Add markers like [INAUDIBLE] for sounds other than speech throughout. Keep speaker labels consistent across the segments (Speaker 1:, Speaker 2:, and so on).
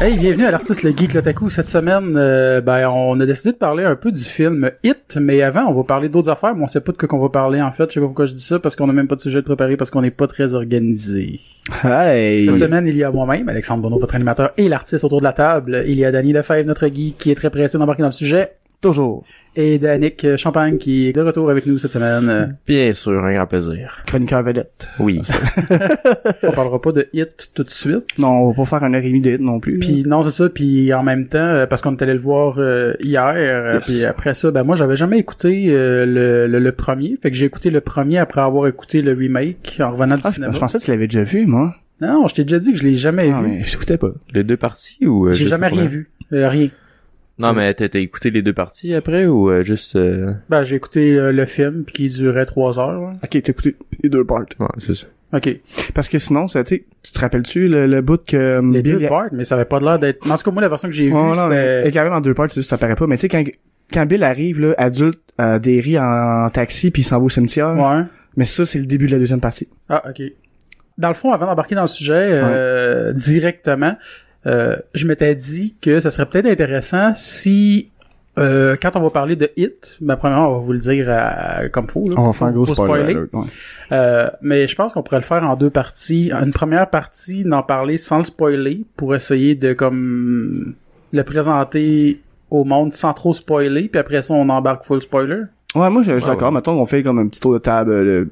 Speaker 1: Hey, bienvenue à l'artiste Le Geek L'Otaku. Cette semaine, euh, ben, on a décidé de parler un peu du film Hit, mais avant, on va parler d'autres affaires, mais on sait pas de quoi qu'on va parler, en fait. Je sais pas pourquoi je dis ça, parce qu'on a même pas de sujet de préparer, parce qu'on n'est pas très organisé.
Speaker 2: Hey!
Speaker 1: Cette semaine, il y a moi-même, Alexandre Bonneau, votre animateur, et l'artiste autour de la table. Il y a Danny Lefebvre, notre geek, qui est très pressé d'embarquer dans le sujet.
Speaker 2: Toujours.
Speaker 1: Et Danick Champagne, qui est de retour avec nous cette semaine.
Speaker 3: Bien sûr, un grand plaisir.
Speaker 2: Chroniqueur vedette.
Speaker 3: Oui.
Speaker 1: on parlera pas de Hit tout de suite.
Speaker 2: Non, on va pas faire un heure et demie de hit non plus.
Speaker 1: Puis non, c'est ça. Puis en même temps, euh, parce qu'on est allé le voir euh, hier, euh,
Speaker 2: Yes.
Speaker 1: puis après ça, ben moi j'avais jamais écouté euh, le, le, le premier. Fait que j'ai écouté le premier après avoir écouté le remake en revenant du
Speaker 2: Ah, je,
Speaker 1: cinéma.
Speaker 2: je pensais que tu l'avais déjà vu, moi.
Speaker 1: Non, je t'ai déjà dit que je l'ai jamais
Speaker 2: Ah,
Speaker 1: vu.
Speaker 2: mais je t'écoutais pas.
Speaker 3: les deux parties ou... euh,
Speaker 1: J'ai
Speaker 3: juste
Speaker 1: jamais
Speaker 3: pour
Speaker 1: rien
Speaker 3: le-
Speaker 1: vu. Euh, rien.
Speaker 3: Non, mais t'as t'as écouté les deux parties après ou euh, juste... euh,
Speaker 1: Ben j'ai écouté euh, le film puis qui durait trois heures. là.
Speaker 2: Ok, t'as écouté les deux parts.
Speaker 3: Ouais, c'est ça.
Speaker 1: Ok.
Speaker 2: Parce que sinon, ça, tu sais, tu te rappelles-tu le, le bout que... euh,
Speaker 1: Les
Speaker 2: Bill
Speaker 1: deux
Speaker 2: y a-
Speaker 1: parts, mais ça avait pas l'air d'être. En tout cas, moi la version que j'ai
Speaker 2: Ouais,
Speaker 1: vue,
Speaker 2: non,
Speaker 1: c'était.
Speaker 2: mais quand même en deux parts, c'est juste ça paraît pas. Mais tu sais, quand, quand Bill arrive, là, adulte, euh, Derry en, en taxi, puis il s'en va au cimetière.
Speaker 1: Ouais.
Speaker 2: Mais ça, c'est le début de la deuxième partie.
Speaker 1: Ah, ok. Dans le fond, avant d'embarquer dans le sujet euh, directement, euh, je m'étais dit que ça serait peut-être intéressant si, euh, quand on va parler de Hit, ben, premièrement, on va vous le dire euh, comme faut. Là,
Speaker 2: On va faire un gros
Speaker 1: Faut
Speaker 2: spoiler.
Speaker 1: spoiler.
Speaker 2: alert, ouais.
Speaker 1: Euh, mais je pense qu'on pourrait le faire en deux parties. Une première partie, d'en parler sans le spoiler, pour essayer de comme le présenter au monde sans trop spoiler, puis après ça, on embarque full spoiler.
Speaker 2: Ouais, moi, je je suis
Speaker 3: Ouais,
Speaker 2: d'accord.
Speaker 3: ouais.
Speaker 2: Mettons, on fait comme un petit tour de table. euh,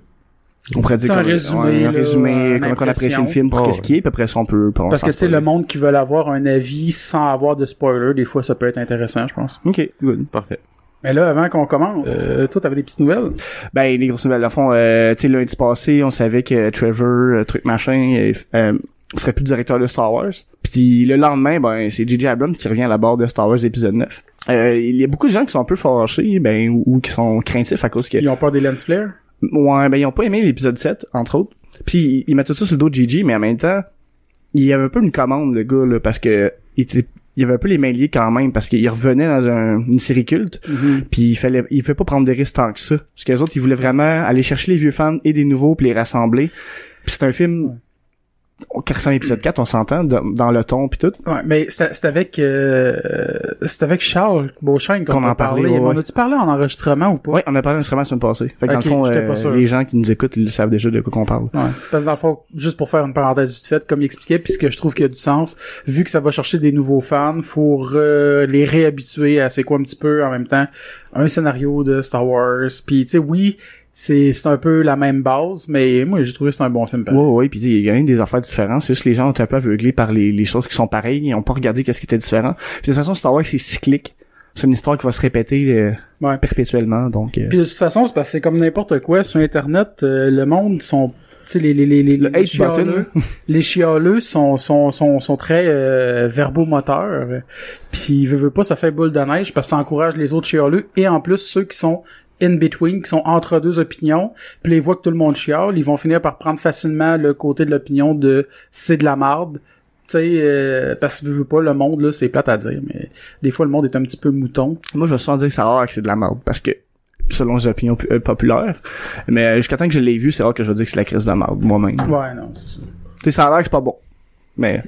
Speaker 2: on pourrait dire
Speaker 1: C'est un
Speaker 2: comme-
Speaker 1: résumé,
Speaker 2: ouais, un
Speaker 1: là,
Speaker 2: résumé
Speaker 1: une
Speaker 2: comment qu'on apprécie
Speaker 1: impression. Ah,
Speaker 2: le film pour
Speaker 3: Ouais,
Speaker 2: qu'est-ce
Speaker 3: ouais.
Speaker 2: qu'il est, puis après ça, on peut on
Speaker 1: Parce
Speaker 2: s'en
Speaker 1: que, tu sais,
Speaker 2: spoiler.
Speaker 1: le monde qui veut avoir un avis sans avoir de spoiler, des fois, ça peut être intéressant, je pense.
Speaker 2: Ok, good.
Speaker 3: Parfait.
Speaker 1: Mais là, avant qu'on commence, euh, toi, t'avais des petites nouvelles.
Speaker 2: Ben, les grosses nouvelles, à fond, euh, tu sais, lundi passé, on savait que Trevor, euh, truc machin, euh, euh, serait plus directeur de Star Wars. Puis le lendemain, ben, c'est J.J. Abrams qui revient à la barre de Star Wars épisode 9. Euh, il y a beaucoup de gens qui sont un peu fâchés, ben, ou, ou qui sont craintifs à cause que...
Speaker 1: Ils ont peur des lens flares.
Speaker 2: Ouais, ben, ils ont pas aimé l'épisode 7, entre autres. Puis ils mettent tout ça sur le dos de J.J., mais en même temps, il y avait un peu une commande, le gars, là, parce que... Il était- il avait un peu les mains liées quand même, parce qu'il revenait dans un- une série culte, puis il fallait il fallait pas prendre de risques tant que ça parce que les autres ils voulaient vraiment aller chercher les vieux fans et des nouveaux puis les rassembler puis c'est un film qui ressemble à l'épisode 4 on s'entend dans, dans le ton puis tout
Speaker 1: Ouais, mais c'est c'est avec euh, c'est avec Charles Beauchamp qu'on
Speaker 2: Qu'on
Speaker 1: en a
Speaker 2: en parlait,
Speaker 1: parlé.
Speaker 2: ouais,
Speaker 1: Mais
Speaker 2: ouais.
Speaker 1: On a-tu parlé en enregistrement ou pas?
Speaker 2: ouais on a parlé instrument la semaine passée fait
Speaker 1: Ok,
Speaker 2: que dans le fond
Speaker 1: j'étais
Speaker 2: euh,
Speaker 1: pas sûr.
Speaker 2: les gens qui nous écoutent ils savent déjà de quoi qu'on parle
Speaker 1: Ouais. Parce que dans le fond, juste pour faire une parenthèse vite faite, comme il expliquait, puisque je trouve qu'il y a du sens, vu que ça va chercher des nouveaux fans, faut euh, les réhabituer à c'est quoi un petit peu en même temps un scénario de Star Wars. Puis tu sais, oui, c'est c'est un peu la même base, mais moi j'ai trouvé que c'est un bon film.
Speaker 2: ouais
Speaker 1: pareil.
Speaker 2: ouais puis il y a rien des affaires différentes c'est juste que les gens ont un peu aveuglés par les, les choses qui sont pareilles ils ont pas regardé qu'est-ce qui était différent puis de toute façon Star Wars c'est cyclique c'est une histoire qui va se répéter euh,
Speaker 1: Ouais.
Speaker 2: perpétuellement donc euh,
Speaker 1: Puis de toute façon, c'est parce que c'est comme n'importe quoi sur internet, euh, le monde sont tu sais les les les les les
Speaker 2: Le hate button,
Speaker 1: chialeux, [LAUGHS] les chialeux sont sont sont sont très euh, verbomoteurs. Puis veut veut pas ça fait boule de neige parce que ça encourage les autres chialeux et en plus ceux qui sont in between qui sont entre deux opinions, puis ils voient que tout le monde chiale, ils vont finir par prendre facilement le côté de l'opinion de c'est de la marde. Tu sais, euh, parce que veut veut pas le monde là, c'est plate à dire, mais des fois le monde est un petit peu mouton.
Speaker 2: Moi, je vais souvent dire que c'est rare que c'est de la merde, parce que selon les opinions pu- euh, populaires, mais euh, jusqu'à temps que je l'ai vu, c'est rare que je vais dire que c'est la crise de la merde, moi-même.
Speaker 1: Ouais, non, c'est ça.
Speaker 2: Tu sais, ça a l'air que c'est pas bon, mais...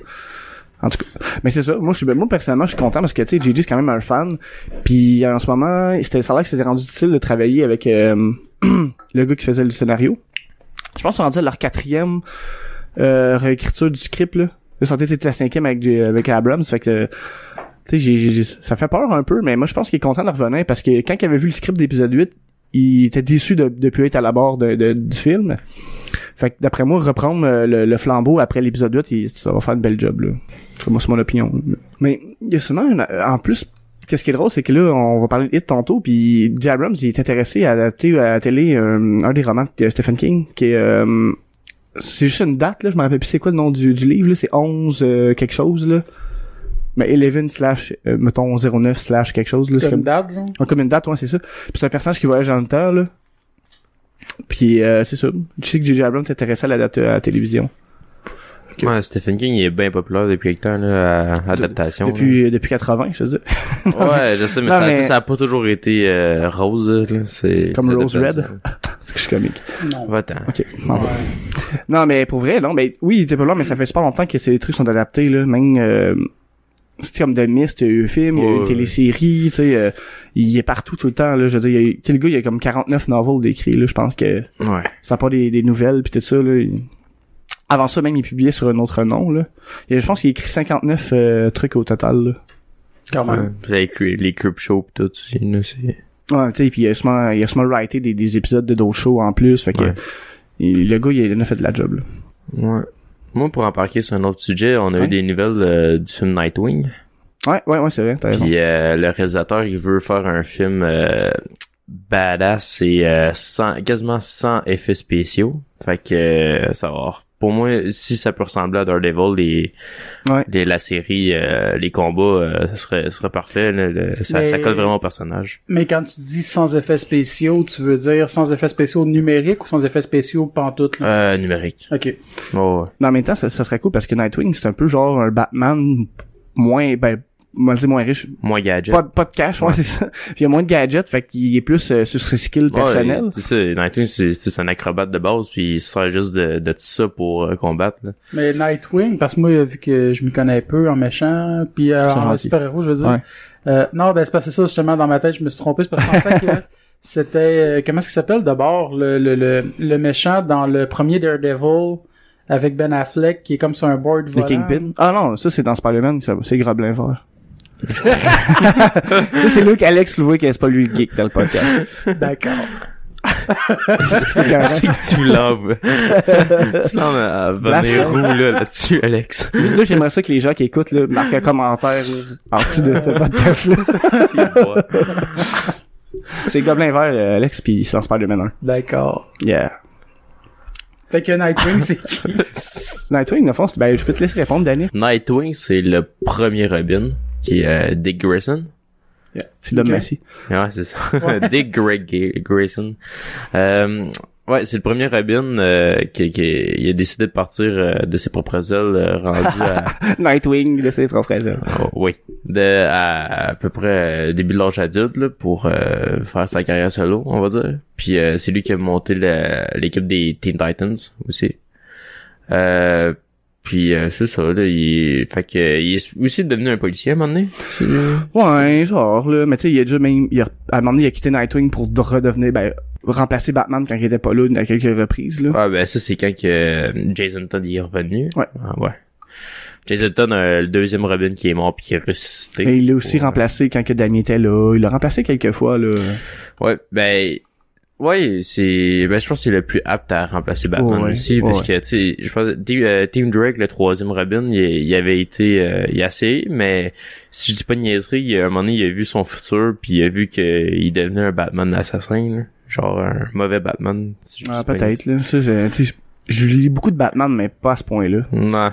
Speaker 2: En tout cas, mais c'est ça. Moi, je suis, ben, moi personnellement, je suis content parce que tu sais, JJ c'est quand même un fan. Puis en ce moment, c'était, ça a l'air que c'était rendu difficile de travailler avec euh, [CLEARS THROAT] le gars qui faisait le scénario. Je pense qu'on est rendu à leur quatrième euh, réécriture du script là. Le santé c'était la cinquième avec J- avec Abrams, fait que euh, tu sais, j'ai- j'ai- j'ai- ça fait peur un peu, mais moi je pense qu'il est content de revenir parce que quand il avait vu le script d'épisode 8, il était déçu de de plus être à la barre de, de- du film. Fait que d'après moi, reprendre euh, le, le flambeau après l'épisode 8, il- ça va faire une belle job là. En tout cas, moi, c'est mon opinion. là. Mais il y a souvent une- en plus Qu'est-ce qui est drôle, c'est que là, on va parler de Hit tantôt, puis J. Abrams, il est intéressé à adapter à la télé euh, un des romans de Stephen King, qui est euh, c'est juste une date là, je me rappelle plus c'est quoi le nom du, du livre là, c'est 11 euh, quelque chose là. Mais 11 slash euh, mettons 09 slash quelque chose là, c'est
Speaker 1: Comme
Speaker 2: comme,
Speaker 1: dad, genre.
Speaker 2: ouais, comme une date ouais, c'est ça. Puis c'est un personnage qui voyage dans le temps là. Puis euh, c'est ça. Je sais que J.J. Abrams s'intéressait à l'adapter à la télévision. Ok.
Speaker 3: Ouais, Stephen King, il est bien populaire depuis quelque temps, là, à
Speaker 2: [LAUGHS]
Speaker 3: adaptation. là.
Speaker 2: Depuis depuis 80, je veux dire. [LAUGHS]
Speaker 3: Ouais, je sais, mais,
Speaker 2: Non,
Speaker 3: ça,
Speaker 2: mais-
Speaker 3: ça a pas toujours été euh, rose, là. c'est-
Speaker 2: Comme
Speaker 3: c'est
Speaker 2: Rose
Speaker 3: adaptation.
Speaker 2: c'est que je suis comique.
Speaker 1: Non.
Speaker 3: Va-t'en.
Speaker 2: [LAUGHS] OK, m'en vais. Non, mais pour vrai, non, ben oui, il était pas là, mais ça fait super longtemps que ces trucs sont adaptés là, même euh, c'est comme The Mist, il y a eu un film, il y a eu
Speaker 3: Ouais,
Speaker 2: une
Speaker 3: ouais.
Speaker 2: télésérie, tu sais, euh, il est partout tout le temps, là, je veux dire, il y a eu- tu sais, le gars, il y a comme 49 novels d'écrits, là, je pense que
Speaker 3: Ouais.
Speaker 2: ça part des, des nouvelles puis tout ça là. il- Avant ça même il publiait sur un autre nom là. Et je pense qu'il a écrit 59 euh, trucs au total
Speaker 1: Quand même.
Speaker 3: Puis Avec les, les Crip Show pis tout, c'est- nous, c'est...
Speaker 2: là. Ouais, tu sais puis il a sûrement il a sûrement writé des, des épisodes de d'autres shows en plus fait que
Speaker 3: Ouais.
Speaker 2: il- le gars il, en a fait de la job là.
Speaker 3: Ouais. Moi, pour embarquer sur un autre sujet, on a
Speaker 2: Ouais.
Speaker 3: eu des nouvelles euh, du film Nightwing.
Speaker 2: Ouais ouais ouais, c'est vrai, t'as raison.
Speaker 3: Puis euh, le réalisateur, il veut faire un film euh, badass et euh, sans, quasiment sans effets spéciaux. Fait que euh, ça va. avoir- Pour moi, si ça peut ressembler à Daredevil, les,
Speaker 2: Ouais.
Speaker 3: les- la série, euh, les combats, euh, ça serait, ça serait parfait. là, le- ça,
Speaker 1: Mais-
Speaker 3: ça colle vraiment au personnage.
Speaker 1: Mais quand tu dis sans effets spéciaux, tu veux dire sans effets spéciaux numériques ou sans effets spéciaux pantoute, là?
Speaker 3: Euh, numérique.
Speaker 1: Ok.
Speaker 3: Oh,
Speaker 2: Mais en même temps ça, ça serait cool parce que Nightwing c'est un peu genre un Batman moins ben moins moins riche,
Speaker 3: moins gadget.
Speaker 2: pas, de- pas de cash, ouais,
Speaker 3: Ouais.
Speaker 2: c'est ça. Puis il y a moins de gadgets, fait qu'il est plus euh, sur ses skills
Speaker 3: Ouais,
Speaker 2: personnels.
Speaker 3: c'est ça, Nightwing, c'est c'est un acrobate de base, puis il se sert juste de, de tout ça pour euh, combattre. là.
Speaker 1: Mais Nightwing, parce que moi, vu que je m'y connais peu en méchant, puis euh,
Speaker 2: C'est
Speaker 1: en
Speaker 2: gentil.
Speaker 1: super-héros, je veux dire.
Speaker 2: Ouais.
Speaker 1: Euh, non, ben c'est parce que ça, justement, dans ma tête, je me suis trompé. C'est parce que je pensais
Speaker 2: [LAUGHS]
Speaker 1: que c'était... euh, comment est-ce qu'il s'appelle d'abord? Le, le, le, le méchant dans le premier Daredevil avec Ben Affleck qui est comme sur un board
Speaker 2: Le
Speaker 1: volant.
Speaker 2: Kingpin. Ah non, ça c'est dans Spider-Man, ça, c'est Grobelin Vert. ça c'est Luke Alex Louis qui est pas lui le geek dans le podcast.
Speaker 1: D'accord.
Speaker 2: C'était carré.
Speaker 3: C'est que tu l'envoies. tu l'envoies à venir
Speaker 2: Blaster.
Speaker 3: roux là, là-dessus, Alex.
Speaker 2: Là, j'aimerais ça que les gens qui écoutent là, marquent un commentaire là, en dessous de ce podcast là. C'est Gobelin Vert, euh, Alex, puis c'est dans Spider-Man 1.
Speaker 1: D'accord.
Speaker 2: Yeah.
Speaker 1: Fait que
Speaker 2: [LAUGHS]
Speaker 1: Nightwing, c'est qui?
Speaker 2: Nightwing, dans le fond, c'est- ben, je peux te laisser répondre, Danny.
Speaker 3: [LAUGHS] Nightwing, c'est le premier Robin, qui est euh, Dick Grayson.
Speaker 2: C'est Dom
Speaker 1: Ok.
Speaker 2: Massy.
Speaker 3: Ouais, c'est ça. [LAUGHS] Dick Greg Ga- Grayson. Euh, ouais, c'est le premier Robin euh, qui, qui il a décidé de partir euh, de ses propres ailes euh, rendu à...
Speaker 2: Nightwing, là, c'est propre ailes.
Speaker 3: Oh, oui. De, à, à peu près euh, début de l'âge adulte là, pour euh, faire sa carrière solo, on va dire. Puis euh, c'est lui qui a monté la- l'équipe des Teen Titans aussi. Euh, puis euh, c'est ça, là, il, fait que, il est aussi devenu un policier à un moment donné.
Speaker 2: Ouais, genre, là. Mais tu sais, il a déjà même, il a, à un moment donné, il a quitté Nightwing pour de- redevenir, ben, remplacer Batman quand il était pas là, à quelques reprises, là.
Speaker 3: Ah ben ça c'est quand que euh, Jason Todd y est revenu.
Speaker 2: Ouais.
Speaker 3: Ah, ouais. Jason Todd, euh, le deuxième Robin qui est mort puis qui est ressuscité.
Speaker 2: Mais il l'a aussi
Speaker 3: Pour, euh,
Speaker 2: remplacé quand que Damien était là. Il l'a remplacé quelques fois, là.
Speaker 3: Ouais, ben ouais, c'est ben je pense que c'est le plus apte à remplacer Batman
Speaker 2: Ouais,
Speaker 3: aussi
Speaker 2: ouais,
Speaker 3: parce que tu sais, je pense Team, euh, Team Drake le troisième Robin, il, il avait été euh, il a essayé mais si je dis pas de niaiserie, il, à un moment donné, il a vu son futur puis il a vu que il devenait un Batman assassin, là. genre un mauvais Batman. si je
Speaker 2: Ah,
Speaker 3: dis pas de
Speaker 2: peut-être, là. Ça, je, tu sais, je, je lis beaucoup de Batman, mais pas à ce point-là.
Speaker 3: niaiserie. Non.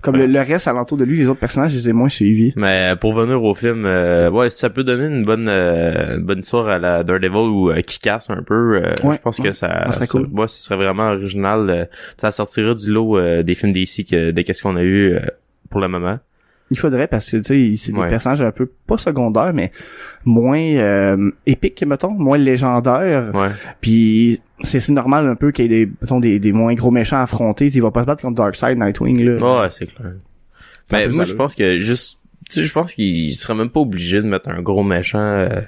Speaker 2: Comme le, le reste alentour de lui, les autres personnages, je les ai moins suivis.
Speaker 3: Mais pour venir au film, euh, ouais, ça peut donner une bonne euh, une bonne histoire à la Daredevil ou euh, qui casse un peu. euh,
Speaker 2: Ouais,
Speaker 3: je pense
Speaker 2: ouais,
Speaker 3: que ça,
Speaker 2: ça serait
Speaker 3: ça-
Speaker 2: cool.
Speaker 3: ouais, ce serait vraiment original. euh, ça sortira du lot euh, des films d'ici que de qu'est-ce qu'on a eu euh, pour le moment.
Speaker 2: Il faudrait, parce que, tu sais, c'est des
Speaker 3: Ouais.
Speaker 2: personnages un peu, pas secondaires, mais moins euh, épiques, mettons, moins légendaires.
Speaker 3: Ouais.
Speaker 2: Puis c'est c'est normal un peu qu'il y ait des, mettons, des, des moins gros méchants à affronter. Il va pas se battre contre Darkseid, Nightwing, là.
Speaker 3: Ouais, c'est clair.
Speaker 2: un
Speaker 3: Mais
Speaker 2: peu
Speaker 3: moi,
Speaker 2: ça,
Speaker 3: je
Speaker 2: là.
Speaker 3: pense que juste, tu sais, je pense qu'il serait même pas obligé de mettre un gros méchant. euh,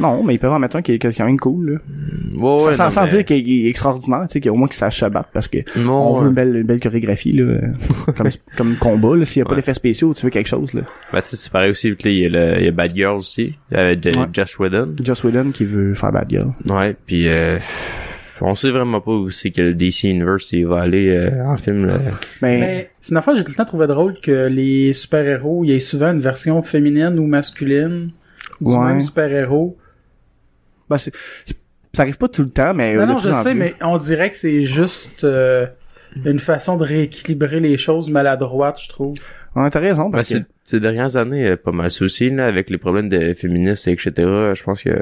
Speaker 2: Non, mais ils peuvent en mettre un qui est qui est quand même cool, là.
Speaker 3: ouais,
Speaker 2: Sans-
Speaker 3: ouais,
Speaker 2: sans
Speaker 3: non,
Speaker 2: sans
Speaker 3: mais-
Speaker 2: dire qu'il est extraordinaire, tu sais, qu'il y a au moins qu'il sache se battre, parce que
Speaker 3: Non,
Speaker 2: on veut
Speaker 3: ouais.
Speaker 2: une belle, une belle chorégraphie, là,
Speaker 3: [LAUGHS]
Speaker 2: euh, comme, comme combat, là. S'il y a pas
Speaker 3: Ouais.
Speaker 2: d'effets spéciaux, tu veux quelque chose, là.
Speaker 3: Bah, tu sais, c'est pareil aussi, puis là, il y a, le, il y a Bad Girl aussi, euh, de
Speaker 2: Ouais.
Speaker 3: Josh Whedon.
Speaker 2: Joss Whedon qui veut faire Bad Girl.
Speaker 3: Ouais, puis euh, on sait vraiment pas où c'est que le DC Universe il va aller euh, en film.
Speaker 1: Ah,
Speaker 3: Là.
Speaker 2: Mais,
Speaker 1: Mais c'est une affaire que j'ai tout le temps trouvé drôle que les super-héros, il y ait souvent une version féminine ou masculine du
Speaker 2: Ouais.
Speaker 1: même super-héros.
Speaker 2: bah, c'est- c'est- ça arrive pas tout le temps, mais... euh,
Speaker 1: Non,
Speaker 2: de
Speaker 1: non,
Speaker 2: plus
Speaker 1: je
Speaker 2: en
Speaker 1: sais,
Speaker 2: plus.
Speaker 1: mais on dirait que c'est juste euh, une façon de rééquilibrer les choses maladroite, je trouve.
Speaker 2: Ouais, t'as raison, parce
Speaker 3: Ben,
Speaker 2: que...
Speaker 3: ces- Ces dernières années, euh, pas mal souci là, avec les problèmes de féministes, etc. Je pense que
Speaker 1: Euh,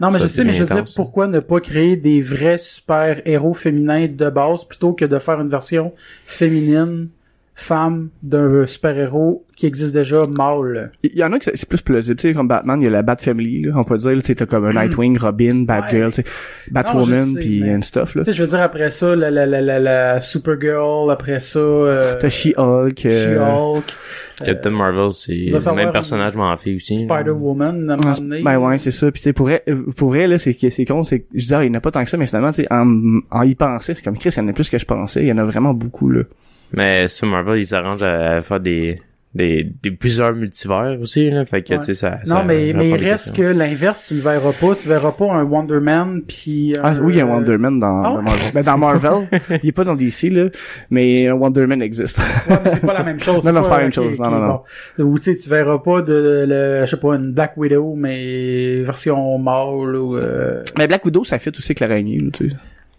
Speaker 1: Non, mais
Speaker 3: Ça,
Speaker 1: je
Speaker 3: c'est
Speaker 1: sais, mais je veux
Speaker 3: intense,
Speaker 1: dire,
Speaker 3: ça.
Speaker 1: pourquoi ne pas créer des vrais super-héros féminins de base plutôt que de faire une version féminine femme d'un super-héros qui existe déjà mâle.
Speaker 2: Il y en a qui c'est- c'est plus plausible, tu sais, comme Batman, il y a la Bat Family, là, on peut dire, tu sais, t'as comme un Nightwing, Robin, Batgirl, tu sais,
Speaker 1: Non, Mm. je
Speaker 2: Batwoman,
Speaker 1: sais,
Speaker 2: puis
Speaker 1: mais-
Speaker 2: and stuff,
Speaker 1: Tu
Speaker 2: là.
Speaker 1: sais, je veux dire, après ça, la, la, la, la, la Supergirl, après ça, euh,
Speaker 2: T'as She-Hulk, euh,
Speaker 1: She-Hulk,
Speaker 3: Captain Marvel, c'est
Speaker 1: va
Speaker 3: le
Speaker 1: savoir- euh,
Speaker 3: même personnage, mais en fait aussi.
Speaker 1: Spider-Woman, à un moment donné.
Speaker 2: ben ouais, c'est ça. Puis tu sais, pour elle, pour elle là, c'est que- c'est con, c'est que je dis, ah, il n'y en a pas tant que ça, mais finalement, tu sais, en, en y penser, c'est comme Chris, il y en a plus que je pensais, il y en a vraiment beaucoup là.
Speaker 3: Mais ça, Marvel, ils s'arrangent à faire des, des, des plusieurs multivers aussi, là. Fait que,
Speaker 1: Ouais.
Speaker 3: tu sais, ça, ça-
Speaker 1: Non, mais,
Speaker 3: ça
Speaker 1: mais il
Speaker 3: prend des
Speaker 1: reste que
Speaker 3: questions.
Speaker 1: l'inverse, tu le verras pas. Tu verras pas un Wonder Man, puis... euh,
Speaker 2: Ah
Speaker 1: un-
Speaker 2: oui, il y a un
Speaker 1: [LAUGHS]
Speaker 2: Wonder Man dans,
Speaker 1: ah
Speaker 2: dans
Speaker 1: ouais?
Speaker 2: Marvel. Ben, dans Marvel, [LAUGHS] il est pas dans DC là, mais un Wonder Man existe.
Speaker 1: Ouais, mais c'est pas la même chose.
Speaker 2: Non, non, c'est pas la même
Speaker 1: ok,
Speaker 2: chose. Non,
Speaker 1: ok,
Speaker 2: non, non.
Speaker 1: bon. Ou tu sais, tu verras pas de, le, je sais pas, une Black Widow, mais version mâle ou... euh,
Speaker 2: [LAUGHS] mais Black Widow, ça fit aussi avec l'araignée, là, tu sais.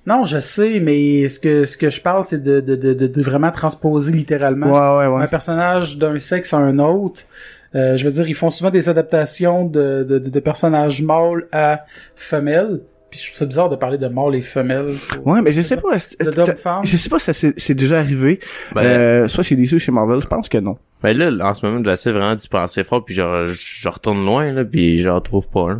Speaker 1: Non, je sais, mais ce que ce que je parle, c'est de, de, de, de, de vraiment transposer littéralement
Speaker 2: Ouais, ouais,
Speaker 1: un
Speaker 2: ouais.
Speaker 1: personnage d'un sexe à un autre. Euh, je veux dire, ils font souvent des adaptations de, de, de, de personnages mâles à femelles. Puis je trouve ça bizarre de parler de mâles et femelles.
Speaker 2: Ouais, mais je sais pas. c'est-
Speaker 1: De Dom Farm.
Speaker 2: Je sais pas si ça s'est- c'est déjà arrivé.
Speaker 3: Ben-
Speaker 2: euh, soit chez DC ou chez Marvel, je pense que non.
Speaker 3: Mais là, en ce moment, j'essaie vraiment d'y penser fort, puis genre, je je retourne loin, là, puis je la retrouve pas, là.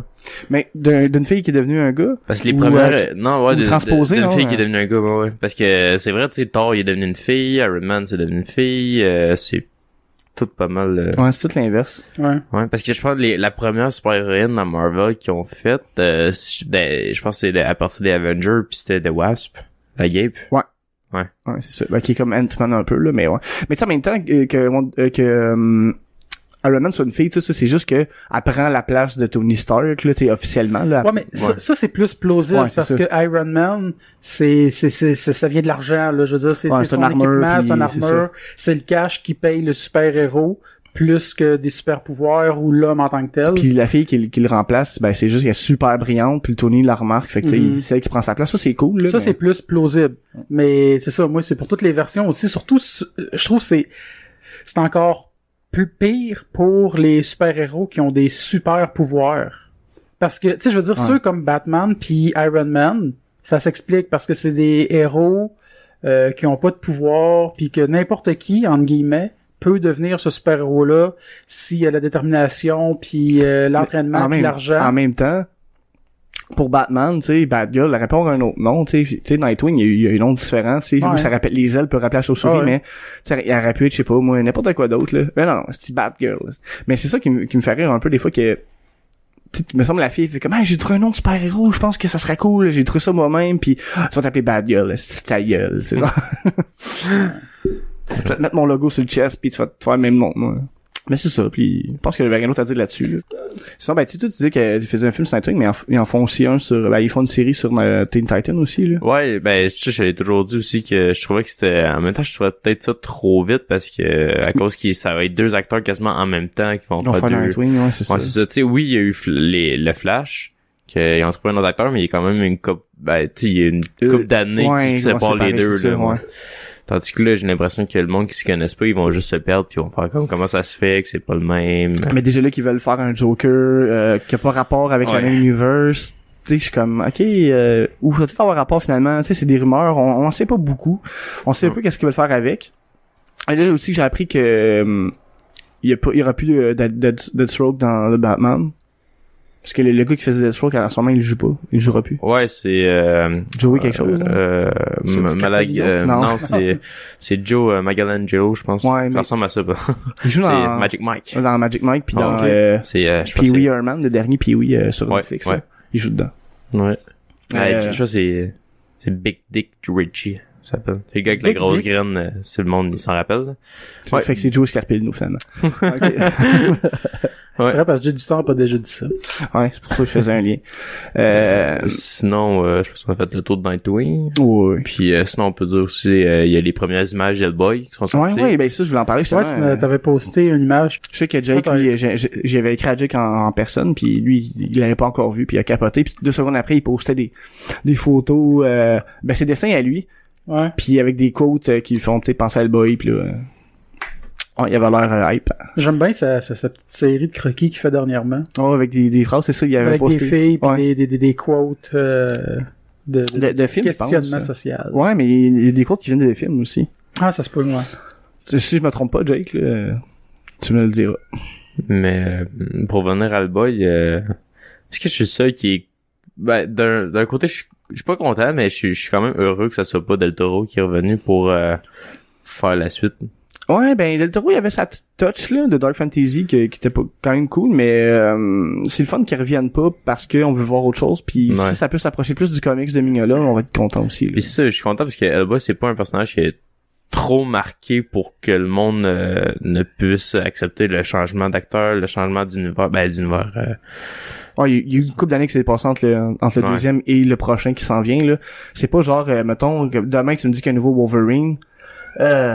Speaker 2: Mais d'un- d'une fille qui est devenue un gars.
Speaker 3: Parce que les
Speaker 2: Ou,
Speaker 3: premières...
Speaker 2: euh,
Speaker 3: euh, non, ouais,
Speaker 2: ou
Speaker 3: de- de-
Speaker 2: transposées,
Speaker 3: d'une
Speaker 2: non,
Speaker 3: fille
Speaker 2: euh.
Speaker 3: qui est devenue un gars, ouais, ouais. Parce que euh, c'est vrai, tu sais, Thor, il est devenu une fille, Iron Man, c'est devenu une fille, euh, c'est tout pas mal... euh,
Speaker 2: Ouais, c'est tout l'inverse.
Speaker 1: Ouais.
Speaker 3: Ouais, parce que je pense que les- la première super-héroïne à Marvel qu'ils ont faite, euh, si- ben, je pense que c'est à partir des Avengers, puis c'était The Wasp, la Gape.
Speaker 2: Ouais, c'est ça. Ben, qui est comme Ant-Man un peu, là, mais ouais. Mais tu sais, en même temps euh, que, Won- euh, que euh, Iron Man soit une fille, tu sais, ça, c'est juste que elle prend la place de Tony Stark, là, tu sais, officiellement, là.
Speaker 1: Ouais, mais ça,
Speaker 3: Ouais.
Speaker 1: ça, c'est plus plausible
Speaker 2: Ah, Ouais, c'est
Speaker 1: parce
Speaker 2: ça.
Speaker 1: que Iron Man, c'est, c'est, c'est, c'est- ça vient de l'argent, là. Je veux dire, c'est,
Speaker 2: Ouais,
Speaker 1: c'est
Speaker 2: c'est
Speaker 1: son
Speaker 2: une armure,
Speaker 1: équipement,
Speaker 2: puis
Speaker 1: c'est un
Speaker 2: c'est
Speaker 1: armure, c'est le cash qui paye le super-héros plus que des super-pouvoirs ou l'homme en tant que tel.
Speaker 2: Puis la fille qui, le- qui le remplace, ben, c'est juste qu'elle est super brillante, puis le Tony la remarque, fait que, tu sais,
Speaker 1: Mhm.
Speaker 2: c'est elle qui prend sa place. Ça, c'est cool, là.
Speaker 1: ça,
Speaker 2: mais-
Speaker 1: c'est plus plausible. Mais c'est ça, moi, c'est pour toutes les versions aussi. Surtout, su- je trouve que c'est, c'est encore plus pire pour les super-héros qui ont des super-pouvoirs. Parce que, tu sais, je veux dire,
Speaker 2: Ouais.
Speaker 1: ceux comme Batman puis Iron Man, ça s'explique parce que c'est des héros euh, qui ont pas de pouvoir, puis que n'importe qui, entre guillemets, peut devenir ce super-héros-là s'il y a la détermination, puis euh, l'entraînement,
Speaker 2: en
Speaker 1: puis
Speaker 2: même,
Speaker 1: l'argent.
Speaker 2: en même temps, pour Batman, tu sais, Batgirl, elle répond à un autre nom, tu sais, tu sais, Nightwing, il y a eu- il y a un nom différent, tu sais,
Speaker 1: Ouais.
Speaker 2: où ça rappelle, les ailes peuvent rappeler la chauve-souris,
Speaker 1: Ouais.
Speaker 2: mais, tu sais, il aurait pu être, je sais pas, moi, n'importe quoi d'autre, là. Mais non, c'est Batgirl, là. Mais c'est ça qui, me- qui me fait rire un peu des fois que, tu sais, me semble la fille fait comme, ah, j'ai trouvé un nom de super-héros, je pense que ça serait cool, j'ai trouvé ça moi-même, puis ah, tu vas t'appeler Batgirl, là, c'est ta gueule, tu sais, [LAUGHS] genre. Je vais te mettre mon logo sur le chest, puis tu vas te faire le même nom, que moi. Mais c'est ça, puis je pense que j'avais rien d'autre à dire là-dessus. Là. Sinon, ben, tu sais, toi, tu disais qu'ils faisaient un film sur Nightwing, mais en f- ils en font aussi un sur... Ben, ils font une série sur euh, Teen Titan aussi, là.
Speaker 3: Ouais, ben, je sais, j'avais toujours dit aussi que je trouvais que c'était, en même temps, je trouvais peut-être ça trop vite parce que, à cause qu'il, ça va être deux acteurs quasiment en même temps qui Mm. vont
Speaker 2: Ils vont
Speaker 3: faire
Speaker 2: faire
Speaker 3: deux.
Speaker 2: Nightwing, ouais, c'est
Speaker 3: Ouais,
Speaker 2: ça.
Speaker 3: c'est ça. Tu sais, oui, il y a eu fl- les, le Flash, qu'ils ont trouvé un autre acteur, mais il y a quand même une coupe, ben, tu sais, il y a une
Speaker 2: Euh,
Speaker 3: coupe d'années
Speaker 2: ouais,
Speaker 3: qui
Speaker 2: ils vont
Speaker 3: sépare les
Speaker 2: séparer,
Speaker 3: deux,
Speaker 2: c'est
Speaker 3: là.
Speaker 2: ça,
Speaker 3: ouais.
Speaker 2: ouais.
Speaker 3: Tandis que là, j'ai l'impression que le monde qui se connaissent pas, ils vont juste se perdre, puis ils vont faire comme comment ça se fait que c'est pas le même.
Speaker 2: Mais déjà là, qu'ils veulent faire un Joker euh, qui a pas rapport avec
Speaker 3: Ouais.
Speaker 2: le même universe. Tu sais, je suis comme, ok, euh, ou ça peut avoir rapport finalement. Tu sais, c'est des rumeurs, on, on en sait pas beaucoup. On sait un peu qu'est-ce qu'ils veulent faire avec. Et là aussi, j'ai appris que euh, il y, a pas- il y aura plus euh, Dead- Dead- Deathstroke dans le Batman. Parce que le, le gars qui faisait Deathstroke, en ce moment, il joue pas. Il jouera plus.
Speaker 3: Ouais, c'est euh,
Speaker 2: Joey quelque chose. là.
Speaker 3: euh,
Speaker 1: C'est
Speaker 3: M-
Speaker 1: du
Speaker 3: Malag euh,
Speaker 2: Non. [LAUGHS]
Speaker 3: non, c'est c'est Joe euh, Magalangelo, je pense.
Speaker 2: Ouais,
Speaker 3: ça
Speaker 2: mais- Ah. Euh,
Speaker 3: ressemble à ça. [LAUGHS] bah.
Speaker 2: il joue
Speaker 3: C'est
Speaker 2: dans,
Speaker 3: Magic Mike.
Speaker 2: dans Magic Mike puis
Speaker 3: Ah,
Speaker 2: dans
Speaker 3: ok.
Speaker 2: euh,
Speaker 3: C'est euh, je pense
Speaker 2: Pee-wee
Speaker 3: que
Speaker 2: Herman, le dernier Pee-wee euh, sur
Speaker 3: Ouais,
Speaker 2: Netflix.
Speaker 3: ouais.
Speaker 2: là. Il joue dedans.
Speaker 3: c'est ouais. Ouais,
Speaker 2: Euh,
Speaker 3: je- je pense que c'est c'est Big Dick Richie, ça s'appelle. C'est le gars avec la
Speaker 2: Big
Speaker 3: grosse
Speaker 2: Dick?
Speaker 3: graine, euh, si le monde il s'en rappelle. Ouais.
Speaker 2: Fait que c'est Joe Scarpino finalement. Ok.
Speaker 1: C'est vrai, parce que j'ai du temps, pas déjà dit ça.
Speaker 2: Ouais, c'est pour ça que je faisais un lien. Euh,
Speaker 3: Sinon, euh, je pense qu'on a fait le tour de Nightwing.
Speaker 2: ouais.
Speaker 3: Puis euh, sinon, on peut dire aussi, euh, il y a les premières images d'Hellboy qui sont
Speaker 2: Ouais,
Speaker 3: sorties.
Speaker 2: ouais, ben ça, je voulais en parler
Speaker 1: Ouais,
Speaker 2: justement.
Speaker 1: tu
Speaker 2: Euh,
Speaker 1: n'as- t'avais posté une image.
Speaker 2: je sais que Jake,
Speaker 1: Peut-être.
Speaker 2: lui, j'ai- j'ai- j'avais écrit à Jake en, en personne, puis lui, il l'avait pas encore vu, puis il a capoté, puis deux secondes après, il postait des, des photos, euh, ben ses dessins à lui,
Speaker 1: Ouais.
Speaker 2: puis avec des quotes euh, qui lui font peut-être penser à le boy, puis là... euh, ouais, il avait l'air euh, hype.
Speaker 1: J'aime bien sa, sa, sa petite série de croquis qu'il fait dernièrement.
Speaker 2: Ouais, avec des, des phrases, c'est ça, il avait
Speaker 1: Avec
Speaker 2: posté.
Speaker 1: des filles, puis
Speaker 2: Ouais.
Speaker 1: des, des, des, des quotes euh, de, de
Speaker 2: De, de films, je pense. hein.
Speaker 1: questionnement social.
Speaker 2: Ouais, mais il y a des quotes qui viennent des films aussi.
Speaker 1: Ah, ça se peut, ouais.
Speaker 2: Si- Si je me trompe pas, Jake, là, tu me le diras.
Speaker 3: Mais euh, pour venir à Alboy, euh, est-ce que je suis le seul qui est... Ben, d'un d'un côté, je suis- je suis pas content, mais je suis je suis quand même heureux que ça soit pas Del Toro qui est revenu pour euh, faire la suite.
Speaker 2: Ouais, ben Del Toro, il avait sa t- touch là, de Dark Fantasy que- qui était pas, quand même cool, mais euh, c'est le fun qu'ils reviennent pas parce qu'on veut voir autre chose. Puis
Speaker 3: Ouais.
Speaker 2: si ça peut s'approcher plus du comics de Mignola, on va être content aussi. là.
Speaker 3: Puis ça, je suis content parce que Elba, c'est pas un personnage qui est trop marqué pour que le monde euh, ne puisse accepter le changement d'acteur, le changement d'univers, ben d'univers. euh,
Speaker 2: Ouais, Ah, il y a- il y a eu une couple d'années que c'est passé entre le, entre le
Speaker 3: Ouais.
Speaker 2: deuxième et le prochain qui s'en vient, là. C'est pas genre, euh, mettons, que demain que tu me dis qu'il y a un nouveau Wolverine. Euh,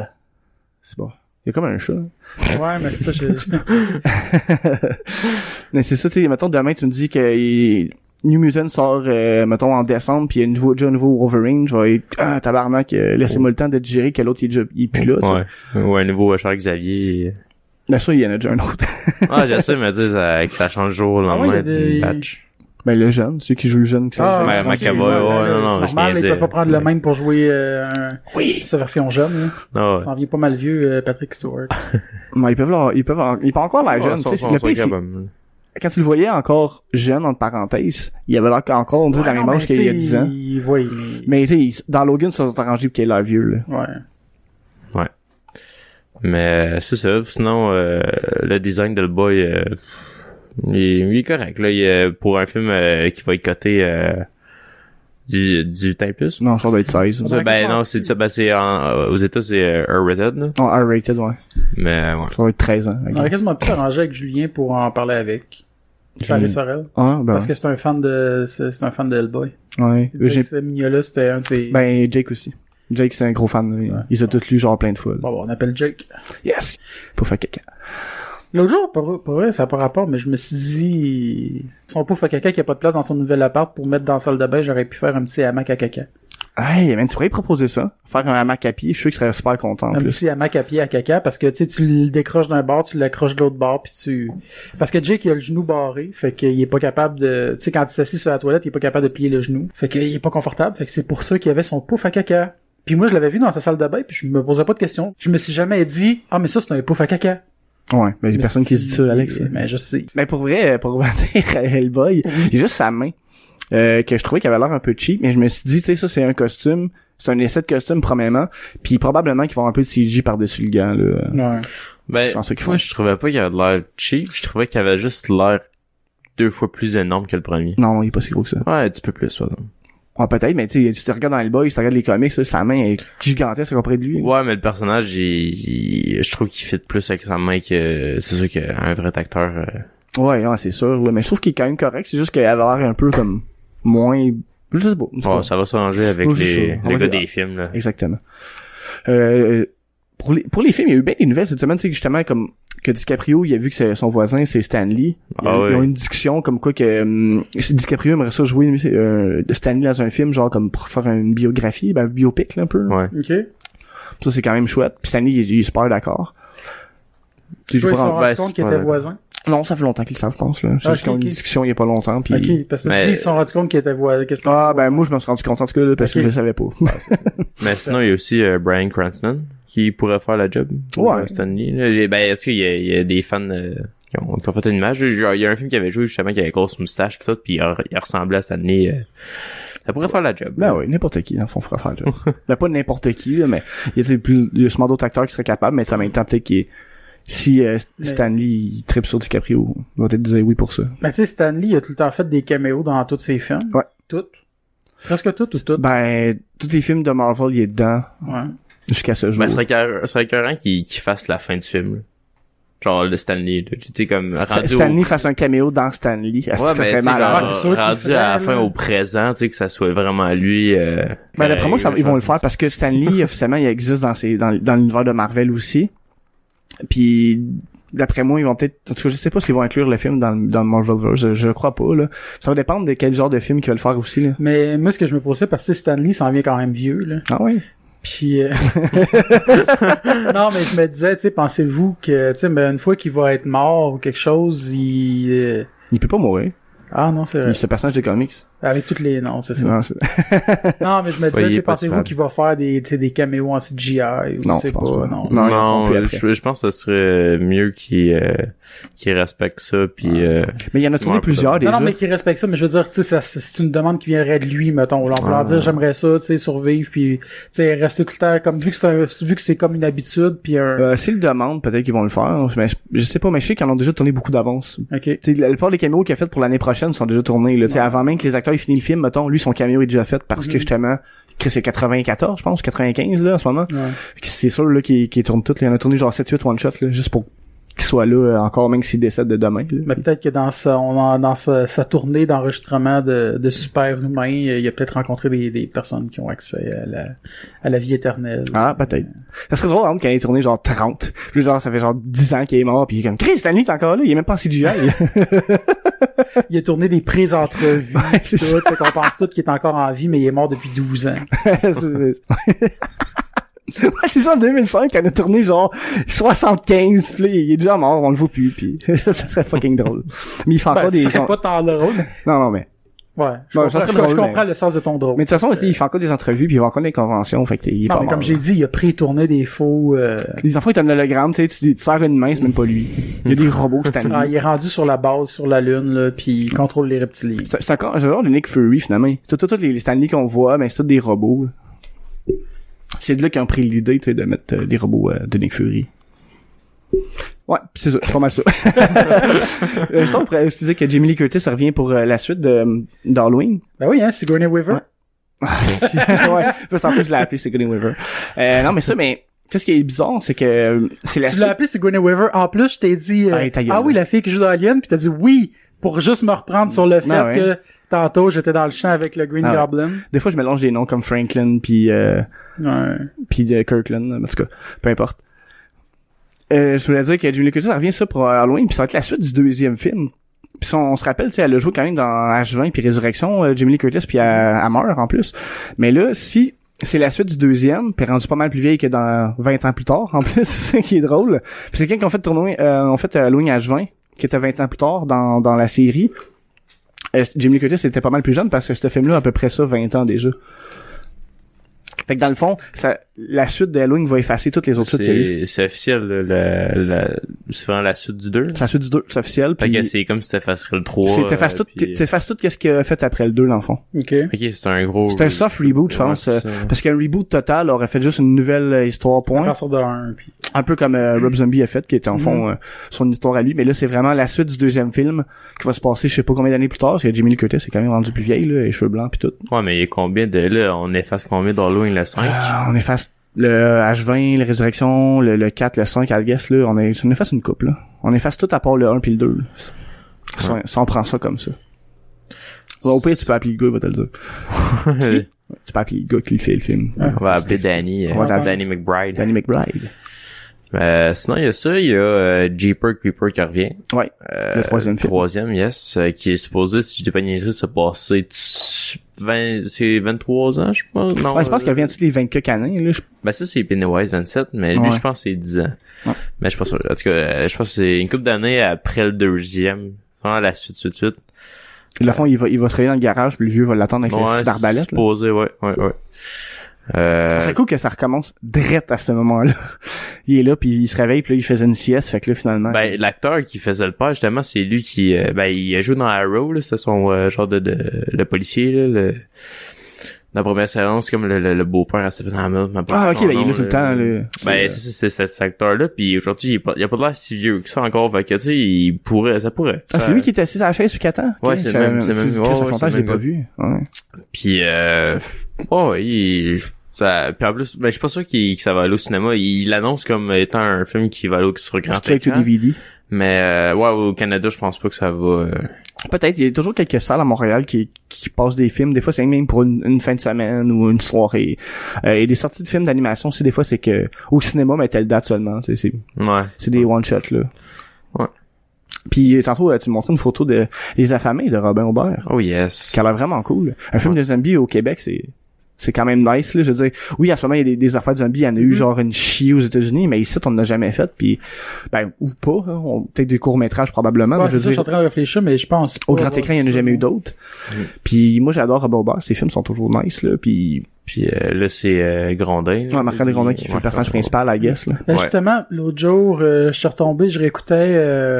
Speaker 2: c'est bon. Il y a comme un chat.
Speaker 1: Ouais, mais ça, j'ai...
Speaker 2: Mais c'est ça, tu sais, mettons, demain tu me dis que il- New Mutant sort, euh, mettons, en décembre, puis il y a un nouveau, déjà un nouveau Wolverine, je vais être, ah, tabarnak, euh, laissez-moi le temps de digérer que l'autre, il est déjà, il est plus là, tu sais.
Speaker 3: ouais. Ou un nouveau
Speaker 1: [LAUGHS]
Speaker 3: Charles Xavier.
Speaker 2: Bien sûr, il y en a déjà un autre. [LAUGHS]
Speaker 3: ah, j'essaie de me dire ça- que ça change jour au
Speaker 1: Ah ouais,
Speaker 3: lendemain.
Speaker 1: il y a
Speaker 3: du
Speaker 1: des-
Speaker 3: match.
Speaker 2: Ben, le jeune, ceux qui jouent le jeune, qui sont-
Speaker 1: Ah,
Speaker 3: Ma-
Speaker 1: c'est
Speaker 3: Macabre,
Speaker 1: normal, là,
Speaker 3: ouais, ouais, non, non, je
Speaker 1: C'est normal, ils
Speaker 3: niaisais.
Speaker 1: peuvent pas prendre le même pour jouer euh, un-
Speaker 2: Oui!
Speaker 1: sa version jeune. Hein.
Speaker 3: Ah ouais.
Speaker 1: Ça en vient pas mal vieux, euh, Patrick Stewart.
Speaker 2: Mais ils peuvent leur- ils peuvent, en- ils peuvent encore la
Speaker 1: Ah,
Speaker 3: Ouais,
Speaker 2: jeune,
Speaker 3: sont-
Speaker 2: tu sais. c'est-
Speaker 3: sont-
Speaker 2: Le
Speaker 3: sont
Speaker 2: pire, c'est-
Speaker 3: capables.
Speaker 2: quand tu le voyais encore jeune, entre parenthèses, il avait l'air encore, on dirait, la
Speaker 1: Ouais,
Speaker 2: même
Speaker 1: non,
Speaker 2: âge
Speaker 1: mais
Speaker 2: qu'il y a
Speaker 1: tu
Speaker 2: 10
Speaker 1: sais,
Speaker 2: ans.
Speaker 1: il- Oui, mais...
Speaker 2: Mais, tu sais, ils- dans Logan, ils se sont arrangés pour qu'il ait l'air vieux, là.
Speaker 1: Ouais.
Speaker 3: Mais euh, c'est ça. Sinon, euh, le design de le boy, euh, il, il est correct. Là, il, est- pour un film euh, qui va être coté euh, du, du temps plus.
Speaker 2: Non, ça doit être 16.
Speaker 1: Ouais.
Speaker 3: ben non, c'est ça. Ben c'est en- euh, aux États, c'est euh, R-rated. là.
Speaker 2: Non, R-rated, ouais.
Speaker 3: Mais ouais.
Speaker 2: Ça doit être 13 ans.
Speaker 1: On aurait quasiment pu s'arranger avec Julien pour en parler avec. Charlie Sorel.
Speaker 2: Ah, ben,
Speaker 1: Parce que c'est un fan de, c'est c'est un fan de Hellboy.
Speaker 2: ouais.
Speaker 1: Il
Speaker 2: Euh,
Speaker 1: disait
Speaker 2: j'ai-
Speaker 1: que Ce Mignola, c'était un de ses...
Speaker 2: Ben, Jake aussi. Jake, c'est un gros fan. là.
Speaker 1: Ouais.
Speaker 2: Ils ont tous lu, genre, plein de fois. là.
Speaker 1: Bon, bon, on appelle Jake.
Speaker 2: Yes! Pour faire caca.
Speaker 1: L'autre jour, pour, pour vrai, ça n'a pas rapport, mais je me suis dit, son pauvre caca qui a pas de place dans son nouvel appart pour mettre dans la salle de bain, j'aurais pu faire un petit hamac à caca.
Speaker 2: Hey, man, tu pourrais proposer ça. Faire un hamac à pied, je suis sûr qu'il serait super content, en
Speaker 1: un
Speaker 2: plus.
Speaker 1: petit hamac à pied à caca parce que tu sais, tu le décroches d'un bord, tu l'accroches de l'autre bord puis tu parce que Jake il a le genou barré, fait qu'il est pas capable de tu sais quand il s'assit sur la toilette, il est pas capable de plier le genou. Fait qu'il est pas confortable, fait que c'est pour ça qu'il avait son pouf à caca. Puis moi je l'avais vu dans sa salle de bain puis je me posais pas de questions. Je me suis jamais dit "Ah mais ça c'est un pouf à caca."
Speaker 2: Ouais, mais il y
Speaker 1: Mais
Speaker 2: a personne qui se dit ça, Alex.
Speaker 1: c'est- euh, Mais je sais.
Speaker 2: Mais pour vrai, euh, pour revenir à Hellboy, il y a juste sa main euh, que je trouvais qu'elle avait l'air un peu cheap, mais je me suis dit, tu sais, ça c'est un costume, c'est un essai de costume premièrement, puis probablement qu'ils vont avoir un peu de CG par-dessus le gant. Là.
Speaker 1: Ouais.
Speaker 3: Ben,
Speaker 2: C'est ça qu'ils
Speaker 3: moi,
Speaker 2: font.
Speaker 3: je trouvais pas qu'il avait de l'air cheap. Je trouvais qu'il avait juste l'air deux fois plus énorme que le premier.
Speaker 2: Non, il est pas si gros que ça.
Speaker 3: Ouais, un petit peu plus, par exemple.
Speaker 2: Ouais, peut-être, mais tu sais, tu te regardes dans Hellboy, tu te regardes les comics, là, sa main est gigantesque auprès de lui.
Speaker 3: Ouais, mais le personnage, il, il- je trouve qu'il fit plus avec sa main que... C'est sûr qu'un vrai acteur... euh,
Speaker 2: Ouais, ouais, c'est sûr, là, mais je trouve qu'il est quand même correct, c'est juste qu'elle a l'air un peu comme moins... Je sais pas. en tout cas.
Speaker 3: ouais, ça va s'arranger avec
Speaker 2: Oh, c'est
Speaker 3: les,
Speaker 2: ça.
Speaker 3: les
Speaker 2: On
Speaker 3: gars
Speaker 2: va-
Speaker 3: des films, là.
Speaker 2: Exactement. Euh, pour, les, pour les films, il y a eu bien des nouvelles cette semaine, c'est que justement, comme que DiCaprio, il a vu que c'est- son voisin, c'est Stanley. Ils,
Speaker 3: Ah
Speaker 2: ont-
Speaker 3: oui.
Speaker 2: ils ont eu une discussion comme quoi que hum, si DiCaprio aimerait ça jouer euh, Stanley dans un film, genre comme pour faire une biographie, ben, un biopic là, un peu. là.
Speaker 3: Ouais.
Speaker 1: OK.
Speaker 2: Ça, c'est quand même chouette. Puis Stanley, il, est- il est super d'accord.
Speaker 1: Tu
Speaker 2: Je
Speaker 1: vois ils se sont
Speaker 2: prends-
Speaker 1: rendus
Speaker 3: ben,
Speaker 1: compte
Speaker 3: c'est
Speaker 1: qu'ils
Speaker 3: pas
Speaker 1: étaient
Speaker 3: vrai.
Speaker 1: voisins.
Speaker 2: Non, ça fait longtemps qu'ils le savent, je pense. Là. C'est
Speaker 1: Ah, ok,
Speaker 2: juste qu'ils ont eu
Speaker 1: ok.
Speaker 2: une discussion il y a pas longtemps. Puis...
Speaker 1: OK, parce que tu
Speaker 3: Mais-
Speaker 1: dis, ils se sont rendus compte qu'ils étaient voisins. Qu'est-ce que
Speaker 2: Ah
Speaker 1: c'est?
Speaker 2: ben moi je me suis rendu content en tout cas là, parce
Speaker 1: Ok.
Speaker 2: que je le savais pas.
Speaker 3: Mais sinon, il y a aussi euh, Brian Cranston qui pourrait faire la job. pour,
Speaker 2: Ouais.
Speaker 3: euh, Stanley. là. Et Ben, est-ce qu'il y, a- il y a des fans euh, qui, ont, qui ont fait une image? Genre, il y a un film qui avait joué justement qui avait grosse moustache pis tout, pis il, re- il ressemblait à Stanley. euh. Ça pourrait faire la job.
Speaker 2: [LAUGHS] Ben
Speaker 3: là.
Speaker 2: oui, n'importe qui, dans le fond, fera faire. [LAUGHS] là. ben pas n'importe qui, là, mais il y a tu sais, plus, il y a sûrement d'autres acteurs qui seraient capables, mais ça m'a tenté qu'il si euh,
Speaker 1: Mais-
Speaker 2: Stanley il tripe sur DiCaprio, il va peut-être dire oui pour ça.
Speaker 1: Ben, tu sais, Stanley, il a tout le temps fait des caméos dans tous ses films.
Speaker 2: Ouais.
Speaker 1: Toutes. Presque toutes ou toutes.
Speaker 2: Ben, tous les films de Marvel, il est dedans
Speaker 1: Ouais.
Speaker 2: jusqu'à ce jour.
Speaker 3: Ben, ce serait écœur- ce serait écœurant qu'il qu'il fasse la fin du film. là. Genre, le Stanley, là. Tu sais, comme,
Speaker 2: Fa-
Speaker 3: rendu
Speaker 2: Stanley
Speaker 3: au...
Speaker 2: fasse un caméo dans Stanley, ah,
Speaker 3: Ouais,
Speaker 2: ça serait
Speaker 3: mais tu sais, genre,
Speaker 2: malade.
Speaker 1: Ouais, c'est sûr qu'il
Speaker 3: rendu
Speaker 1: ferait,
Speaker 3: à la
Speaker 1: là.
Speaker 3: fin au présent, tu sais, que ça soit vraiment lui, euh,
Speaker 2: Ben, d'après moi,
Speaker 3: euh,
Speaker 2: ça- ils vont le faire parce que
Speaker 1: [LAUGHS]
Speaker 2: Stanley, officiellement, il existe dans, ses, dans, dans l'univers de Marvel aussi. Puis, d'après moi, ils vont peut-être... En tout cas, je sais pas s'ils vont inclure le film dans, le- dans le Marvelverse. Je, je crois pas, là. Ça va dépendre de quel genre de film qu'ils veulent faire aussi, là.
Speaker 1: Mais moi, ce que je me posais, parce que Stanley s'en vient quand même vieux, là.
Speaker 2: Ah ouais?
Speaker 1: Puis... euh,
Speaker 2: [LAUGHS]
Speaker 1: non, mais je me disais, tu sais, pensez-vous que, tu sais, ben, une fois qu'il va être mort ou quelque chose, il... euh,
Speaker 2: Il peut pas mourir.
Speaker 1: Ah non, c'est vrai.
Speaker 3: Euh.
Speaker 2: Il- C'est un personnage de comics.
Speaker 1: Avec toutes les... Non, c'est ça.
Speaker 2: Non, c'est- [LAUGHS]
Speaker 1: Non, mais je me
Speaker 3: Ouais,
Speaker 1: disais,
Speaker 3: il
Speaker 1: tu
Speaker 3: est
Speaker 1: sais,
Speaker 3: pas
Speaker 1: pensez-vous
Speaker 3: capable.
Speaker 1: qu'il va faire des, tu sais, des caméos en CGI ou
Speaker 2: Non,
Speaker 1: je sais
Speaker 2: je
Speaker 1: pas,
Speaker 2: pense pas.
Speaker 1: non.
Speaker 2: Non, ils le
Speaker 3: Non, euh,
Speaker 2: font plus après.
Speaker 3: je, je pense que ce serait mieux qu'ils euh, qu'ils respectent ça, puis euh,
Speaker 2: Mais il y en a tourné
Speaker 3: Ouais,
Speaker 2: plusieurs
Speaker 3: peut-être.
Speaker 1: Non,
Speaker 2: déjà.
Speaker 1: non, mais qu'il respecte ça, mais je veux dire, tu sais, ça- c'est c'est une demande qui viendrait de lui, mettons. Là, on peut
Speaker 2: Ah,
Speaker 1: leur dire, j'aimerais ça, tu sais, survivre, puis, tu sais, rester tout le temps, comme, vu que c'est un, vu que c'est comme une habitude, puis un,
Speaker 2: Euh, S'ils le demandent, peut-être qu'ils vont le faire. Mais je, je sais pas, mais je sais qu'ils en ont déjà tourné beaucoup d'avance.
Speaker 1: ok.
Speaker 2: T'sais, la plupart des caméos qu'il a fait pour l'année prochaine sont déjà tournés. Là. T'sais, Avant même que les acteurs aient fini le film, mettons, lui, son caméo est déjà fait parce que justement, Chris c'est 94, je pense, 95 là en ce moment.
Speaker 1: Ouais.
Speaker 2: Fait que C'est sûr là qu'il qu'il tourne tout. là. Il en a tourné genre 7-8 one-shot, là, juste pour qu'il soit là euh, encore même s'il décède de demain. là.
Speaker 1: Mais peut-être que dans sa, on en- dans sa, sa tournée d'enregistrement de, de super humains, il a peut-être rencontré des, des personnes qui ont accès à la, à la vie éternelle.
Speaker 2: Ah, peut-être. Ça serait drôle, hein, quand il est tourné genre 30. Puis genre, ça fait genre 10 ans qu'il est mort, puis il est comme, Chris, Stanley, t'es encore là, il est même pas en CGI.
Speaker 1: Il a tourné des prises entrevues,
Speaker 2: Ouais, [LAUGHS] c'est
Speaker 1: tout, fait qu'on pense tout qu'il est encore en vie, mais il est mort depuis 12 ans.
Speaker 2: [LAUGHS] C'est- c'est Ouais, c'est ça, en 2005, elle a tourné genre 75, puis là, il est déjà mort, on le voit plus, puis [LAUGHS] ça serait fucking drôle. Mais il fait encore
Speaker 1: Ben,
Speaker 2: des...
Speaker 1: ce serait pas tant drôle.
Speaker 2: Non, non, mais...
Speaker 1: Ouais. Je,
Speaker 2: Bon,
Speaker 1: comprends,
Speaker 2: ça serait
Speaker 1: je- je
Speaker 2: drôle,
Speaker 1: comprends
Speaker 2: mais-
Speaker 1: le sens de ton drôle.
Speaker 2: Mais de toute façon, il fait encore des entrevues, puis il va encore des conventions, fait que il est
Speaker 1: non,
Speaker 2: pas
Speaker 1: mais
Speaker 2: mort.
Speaker 1: comme j'ai dit, il a pré-tourné des faux, euh,
Speaker 2: Les enfants, ils t'ont un hologramme, tu sais, tu dis- tu sers une main, c'est même pas lui. Il y a des robots cette
Speaker 1: ah,
Speaker 2: année.
Speaker 1: il est rendu sur la base, sur la lune, là, puis il contrôle les reptiliens.
Speaker 2: C'est c'est encore, j'ai le Nick Fury, finalement. Tout- tout- Toutes les Stanley qu'on voit, ben, c'est tous des robots. C'est de là qu'ils ont pris l'idée, tu sais, de mettre euh, des robots euh, de Nick Fury. Ouais, c'est ça, c'est pas mal ça. euh, ça, on pourrait aussi dire que Jamie Lee Curtis revient pour euh, la suite de, d'Halloween.
Speaker 1: Ben oui, hein, Sigourney Weaver.
Speaker 2: [LAUGHS] ouais, parce qu'en plus, je l'ai appelé Sigourney Weaver. Euh, non, mais ça, mais, qu'est-ce qui est bizarre, c'est que euh, c'est la
Speaker 1: Tu
Speaker 2: suite.
Speaker 1: l'as appelé Sigourney Weaver. En plus, je t'ai dit, euh,
Speaker 2: Ah, ta gueule,
Speaker 1: ah oui,
Speaker 2: là.
Speaker 1: la fille qui joue dans Alien, puis t'as dit oui, pour juste me reprendre sur le fait
Speaker 2: ouais.
Speaker 1: que tantôt, j'étais dans le champ avec le Green
Speaker 2: Ah, ouais.
Speaker 1: Goblin.
Speaker 2: Des fois, je mélange des noms comme Franklin, puis... euh,
Speaker 1: Ouais.
Speaker 2: puis de Kirkland, en tout cas, peu importe. Euh, je voulais dire que Jamie Lee Curtis elle revient ça pour Halloween, puis ça va être la suite du deuxième film. Puis si on, on se rappelle, tu sais, elle a joué quand même dans H20 puis Résurrection, euh, Jamie Lee Curtis, puis elle, elle meurt en plus. Mais là, si c'est la suite du deuxième, puis rendu pas mal plus vieille que dans 20 ans plus tard, en plus, [LAUGHS] c'est ça qui est drôle. Puis c'est quelqu'un qui a fait tourner, euh, en fait Halloween H20, qui était 20 ans plus tard dans, dans la série. Euh, Jamie Lee Curtis était pas mal plus jeune parce que ce film-là a à peu près ça 20 ans déjà. Fait que dans le fond, ça, la suite de Halloween va effacer toutes les autres suites qu'il y a eu.
Speaker 3: c'est c'est officiel, là, la, la, c'est vraiment la suite du 2.
Speaker 2: C'est la suite du 2, c'est officiel.
Speaker 3: Fait que
Speaker 2: Puis
Speaker 3: c'est comme si t'effacerais le euh, 3.
Speaker 2: c'est- t'effaces tout, t'effaces tout qu'est-ce qu'il a fait après le 2 dans le fond.
Speaker 1: OK.
Speaker 3: Ok, c'est un gros...
Speaker 2: C'est un soft reboot, je
Speaker 3: Ouais,
Speaker 2: pense.
Speaker 3: c'est
Speaker 2: euh,
Speaker 3: ça.
Speaker 2: Parce qu'un reboot total aurait fait juste une nouvelle euh, histoire
Speaker 1: On
Speaker 2: point.
Speaker 1: part sur de un, puis...
Speaker 2: Un peu comme euh, Rob Zombie a fait, qui était en fond euh, son histoire à lui. Mais là, c'est vraiment la suite du deuxième film qui va se passer je sais pas combien d'années plus tard. Parce que Jamie Lee Curtis est quand même rendu plus vieille, là, les cheveux blancs pis tout.
Speaker 3: Ouais, mais il y a combien de... Là, on efface combien d'Halloween le 5? [LAUGHS]
Speaker 2: Ah, on efface le H20, la résurrection, le, le 4, le 5, I guess, là. On, est, on efface une coupe, là. On efface tout à part le 1 puis le 2. là. Si on- si on prend ça comme ça. Bon, au pire, tu peux appeler le gars, il va te le dire. Tu peux appeler le gars qui le fait le film.
Speaker 3: on va appeler Danny. euh,
Speaker 2: On va l'appeler.
Speaker 3: Danny McBride.
Speaker 2: Danny McBride.
Speaker 3: Euh, sinon, il y a ça, il y a euh, Jeeper Creeper qui revient. Euh,
Speaker 2: Ouais. le troisième film.
Speaker 3: Troisième, yes, euh, qui est supposé, si je dis pas de niaiserie, se passer tss- 20, c'est 23 ans, je pense. Non, euh,
Speaker 2: Ouais, je pense qu'il vient tous les 24 années, là. Je-
Speaker 3: Ben ça, c'est Pennywise 27, mais lui,
Speaker 2: Ouais.
Speaker 3: je pense que c'est 10 ans.
Speaker 2: Ouais.
Speaker 3: Mais je pense, en tout cas, euh, je pense que c'est une couple d'années après le deuxième. Vraiment la suite, suite, suite.
Speaker 2: Le fond, il va, il va se réveiller dans le garage, puis le vieux va l'attendre avec le
Speaker 3: Ouais,
Speaker 2: style
Speaker 3: c'est
Speaker 2: d'arbalète, là.
Speaker 3: supposé, ouais, ouais, ouais. Euh,
Speaker 2: C'est cool que ça recommence direct à ce moment-là. [LAUGHS] Il est là, puis il se réveille, puis là, il faisait une sieste, fait que là, finalement...
Speaker 3: Ben, l'acteur qui faisait le père, justement, c'est lui qui, euh, ben, il a joué dans Arrow, là, c'est son euh, genre de, de, le policier, là, le, dans la première séance, comme le, le, le beau-père à Stephen Hammond. ma
Speaker 2: ah, ok,
Speaker 3: son
Speaker 2: ben, il est
Speaker 3: nom,
Speaker 2: là tout le temps, là.
Speaker 3: Ben, c'est ça, c'est c'est cet acteur-là, puis aujourd'hui, il, est pas- il a pas de l'air si vieux que ça encore, fait que, tu sais, il pourrait, ça pourrait.
Speaker 2: Ah, c'est lui qui est assis à la chaise puis qui attend?
Speaker 3: Ouais,
Speaker 2: Ok,
Speaker 3: c'est
Speaker 2: je
Speaker 3: le même-
Speaker 2: savais-
Speaker 3: c'est
Speaker 2: tu
Speaker 3: le même-
Speaker 2: dis,
Speaker 3: ouais,
Speaker 2: Chris,
Speaker 3: ouais,
Speaker 2: ça fait longtemps que
Speaker 3: c'est
Speaker 2: je
Speaker 3: le
Speaker 2: l'ai pas vu. Ouais.
Speaker 3: Puis, euh, oh, il, ça, puis en plus, ben, je suis pas sûr qu'il, que ça va aller au cinéma, il l'annonce comme étant un film qui va aller sur grand
Speaker 2: Straight to
Speaker 3: écran.
Speaker 2: DVD.
Speaker 3: Mais, euh, ouais, au Canada, je pense pas que ça va... euh,
Speaker 2: Peut-être, il y a toujours quelques salles à Montréal qui, qui passent des films. Des fois, c'est même pour une, une fin de semaine ou une soirée. Euh, et des sorties de films d'animation aussi, des fois, c'est que au cinéma, mais telle date seulement. tu sais, C'est
Speaker 3: ouais.
Speaker 2: c'est des one-shots, là.
Speaker 3: Ouais.
Speaker 2: Puis euh, tantôt, euh, tu me montrais une photo de Les Affamés de Robin Aubert,
Speaker 3: Oh yes.
Speaker 2: qui a l'air vraiment cool. Un film de zombie au Québec, c'est... c'est quand même nice là je veux dire oui à ce moment il y a des, des affaires de zombies il y en a eu
Speaker 1: Mm-hmm.
Speaker 2: genre une chie aux États-Unis mais ici on n'a jamais fait puis ben ou pas hein, on- peut-être des courts métrages probablement
Speaker 1: Ouais,
Speaker 2: mais je
Speaker 1: c'est ça,
Speaker 2: veux
Speaker 1: je suis en
Speaker 2: dire
Speaker 1: train de réfléchir, mais je pense
Speaker 2: au
Speaker 1: pas
Speaker 2: grand
Speaker 1: avoir
Speaker 2: écran il y en a
Speaker 1: ça. Mm.
Speaker 2: jamais eu d'autres puis moi j'adore Robert Bauer, ses films sont toujours nice là puis
Speaker 3: Puis euh, là, c'est euh, Grondin.
Speaker 2: ouais, Marc André Gondin qui fait le personnage principal I guess là
Speaker 1: Ben,
Speaker 3: Ouais.
Speaker 1: Justement, l'autre jour, euh, je suis retombé, je réécoutais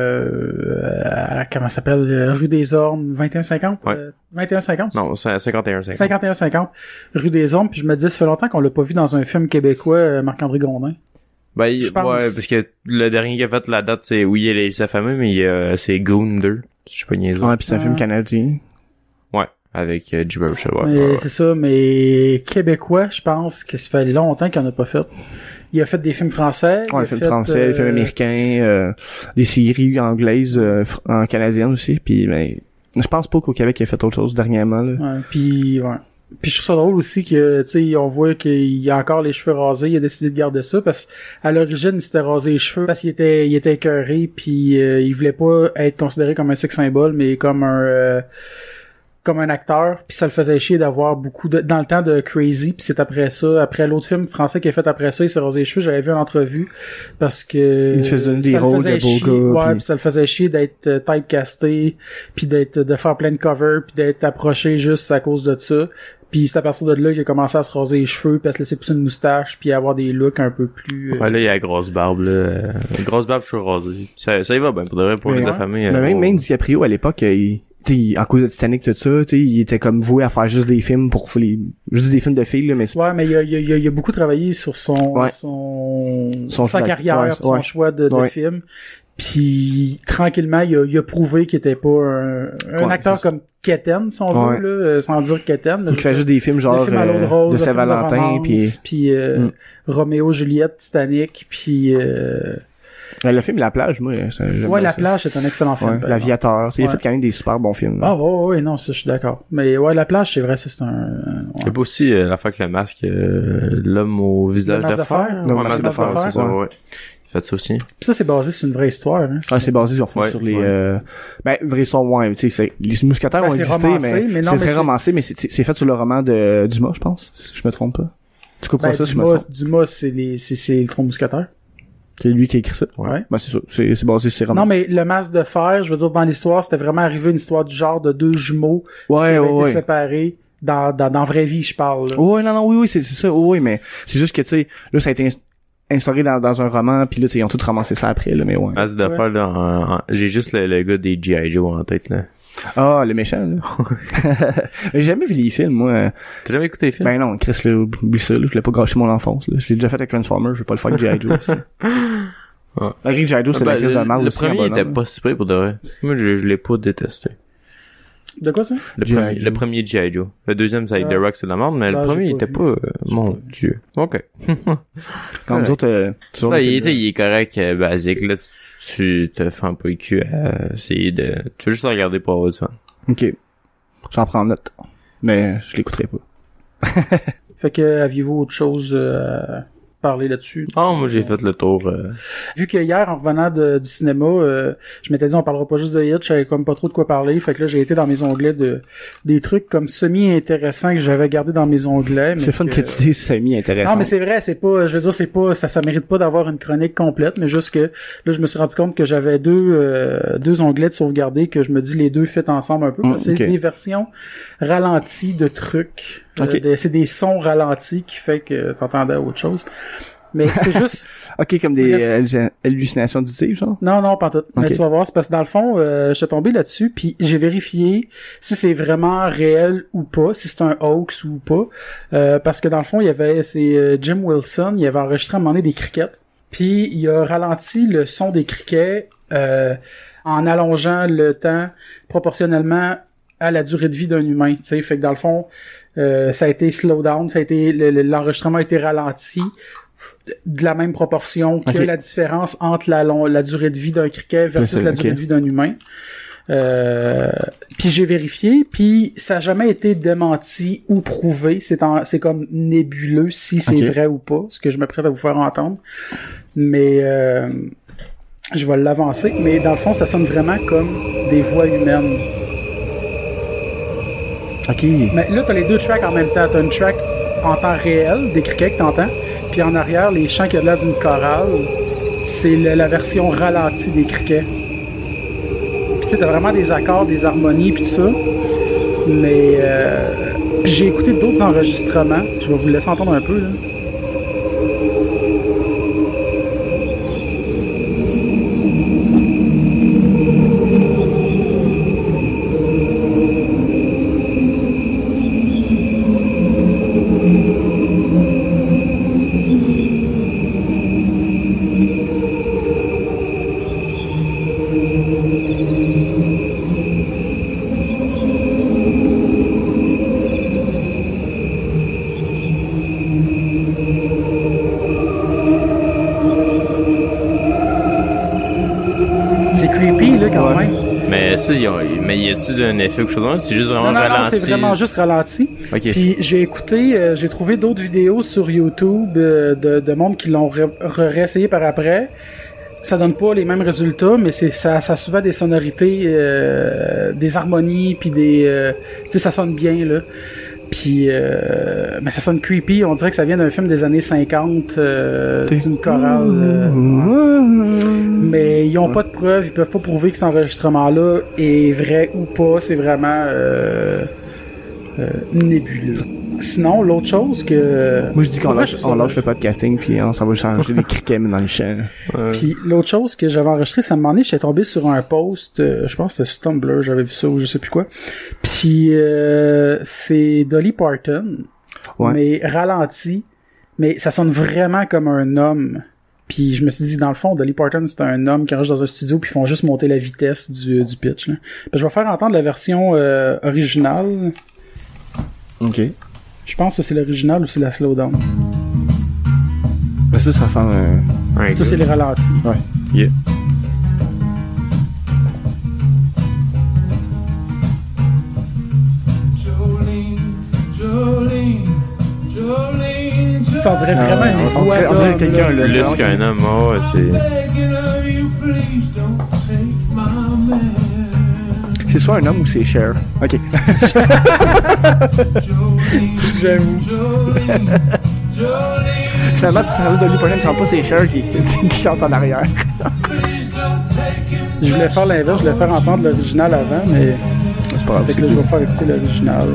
Speaker 1: euh, à- comment ça s'appelle euh, Rue des Ormes 2150
Speaker 3: Ouais.
Speaker 1: euh, 2150
Speaker 3: Non, c'est à 51, 50.
Speaker 1: 51-50, Rue des Ormes, puis je me dis, ça fait longtemps qu'on l'a pas vu dans un film québécois, euh, Marc-André Gondin.
Speaker 3: Ben, il-
Speaker 1: Je
Speaker 3: ouais,
Speaker 1: pense.
Speaker 3: parce que le dernier qui a fait la date, c'est, oui, il est sa famille, mais euh, c'est Goon 2. Je sais pas niaiser. Ouais.
Speaker 2: ouais puis c'est un film
Speaker 1: Ah.
Speaker 2: canadien
Speaker 3: avec euh, Jim Herschel, ouais,
Speaker 1: mais
Speaker 3: ouais, ouais.
Speaker 1: c'est ça, mais québécois, je pense que ça fait longtemps qu'il en a pas fait. Il a fait des films français.
Speaker 2: ouais,
Speaker 1: il
Speaker 2: un
Speaker 1: a
Speaker 2: film
Speaker 1: fait,
Speaker 2: français
Speaker 1: euh,
Speaker 2: des films américains euh, des séries anglaises euh, fr- en canadienne aussi puis ben je pense pas qu'au Québec il a fait autre chose dernièrement là
Speaker 1: Ouais, puis ouais. Puis je trouve ça drôle aussi que tu sais on voit qu'il a encore les cheveux rasés, il a décidé de garder ça parce qu'à l'origine il s'était rasé les cheveux parce qu'il était il était écœuré puis euh, il voulait pas être considéré comme un sex symbole mais comme un euh, comme un acteur puis ça le faisait chier d'avoir beaucoup de dans le temps de Crazy puis c'est après ça après l'autre film français qu'il a fait après ça il s'est rasé les cheveux, j'avais vu une entrevue parce que
Speaker 2: Il se faisait donner des
Speaker 1: ça le
Speaker 2: rôles
Speaker 1: faisait
Speaker 2: de beau
Speaker 1: chier.
Speaker 2: gars,
Speaker 1: ouais,
Speaker 2: puis-
Speaker 1: puis ça le faisait chier d'être euh, typecasté puis d'être euh, de faire plein de covers puis d'être approché juste à cause de ça puis c'est à partir de là qu'il a commencé à se raser les cheveux puis à se laisser pousser une moustache puis à avoir des looks un peu plus euh,
Speaker 3: Ouais, là, il y a la grosse barbe, là. euh, Grosse barbe, cheveux rasés. Ça, ça y va, ben, pour de vrai, pour
Speaker 1: Mais
Speaker 3: les
Speaker 1: ouais.
Speaker 3: affamés. euh,
Speaker 2: Mais même,
Speaker 3: on-
Speaker 2: même DiCaprio à l'époque, euh, il, t'sais, il- en cause de Titanic tout ça, t'sais, il était comme voué à faire juste des films pour les, juste des films de filles là, mais c'est-
Speaker 1: Ouais, mais il a, il a- il a- il a beaucoup travaillé sur son,
Speaker 2: Ouais.
Speaker 1: son,
Speaker 2: Son
Speaker 1: sa
Speaker 2: choix-
Speaker 1: carrière,
Speaker 2: ouais,
Speaker 1: puis son
Speaker 2: ouais.
Speaker 1: choix de, de
Speaker 2: Ouais.
Speaker 1: film. Puis tranquillement, il a, il a prouvé qu'il était pas un, un
Speaker 2: Ouais,
Speaker 1: acteur
Speaker 2: c'est ça.
Speaker 1: comme Keten, si on
Speaker 2: Ouais.
Speaker 1: veut, là, euh, sans dire Keten. mais
Speaker 2: il fait juste des films genre
Speaker 1: des films à l'eau
Speaker 2: euh,
Speaker 1: de rose,
Speaker 2: de
Speaker 1: des films
Speaker 2: Saint-Valentin,
Speaker 1: romance,
Speaker 2: puis
Speaker 1: puis euh,
Speaker 2: Mm.
Speaker 1: Roméo, Juliette, Titanic, puis euh,
Speaker 2: Ouais, le film La plage, moi, ça, j'aime
Speaker 1: ouais,
Speaker 2: bien
Speaker 1: La
Speaker 2: ça.
Speaker 1: plage est un excellent film.
Speaker 2: Ouais,
Speaker 1: par exemple.
Speaker 2: L'aviateur, t'sais, il a
Speaker 1: Ouais.
Speaker 2: fait quand même des super bons films. là.
Speaker 1: Ah ouais, ouais, ouais, non, ça, je suis d'accord. Mais ouais, La plage, c'est vrai, ça, c'est un.
Speaker 3: Il y a pas aussi euh, l'affaire avec le masque, euh, l'homme au visage
Speaker 1: Le masque
Speaker 3: de
Speaker 1: de fer,
Speaker 3: fer.
Speaker 1: hein.
Speaker 3: Ouais,
Speaker 2: Le masque de fer,
Speaker 3: c'est ça,
Speaker 2: ouais.
Speaker 3: ouais. Il fait ça aussi.
Speaker 1: Puis ça, c'est basé sur une vraie histoire. Hein.
Speaker 2: Ah, c'est basé sur,
Speaker 3: Ouais,
Speaker 2: sur les
Speaker 3: ouais.
Speaker 2: euh, ben vrai son ouais tu sais c'est- les mousquetaires
Speaker 1: Ben,
Speaker 2: ont
Speaker 1: c'est
Speaker 2: existé
Speaker 1: romancé,
Speaker 2: mais,
Speaker 1: mais non,
Speaker 2: c'est
Speaker 1: mais
Speaker 2: très
Speaker 1: c'est-
Speaker 2: romancé mais c'est c'est fait sur le roman de Dumas je pense si je me trompe pas tu comprends
Speaker 1: Ben,
Speaker 2: ça si je me
Speaker 1: Dumas,
Speaker 2: trompe
Speaker 1: Dumas, c'est les, c'est, c'est le Trois Mousquetaires.
Speaker 2: c'est lui qui a écrit ça
Speaker 1: Ouais.
Speaker 2: ben c'est ça c'est c'est basé sur ses romans
Speaker 1: Non, mais le masque de fer, je veux dire, dans l'histoire, c'était vraiment arrivé une histoire du genre de deux jumeaux qui
Speaker 2: ouais
Speaker 1: avaient
Speaker 2: ouais
Speaker 1: été
Speaker 2: ouais
Speaker 1: séparés dans, dans, dans vraie vie, je parle. là.
Speaker 2: Ouais, non, non, oui, oui, c'est c'est ça, oui, oui, mais c'est juste que, tu sais, là, ça a été ins- instauré dans, dans un roman, puis là, tu sais, ils ont tout ramassé ça après, là, mais ouais.
Speaker 3: Masque de
Speaker 1: Ouais.
Speaker 3: fer, là, en- en- j'ai juste le, le gars des G.I. Joe en tête, là.
Speaker 2: Ah, le méchant, là. mais j'ai jamais vu les films, moi.
Speaker 3: T'as jamais écouté les films?
Speaker 2: Ben non, Chris, là, oublie ça, là, je voulais pas gâcher mon enfance, là. Je l'ai déjà fait avec Transformers, je vais pas le faire avec G.I. Joe, c'est-
Speaker 3: [LAUGHS] Ouais.
Speaker 2: La règle G.I. Joe, c'est
Speaker 3: Ben,
Speaker 2: la crise de marde
Speaker 3: le
Speaker 2: aussi, en
Speaker 3: premier
Speaker 2: bonhomme,
Speaker 3: était
Speaker 2: là.
Speaker 3: pas si pire pour de vrai. Moi, je, je l'ai pas détesté.
Speaker 1: De quoi ça?
Speaker 3: Le
Speaker 2: G.I.
Speaker 3: premier,
Speaker 2: Joe.
Speaker 3: le premier G.I. Joe. Le deuxième, ça a été
Speaker 1: Ah.
Speaker 3: The Rock, c'est de la merde, mais
Speaker 1: Ah,
Speaker 3: le premier,
Speaker 1: j'ai
Speaker 3: il
Speaker 1: pas
Speaker 3: était
Speaker 1: vu.
Speaker 3: pas, euh, mon dieu. Ok.
Speaker 2: Quand nous autres, euh, tu vois,
Speaker 3: Ouais,
Speaker 2: on
Speaker 3: Ben, il,
Speaker 2: fait-
Speaker 3: tu sais, il est correct, euh, basique, là. Tu, tu te fais un peu le cul à essayer de, tu veux juste regarder pour avoir du fun.
Speaker 2: Ok. J'en prends note. Mais je l'écouterai pas.
Speaker 1: Fait que, aviez-vous autre chose euh, à parler là-dessus?
Speaker 3: Ah, moi, j'ai fait le tour, euh,
Speaker 1: Vu que hier, en revenant de- du cinéma, euh, je m'étais dit on parlera pas juste de Hitch, j'avais comme pas trop de quoi parler. Fait que là, j'ai été dans mes onglets de des trucs comme semi-intéressants que j'avais gardés dans mes onglets. mais
Speaker 2: C'est fun que tu dises semi-intéressant.
Speaker 1: Non, mais c'est vrai, c'est pas, je veux dire, c'est pas, ça, ça mérite pas d'avoir une chronique complète, mais juste que, là, je me suis rendu compte que j'avais deux, euh, deux onglets de sauvegarder que je me dis les deux fit ensemble un peu.
Speaker 2: Mm,
Speaker 1: parce que
Speaker 2: ok.
Speaker 1: C'est des versions ralenties de trucs. Euh,
Speaker 2: Ok.
Speaker 1: des- c'est des sons ralentis qui fait que t'entendais autre chose. Mais
Speaker 2: [LAUGHS]
Speaker 1: c'est juste,
Speaker 2: Ok, comme des
Speaker 1: Bref.
Speaker 2: euh, hallucin- hallucinations auditives, genre.
Speaker 1: non, non, pas tout. Mais
Speaker 2: Ok.
Speaker 1: tu vas voir, c'est parce que dans le fond, euh, je suis tombé là-dessus, puis j'ai vérifié si c'est vraiment réel ou pas, si c'est un hoax ou pas, Euh, parce que dans le fond, il y avait, c'est euh, Jim Wilson, il avait enregistré à un moment donné des crickets, puis il a ralenti le son des criquets euh, en allongeant le temps proportionnellement à la durée de vie d'un humain. Tu sais, fait que dans le fond, euh, ça a été slow down, ça a été le- le- l'enregistrement a été ralenti de la même proportion que
Speaker 2: Ok.
Speaker 1: la différence entre la, long- la durée de vie d'un criquet versus
Speaker 2: C'est-
Speaker 1: la
Speaker 2: ok.
Speaker 1: durée de vie d'un humain. Euh, puis j'ai vérifié, puis ça n'a jamais été démenti ou prouvé. C'est en- c'est comme nébuleux si c'est
Speaker 2: Ok.
Speaker 1: vrai ou pas, ce que je m'apprête à vous faire entendre. Mais euh, je vais l'avancer. Mais dans le fond, ça sonne vraiment comme des voix humaines.
Speaker 2: Ok.
Speaker 1: Mais là, t'as les deux tracks en même temps. T'as une track en temps réel des criquets que t'entends. Puis en arrière, les chants qui ont l'air d'une chorale, c'est le- la version ralentie des criquets. Puis tu sais, t'as vraiment des accords, des harmonies, puis tout ça. Mais euh, puis j'ai écouté d'autres enregistrements. Je vais vous laisser entendre un peu. Là. C'est creepy là quand
Speaker 2: Ouais.
Speaker 1: même.
Speaker 3: Mais ça, y a, mais y a-tu un effet ou quelque chose d'autre? C'est juste vraiment
Speaker 1: Non, non, non,
Speaker 3: ralenti.
Speaker 1: c'est vraiment juste ralenti.
Speaker 3: Ok.
Speaker 1: Puis j'ai écouté, euh, j'ai trouvé d'autres vidéos sur YouTube euh, de, de monde qui l'ont ré- ré- réessayé par après. Ça donne pas les mêmes résultats, mais c'est ça, ça a souvent des sonorités, euh, des harmonies, puis des, euh, tu sais, ça sonne bien là. Puis, euh, mais ça sonne creepy. On dirait que ça vient d'un film des années 50, euh,
Speaker 2: T'es-
Speaker 1: d'une chorale. euh, mais ils n'ont pas de preuves, ils peuvent pas prouver que cet enregistrement-là est vrai ou pas, c'est vraiment euh, euh, nébuleux. Sinon, l'autre chose que...
Speaker 2: Moi, je dis qu'on
Speaker 1: Pourquoi
Speaker 2: lâche,
Speaker 1: je fais ça,
Speaker 2: on
Speaker 1: là?
Speaker 2: lâche le podcasting, puis on s'en va juste enregistrer des criquets mais dans le champ.
Speaker 1: Puis l'autre chose que j'avais enregistré, ça me demandait, j'étais tombé sur un post, euh, je pense que c'était sur Tumblr, j'avais vu ça ou je sais plus quoi. Puis euh, c'est Dolly Parton,
Speaker 2: Ouais.
Speaker 1: mais ralenti, mais ça sonne vraiment comme un homme. Puis je me suis dit, dans le fond, Dolly Parton, c'est un homme qui enregistre dans un studio, puis ils font juste monter la vitesse du, du pitch. Là. Puis je vais faire entendre la version euh, originale.
Speaker 2: Ok.
Speaker 1: Je pense que c'est l'original ou c'est la slowdown.
Speaker 2: Ben, ça, ça ressemble à...
Speaker 3: Ouais,
Speaker 1: Ça, c'est les ralentis.
Speaker 2: Ouais.
Speaker 3: Yeah.
Speaker 1: Ça, on dirait vraiment une
Speaker 2: on
Speaker 1: voix
Speaker 2: dirait, on dirait
Speaker 1: d'homme,
Speaker 2: quelqu'un,
Speaker 1: là.
Speaker 2: là.
Speaker 3: Plus qu'un homme, oh, c'est...
Speaker 2: C'est soit un homme ou c'est Cher. Ok. [LAUGHS]
Speaker 1: J'avoue.
Speaker 2: Finalement, tu savais de lui, problème, tu sens pas c'est Cher qui, qui [LAUGHS] chante en arrière.
Speaker 1: Je voulais faire l'inverse, je voulais faire entendre l'original avant, mais...
Speaker 2: C'est pas grave,
Speaker 1: Fait que là, je vais faire écouter l'original.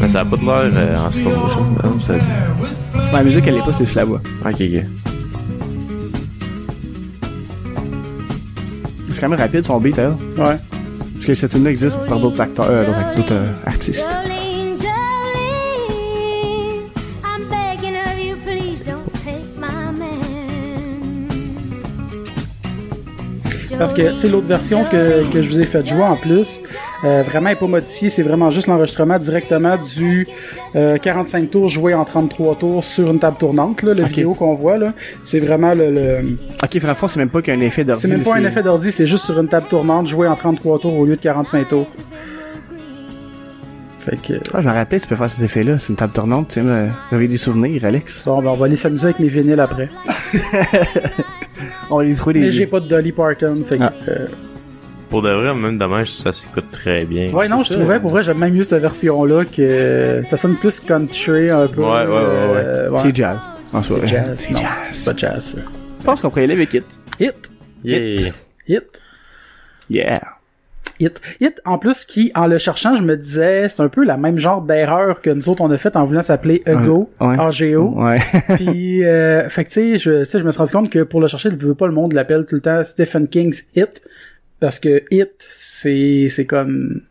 Speaker 3: Mais ça a pas de l'air euh, en slow motion, par exemple, ça...
Speaker 2: La musique, elle est pas, c'est juste la voix.
Speaker 3: Ok, ok.
Speaker 2: C'est quand même rapide, son beat, elle.
Speaker 1: Ouais.
Speaker 2: Parce que cette tune-là existe par d'autres acteurs, euh, d'autres act- d'autres, euh, artistes.
Speaker 4: Jolene, Jolene, I'm begging of you, please don't take my man.
Speaker 1: Parce que, tu sais, l'autre version que, que je vous ai fait jouer en plus, euh, vraiment, elle est pas modifiée, c'est vraiment juste l'enregistrement directement du euh, 45 tours joué en 33 tours sur une table tournante, là, le vidéo qu'on voit, là. C'est vraiment le... le-
Speaker 2: Ok, François, c'est même pas qu'un effet d'ordi.
Speaker 1: C'est même
Speaker 2: mais
Speaker 1: pas un effet d'ordi, c'est juste sur une table tournante joué en 33 tours au lieu de 45 tours. Fait que...
Speaker 2: Ah, je me rappelais, tu peux faire ces effets-là. C'est une table tournante, tu sais. mais J'avais des souvenirs, Alex.
Speaker 1: Bon, ben, on va aller s'amuser avec mes vinyles après.
Speaker 2: On les trouvé
Speaker 1: Mais
Speaker 2: des.
Speaker 1: j'ai pas de Dolly Parton, fait que...
Speaker 2: Ah.
Speaker 1: euh,
Speaker 3: Pour de vrai, même dommage, ça s'écoute très bien.
Speaker 1: Ouais, non, je
Speaker 2: c'est ça.
Speaker 1: trouvais, pour vrai, j'aime même mieux cette version-là que ça sonne plus country un peu.
Speaker 3: Ouais, ouais, ouais, ouais.
Speaker 1: euh, ouais.
Speaker 2: C'est jazz. En soi.
Speaker 1: C'est jazz.
Speaker 2: [LAUGHS] C'est
Speaker 1: non,
Speaker 2: jazz.
Speaker 1: c'est Pas jazz.
Speaker 2: Je pense qu'on pourrait y aller avec It.
Speaker 1: Hit,
Speaker 3: Yeah.
Speaker 1: hit,
Speaker 2: Yeah.
Speaker 1: hit, hit. En plus, qui, en le cherchant, je me disais, c'est un peu la même genre d'erreur que nous autres on a faite en voulant s'appeler Ego,
Speaker 2: Ouais.
Speaker 1: AGO.
Speaker 2: Ouais. [LAUGHS]
Speaker 1: Puis, euh, fait que tu sais, je, tu sais, je me suis rendu compte que pour le chercher, je veux pas le monde l'appelle tout le temps Stephen King's Hit. Parce que Hit, c'est, c'est comme,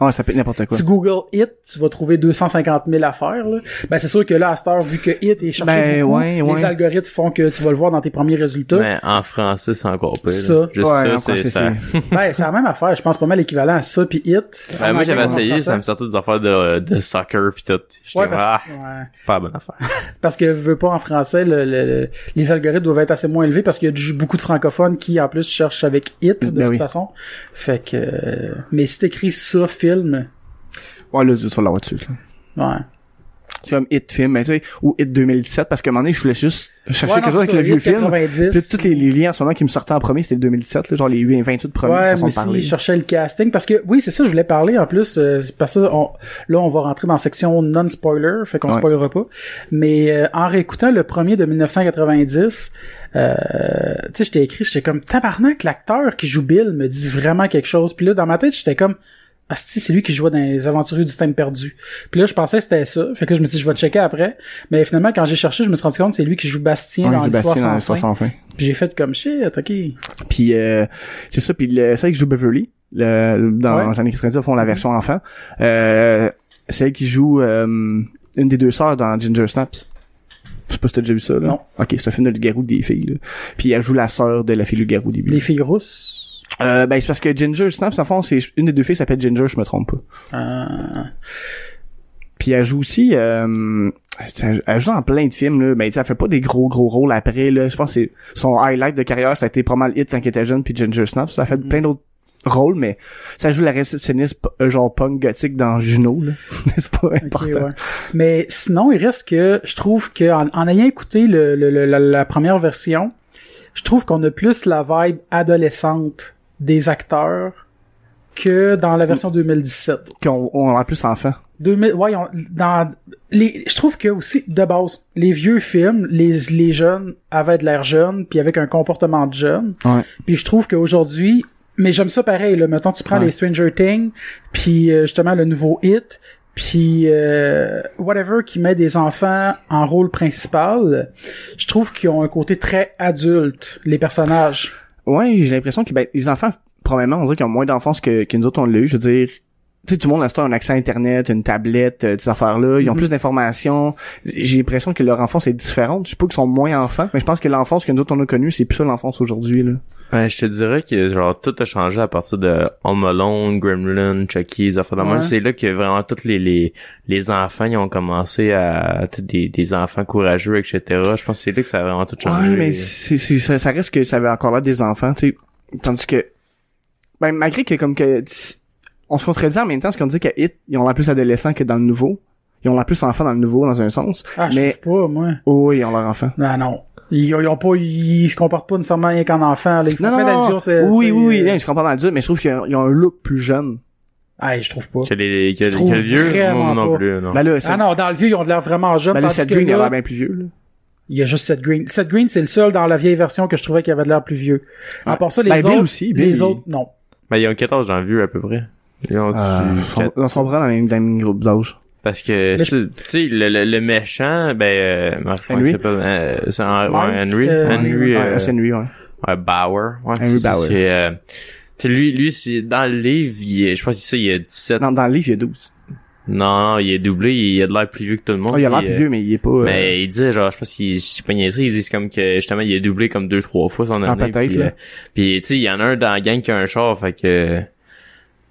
Speaker 2: Oh, ça peut être n'importe quoi.
Speaker 1: tu googles Hit, tu vas trouver 250 000 affaires. Là. Ben, c'est sûr que là, à cette heure, vu que Hit est cherché
Speaker 2: Ben,
Speaker 1: beaucoup,
Speaker 2: ouais, ouais. Ben,
Speaker 1: les algorithmes font que tu vas le voir dans tes premiers résultats.
Speaker 3: Mais en français, c'est encore pire. là.
Speaker 1: Ça.
Speaker 3: Juste
Speaker 2: Ouais, en
Speaker 3: ça,
Speaker 2: français,
Speaker 3: c'est ça.
Speaker 2: c'est-
Speaker 1: Ben, c'est la même affaire. Je pense pas mal équivalent à ça puis Hit.
Speaker 3: Ben, moi, j'avais
Speaker 1: En
Speaker 3: essayé,
Speaker 1: français.
Speaker 3: ça me sortait des affaires de, de soccer pis tout. J'étais
Speaker 1: Ouais,
Speaker 3: comme,
Speaker 1: parce,
Speaker 3: ah,
Speaker 1: que- ouais.
Speaker 3: pas bonne affaire.
Speaker 1: parce que veux pas en français, le- le- le- les algorithmes doivent être assez moins élevés parce qu'il y a du- beaucoup de francophones qui en plus cherchent avec hit de
Speaker 2: Ben
Speaker 1: toute
Speaker 2: oui.
Speaker 1: façon. Fait que euh, mais si t'écris ça film,
Speaker 2: Ouais, là, tu vas la voiture.
Speaker 1: ouais.
Speaker 2: tu vois, Hit Film, mais tu sais, ou Hit 2017, parce qu'à un moment donné, je voulais juste chercher
Speaker 1: Ouais, non,
Speaker 2: quelque chose
Speaker 1: c'est
Speaker 2: avec
Speaker 1: ça,
Speaker 2: le vieux
Speaker 1: Hit
Speaker 2: film.
Speaker 1: 90.
Speaker 2: Puis tous les, les liens en ce moment qui me sortaient en premier, c'était le 2017, là, genre les 8 28 premiers
Speaker 1: Ouais,
Speaker 2: façon
Speaker 1: mais
Speaker 2: de parler.
Speaker 1: si, je cherchais le casting. Parce que, oui, c'est ça, je voulais parler, en plus, euh, parce que on- là, on va rentrer dans la section non-spoiler, fait qu'on
Speaker 2: Ouais.
Speaker 1: spoilera pas. Mais euh, en réécoutant le premier de 1990, euh, tu sais, j'étais écrit, j'étais comme, tabarnak, l'acteur qui joue Bill me dit vraiment quelque chose. Puis là, dans ma tête, j'étais comme, Asti, c'est lui qui jouait dans les aventuriers du temps perdu. Puis là, je pensais que c'était ça. Fait que là, je me dis, je vais checker après. Mais finalement, quand j'ai cherché, je me suis rendu compte que c'est lui qui joue Bastien
Speaker 2: Ouais,
Speaker 1: dans
Speaker 2: c'est
Speaker 1: l'histoire
Speaker 2: Bastien dans
Speaker 1: sans,
Speaker 2: l'histoire
Speaker 1: fin.
Speaker 2: sans fin.
Speaker 1: Puis j'ai fait comme, shit, ok.
Speaker 2: Puis euh, c'est ça, puis le, celle qui joue Beverly, le, dans
Speaker 1: Ouais. Mhm.
Speaker 2: les années 90, ils font la version enfant. Euh, celle qui joue euh, une des deux sœurs dans Ginger Snaps. Je sais pas si t'as déjà vu ça, là.
Speaker 1: Non.
Speaker 2: Ok, c'est un film de loup-garou des filles, là. Puis elle joue la sœur de la fille loup-garou au début.
Speaker 1: Les filles rousses.
Speaker 2: Euh, ben, c'est parce que Ginger Snaps, en fond, c'est une des deux filles s'appelle Ginger, je me trompe pas.
Speaker 1: Euh,
Speaker 2: Puis elle joue aussi, euh, elle elle joue dans plein de films, là. Mais tu sais, elle fait pas des gros, gros rôles après, là. Je pense que c'est son highlight de carrière, ça a été pas mal hit quand elle était jeune, puis Ginger Snaps. Elle a fait
Speaker 1: Mm.
Speaker 2: plein d'autres rôles, mais ça joue la réceptionniste, euh, genre punk gothique dans Juno, là. [LAUGHS] c'est pas
Speaker 1: Ok,
Speaker 2: important.
Speaker 1: ouais. Mais sinon, il reste que je trouve que en, en ayant écouté le, le- le- la, la première version, je trouve qu'on a plus la vibe adolescente des acteurs que dans la version 2017.
Speaker 2: Qu'on on a plus enfant.
Speaker 1: 2000, ouais, on- dans les, je trouve que aussi de base, les vieux films, les les jeunes avaient de l'air jeune, puis avec un comportement de jeune.
Speaker 2: Ouais.
Speaker 1: Puis je trouve qu'aujourd'hui, mais j'aime ça pareil, là, mettons, tu prends
Speaker 2: Ouais.
Speaker 1: les Stranger Things, puis euh, justement le nouveau hit, puis euh, whatever qui met des enfants en rôle principal, je trouve qu'ils ont un côté très adulte, les personnages.
Speaker 2: Ouais, j'ai l'impression que ben, les enfants, probablement, on dirait qu'ils ont moins d'enfance que, que nous autres, on l'a eu. Je veux dire, tu sais, tout le monde a ça, un accès à Internet, une tablette, euh, ces affaires-là.
Speaker 1: Mhm.
Speaker 2: Ils ont plus d'informations. J'ai l'impression que leur enfance est différente. Je sais pas qu'ils sont moins enfants, mais je pense que l'enfance que nous autres, on a connue, c'est plus ça l'enfance aujourd'hui. là.
Speaker 3: Ouais, Ben, je te dirais que genre tout a changé à partir de Home Alone, Gremlin, Chucky, les affaires de même.
Speaker 1: Ouais.
Speaker 3: C'est là que vraiment tous les, les les enfants ils ont commencé à tous des, des enfants courageux, etc. Je pense que c'est là que ça a vraiment tout changé.
Speaker 2: Ouais, mais c'est, c'est- ça, ça reste que ça avait encore l'air des enfants, tu sais. Tandis que, ben, malgré que, comme que, t's- on se contredit en même temps, parce qu'on dit qu'à Hit, ils ont l'air plus adolescents que dans le nouveau. Ils ont l'air plus enfants dans le nouveau, dans un sens.
Speaker 1: Ah, je
Speaker 2: mais,
Speaker 1: trouve pas, moi.
Speaker 2: oh, ils ont leur enfant.
Speaker 1: Non, non. Ils, ils ont pas, ils se comportent pas nécessairement rien qu'en enfant. Là. Ils font
Speaker 2: Non, non,
Speaker 1: plein
Speaker 2: non.
Speaker 1: d'adultes, c'est- euh,
Speaker 2: oui, oui,
Speaker 1: c'est-
Speaker 2: oui, non, je comprends pas mal mais je trouve qu'ils ont ils ont un look plus jeune.
Speaker 1: Ah, je trouve pas.
Speaker 3: que les que,
Speaker 1: Je
Speaker 3: que
Speaker 1: trouve
Speaker 3: le vieux
Speaker 1: vraiment
Speaker 3: moi non
Speaker 1: pas.
Speaker 3: plus non.
Speaker 2: Ben là, c'est,
Speaker 1: Ah non, dans le vieux, ils ont de l'air vraiment jeunes.
Speaker 2: ben là,
Speaker 1: tandis
Speaker 2: Seth
Speaker 1: que
Speaker 2: Green, il a
Speaker 1: là,
Speaker 2: l'air bien plus vieux, là.
Speaker 1: il y a juste Seth Green. Seth Green, c'est le seul dans la vieille version que je trouvais qu'il avait de l'air plus vieux. À
Speaker 2: Ouais.
Speaker 1: part ça, les
Speaker 2: Ben,
Speaker 1: autres,
Speaker 2: Bill aussi, Bill,
Speaker 1: les
Speaker 2: il-
Speaker 1: autres, non.
Speaker 3: Ben, ils ont 14 dans le vieux à peu près. Euh, Ils ont
Speaker 1: Euh,
Speaker 2: Ils
Speaker 3: du-
Speaker 2: sont- euh, Ils sont vraiment dans le même, dans le même groupe d'âge.
Speaker 3: Parce que,
Speaker 1: Mais
Speaker 3: c'est- tu sais, le, le, le méchant, ben, euh, comment
Speaker 2: Henry?
Speaker 3: il s'appelle, euh, c'est Hen-
Speaker 1: Mike?
Speaker 3: ouais, Henry,
Speaker 1: Euh,
Speaker 3: Henry,
Speaker 1: Oui,
Speaker 2: Ouais,
Speaker 3: euh,
Speaker 2: c'est lui, ouais.
Speaker 3: ouais, Bauer, ouais,
Speaker 2: Henry
Speaker 3: c'est-
Speaker 2: Bauer.
Speaker 3: c'est, euh, tu sais, lui, lui, c'est, dans le livre, il est- je pense qu'il il a 17, non.
Speaker 2: Dans, dans le livre, il y a 12.
Speaker 3: non, il est doublé, il a de l'air plus vieux que tout le monde.
Speaker 2: Oh, il a l'air
Speaker 3: puis,
Speaker 2: plus
Speaker 3: euh,
Speaker 2: vieux, mais il est pas, euh,
Speaker 3: Mais il dit, genre, je pense qu'il, si je suis pas niaisé, ils disent comme que, justement, il est doublé comme deux, trois fois son
Speaker 2: Ah,
Speaker 3: année.
Speaker 2: peut-être,
Speaker 3: puis,
Speaker 2: là.
Speaker 3: euh, puis, tu sais, il y en a un dans la gang qui a un char, fait que,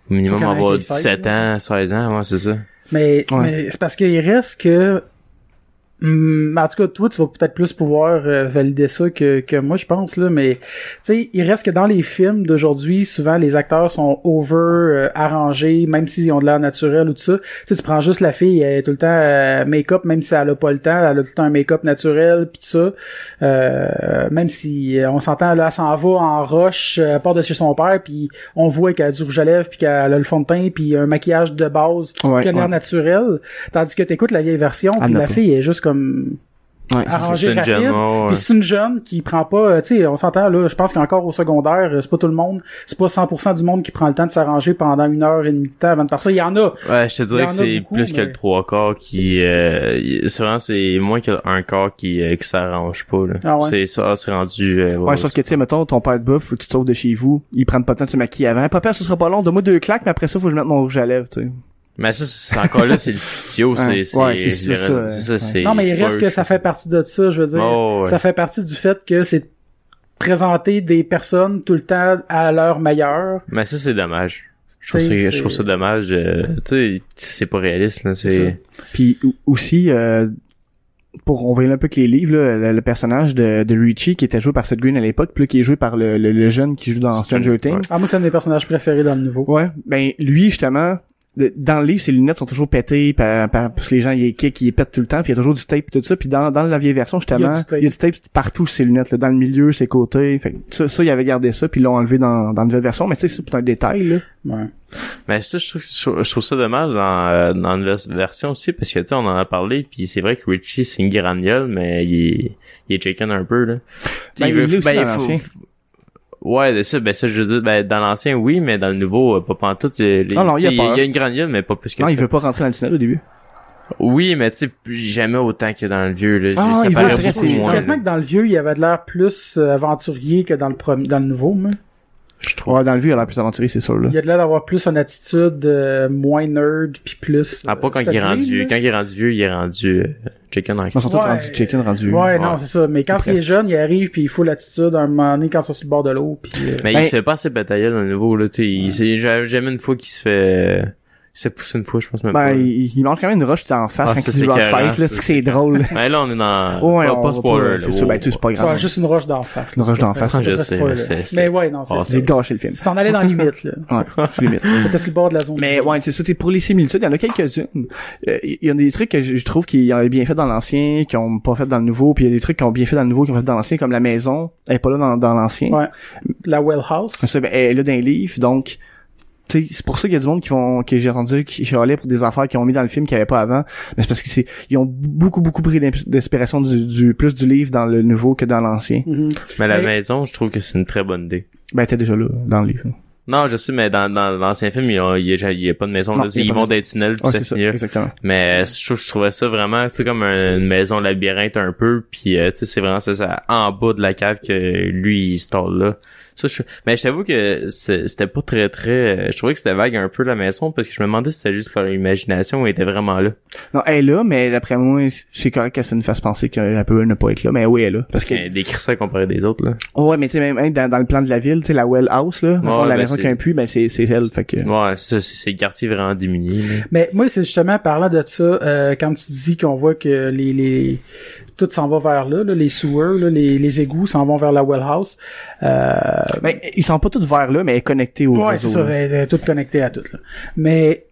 Speaker 3: au minimum,
Speaker 1: Faut qu'il y en ait
Speaker 3: avoir
Speaker 1: qui ait
Speaker 3: 17
Speaker 1: 16,
Speaker 3: ans, 16 ans, ouais, c'est ça.
Speaker 1: Mais,
Speaker 2: Ouais.
Speaker 1: mais c'est parce qu'il reste que... Hum, en tout cas, toi, tu vas peut-être plus pouvoir euh, valider ça que, que moi, je pense, là, mais tu sais, il reste que dans les films d'aujourd'hui, souvent, les acteurs sont over euh, arrangés, même s'ils ont de l'air naturel ou tout ça. Tu sais, tu prends juste la fille, elle est tout le temps euh, make-up, même si elle a pas le temps, elle a tout le temps un make-up naturel, puis tout ça. Euh, même si euh, on s'entend, là, elle s'en va en roche, euh, elle part de chez son père, puis on voit qu'elle a du rouge à lèvres, puis qu'elle a le fond de teint, puis un maquillage de base
Speaker 2: Ouais,
Speaker 1: qui a l'air
Speaker 2: ouais.
Speaker 1: naturel. Tandis que t'écoutes la vieille version,
Speaker 2: Elle
Speaker 1: puis
Speaker 2: n'a
Speaker 1: la
Speaker 2: pas.
Speaker 1: fille est juste comme
Speaker 2: ouais, c'est ça.
Speaker 1: arrangée
Speaker 3: c'est une
Speaker 1: rapide.
Speaker 3: jeune, ouais, ouais.
Speaker 1: Puis c'est une jeune qui prend pas, euh, tu sais, on s'entend là, je pense qu'encore au secondaire, euh, c'est pas tout le monde, c'est pas 100% du monde qui prend le temps de s'arranger pendant une heure et demie de temps avant de partir. Il y en a,
Speaker 3: Ouais, je
Speaker 1: Il
Speaker 3: te
Speaker 1: y
Speaker 3: dirais
Speaker 1: en
Speaker 3: que
Speaker 1: a
Speaker 3: c'est
Speaker 1: beaucoup,
Speaker 3: plus que
Speaker 1: mais-
Speaker 3: le trois quarts qui euh, y- c'est vraiment c'est moins qu'un quart qui euh, qui s'arrange pas là.
Speaker 1: Ah ouais?
Speaker 3: C'est ça c'est rendu euh,
Speaker 2: Ouais, sauf que, tu sais, mettons, ton père de bouffe, faut que tu te sauves de chez vous. Ils prennent pas le temps de se maquiller avant. Papa, ce sera pas long. Donne-moi deux claques, mais après ça, faut que je mette mon rouge à lèvres, tu sais.
Speaker 3: Mais ça c'est encore là c'est le studio,
Speaker 2: Ouais.
Speaker 3: c'est c'est
Speaker 2: Ouais, c'est
Speaker 3: je
Speaker 2: ça,
Speaker 3: dirais-
Speaker 2: ça,
Speaker 3: c'est
Speaker 2: ouais.
Speaker 3: ça c'est
Speaker 1: Non, mais il
Speaker 3: c'est
Speaker 1: reste
Speaker 3: pas
Speaker 1: que
Speaker 3: eux
Speaker 1: ça
Speaker 3: qui-
Speaker 1: fait partie de ça, je veux dire.
Speaker 3: Oh, ouais.
Speaker 1: Ça fait partie du fait que c'est de présenter des personnes tout le temps à leur meilleur.
Speaker 3: Mais ça c'est dommage. Je trouve,
Speaker 1: C'est-
Speaker 3: ça, je trouve
Speaker 1: c'est-
Speaker 3: ça dommage, euh, tu sais, c'est pas réaliste, là,
Speaker 1: C'est ça.
Speaker 3: c'est...
Speaker 2: Puis ou- aussi, euh, pour on va y aller un peu avec les livres, là, le, le personnage de, de Richie qui était joué par Seth Green à l'époque, puis là, qui est joué par le, le- le jeune qui joue dans Stranger
Speaker 3: Stranger-
Speaker 2: Things.
Speaker 1: Ah, moi, c'est un de mes personnages préférés dans le nouveau.
Speaker 2: Ouais. ben lui justement, de- dans le livre, ses lunettes sont toujours pétées par, par- parce que les gens ils les kick, ils les pètent tout le temps, puis il y a toujours du tape et tout ça. Puis dans, dans la vieille version, justement,
Speaker 1: du tape.
Speaker 2: il y a du tape partout sur ses lunettes, là, dans le milieu, ses côtés. Fait que ça, ça, il avait gardé ça, puis ils l'ont enlevé dans, dans la nouvelle version. Mais tu sais, c'est tout un détail, là.
Speaker 1: Ouais.
Speaker 3: Mais ça, je trouve, je trouve- je trouve ça dommage dans, euh, dans la version aussi, parce que, tu sais, on en a parlé, puis c'est vrai que Richie, c'est une gragnole, mais il est, il est chicken un peu, là. Tu sais,
Speaker 2: Ben, il l'est aussi dans
Speaker 3: faut-
Speaker 2: l'ancien.
Speaker 3: Ouais, ben ça, ben ça, je veux dire, ben, dans l'ancien, oui, mais dans le nouveau, euh, pas pantoute. euh, les-
Speaker 2: Ah non, il a
Speaker 3: tu sais,
Speaker 2: peur.
Speaker 3: il y a une gragnole, mais pas plus que
Speaker 2: Non,
Speaker 3: ça.
Speaker 2: il veut pas rentrer dans le tunnel au début.
Speaker 3: Oui, mais tu sais, plus- jamais autant que dans le vieux, là.
Speaker 2: Ah,
Speaker 3: ça
Speaker 2: il veut
Speaker 3: paraît
Speaker 2: se
Speaker 3: beaucoup
Speaker 2: rester-
Speaker 3: moins,
Speaker 1: Quasiment
Speaker 3: là.
Speaker 1: que dans le vieux, il avait de l'air plus euh, aventurier que dans le premier, dans le nouveau. mais.
Speaker 3: Je trouve.
Speaker 2: Ouais, dans le vieux, il a l'air plus aventurier, c'est sûr, là.
Speaker 1: Il y a de l'air d'avoir plus une attitude euh, moins nerd puis plus.
Speaker 3: Ah, pas
Speaker 1: euh,
Speaker 3: quand il est
Speaker 1: sacrée,
Speaker 3: rendu,
Speaker 1: là.
Speaker 3: quand il est rendu vieux, il est rendu euh, chicken en
Speaker 2: Ils sont tous
Speaker 1: Ouais.
Speaker 2: rendus chicken, rendus.
Speaker 1: Ouais,
Speaker 3: Ouais.
Speaker 1: non, c'est ça. Mais quand il est
Speaker 2: Presque.
Speaker 1: jeune, il arrive puis il faut l'attitude à un moment donné quand ils sont sur le bord de l'eau puis. euh,
Speaker 3: Mais
Speaker 2: Ben-
Speaker 3: il se fait pas assez batailler dans le nouveau, là, tu sais. il- c'est- j'ai- Jamais une fois qu'il se fait, il se fait pousser une fois, je pense même
Speaker 2: Ben,
Speaker 3: pas.
Speaker 2: il, il mange quand même une roche en face
Speaker 3: Ah,
Speaker 2: quand
Speaker 3: ça,
Speaker 2: il
Speaker 3: c'est
Speaker 2: dit rock
Speaker 3: écœurant,
Speaker 2: fight, là.
Speaker 3: ça.
Speaker 2: C'est que c'est drôle.
Speaker 3: Mais là, on est dans,
Speaker 2: Ouais,
Speaker 3: pas,
Speaker 2: on
Speaker 3: pas
Speaker 2: va
Speaker 3: spoiler,
Speaker 2: pas-
Speaker 3: là.
Speaker 2: C'est sûr, ben, tu sais, c'est pas
Speaker 1: ouais,
Speaker 2: grave.
Speaker 1: juste une roche d'en face.
Speaker 2: Une
Speaker 1: là,
Speaker 2: roche
Speaker 1: c'est
Speaker 2: d'en
Speaker 1: pas-
Speaker 2: face,
Speaker 1: c'est
Speaker 3: je
Speaker 1: pas
Speaker 3: sais,
Speaker 1: spoiler.
Speaker 3: mais c'est- c'est-
Speaker 1: Mais ouais, non, c'est
Speaker 3: Ah,
Speaker 1: ça.
Speaker 2: J'ai gâché le film.
Speaker 1: C'est en aller dans la limite, là.
Speaker 2: Ouais, je suis limite.
Speaker 1: T'étais sur le bord de la zone.
Speaker 2: Mais ouais, c'est ça, tu sais, pour les similitudes, il y en a quelques-unes. Euh, Il y a des trucs que je je trouve qu'ils ont bien fait dans l'ancien, qu'ils ont pas fait dans le nouveau, puis il y a des trucs qu'ils ont bien fait dans le nouveau, qu'ils ont fait dans l'ancien, comme la maison, elle est pas là dans, dans l'ancien.
Speaker 1: Ouais. La well house.
Speaker 2: Ça, ben, elle est là dans les livres, donc tu sais, c'est pour ça qu'il y a du monde qui vont que j'ai rendu qui chialait pour des affaires qu'ils ont mis dans le film qu'il n'y avait pas avant mais c'est parce que c'est ils ont beaucoup beaucoup pris d'ins- d'inspiration du, du plus du livre dans le nouveau que dans l'ancien
Speaker 1: Mhm.
Speaker 3: Mais la
Speaker 1: Mais-
Speaker 3: maison, je trouve que c'est une très bonne idée.
Speaker 2: ben t'es déjà là dans le livre
Speaker 3: Non, je sais, mais dans, dans l'ancien film, il y a, il y a- il y a pas de maison,
Speaker 2: Non,
Speaker 3: là,
Speaker 2: il y a
Speaker 3: ils
Speaker 2: pas de
Speaker 3: vont dans des tunnels, puis
Speaker 2: ouais
Speaker 3: ça
Speaker 2: c'est ça
Speaker 3: finit là.
Speaker 2: exactement
Speaker 3: Mais euh, je, trouve- je trouvais ça vraiment, tu sais, comme un- une maison labyrinthe un peu, puis euh, tu sais, c'est vraiment ça, ça, en bas de la cave que lui, il se tord là. Ça, je, mais je t'avoue que c'est- c'était pas très, très... euh, Je trouvais que c'était vague un peu la maison, parce que je me demandais si c'était juste leur imagination ou elle était vraiment là.
Speaker 2: non elle est là mais d'après moi c'est correct que ça nous fasse penser qu'elle peut ne pas être là mais oui elle est là parce que
Speaker 3: Des crissins comparé des autres, là.
Speaker 2: Ouais, mais tu sais, même hein, dans, dans le plan de la ville, tu sais, la well house, là, dans le fond,
Speaker 3: Ouais,
Speaker 2: la
Speaker 3: ben,
Speaker 2: maison
Speaker 3: c'est-
Speaker 2: qui a un puits, ben c'est, c'est elle, fait que...
Speaker 3: Ouais, ça, c'est c'est le quartier vraiment diminué. là.
Speaker 1: Mais moi, c'est justement parlant de ça, euh, quand tu dis qu'on voit que les, les tout s'en va vers là, là, les sewers, là, les, les égouts s'en vont vers la well house. Euh,
Speaker 2: Ben, ils sont pas tous vers là, mais elle est connectée au
Speaker 1: ouais,
Speaker 2: réseau.
Speaker 1: c'est ça,
Speaker 2: là.
Speaker 1: elle est toute connectée à tout. Là. Mais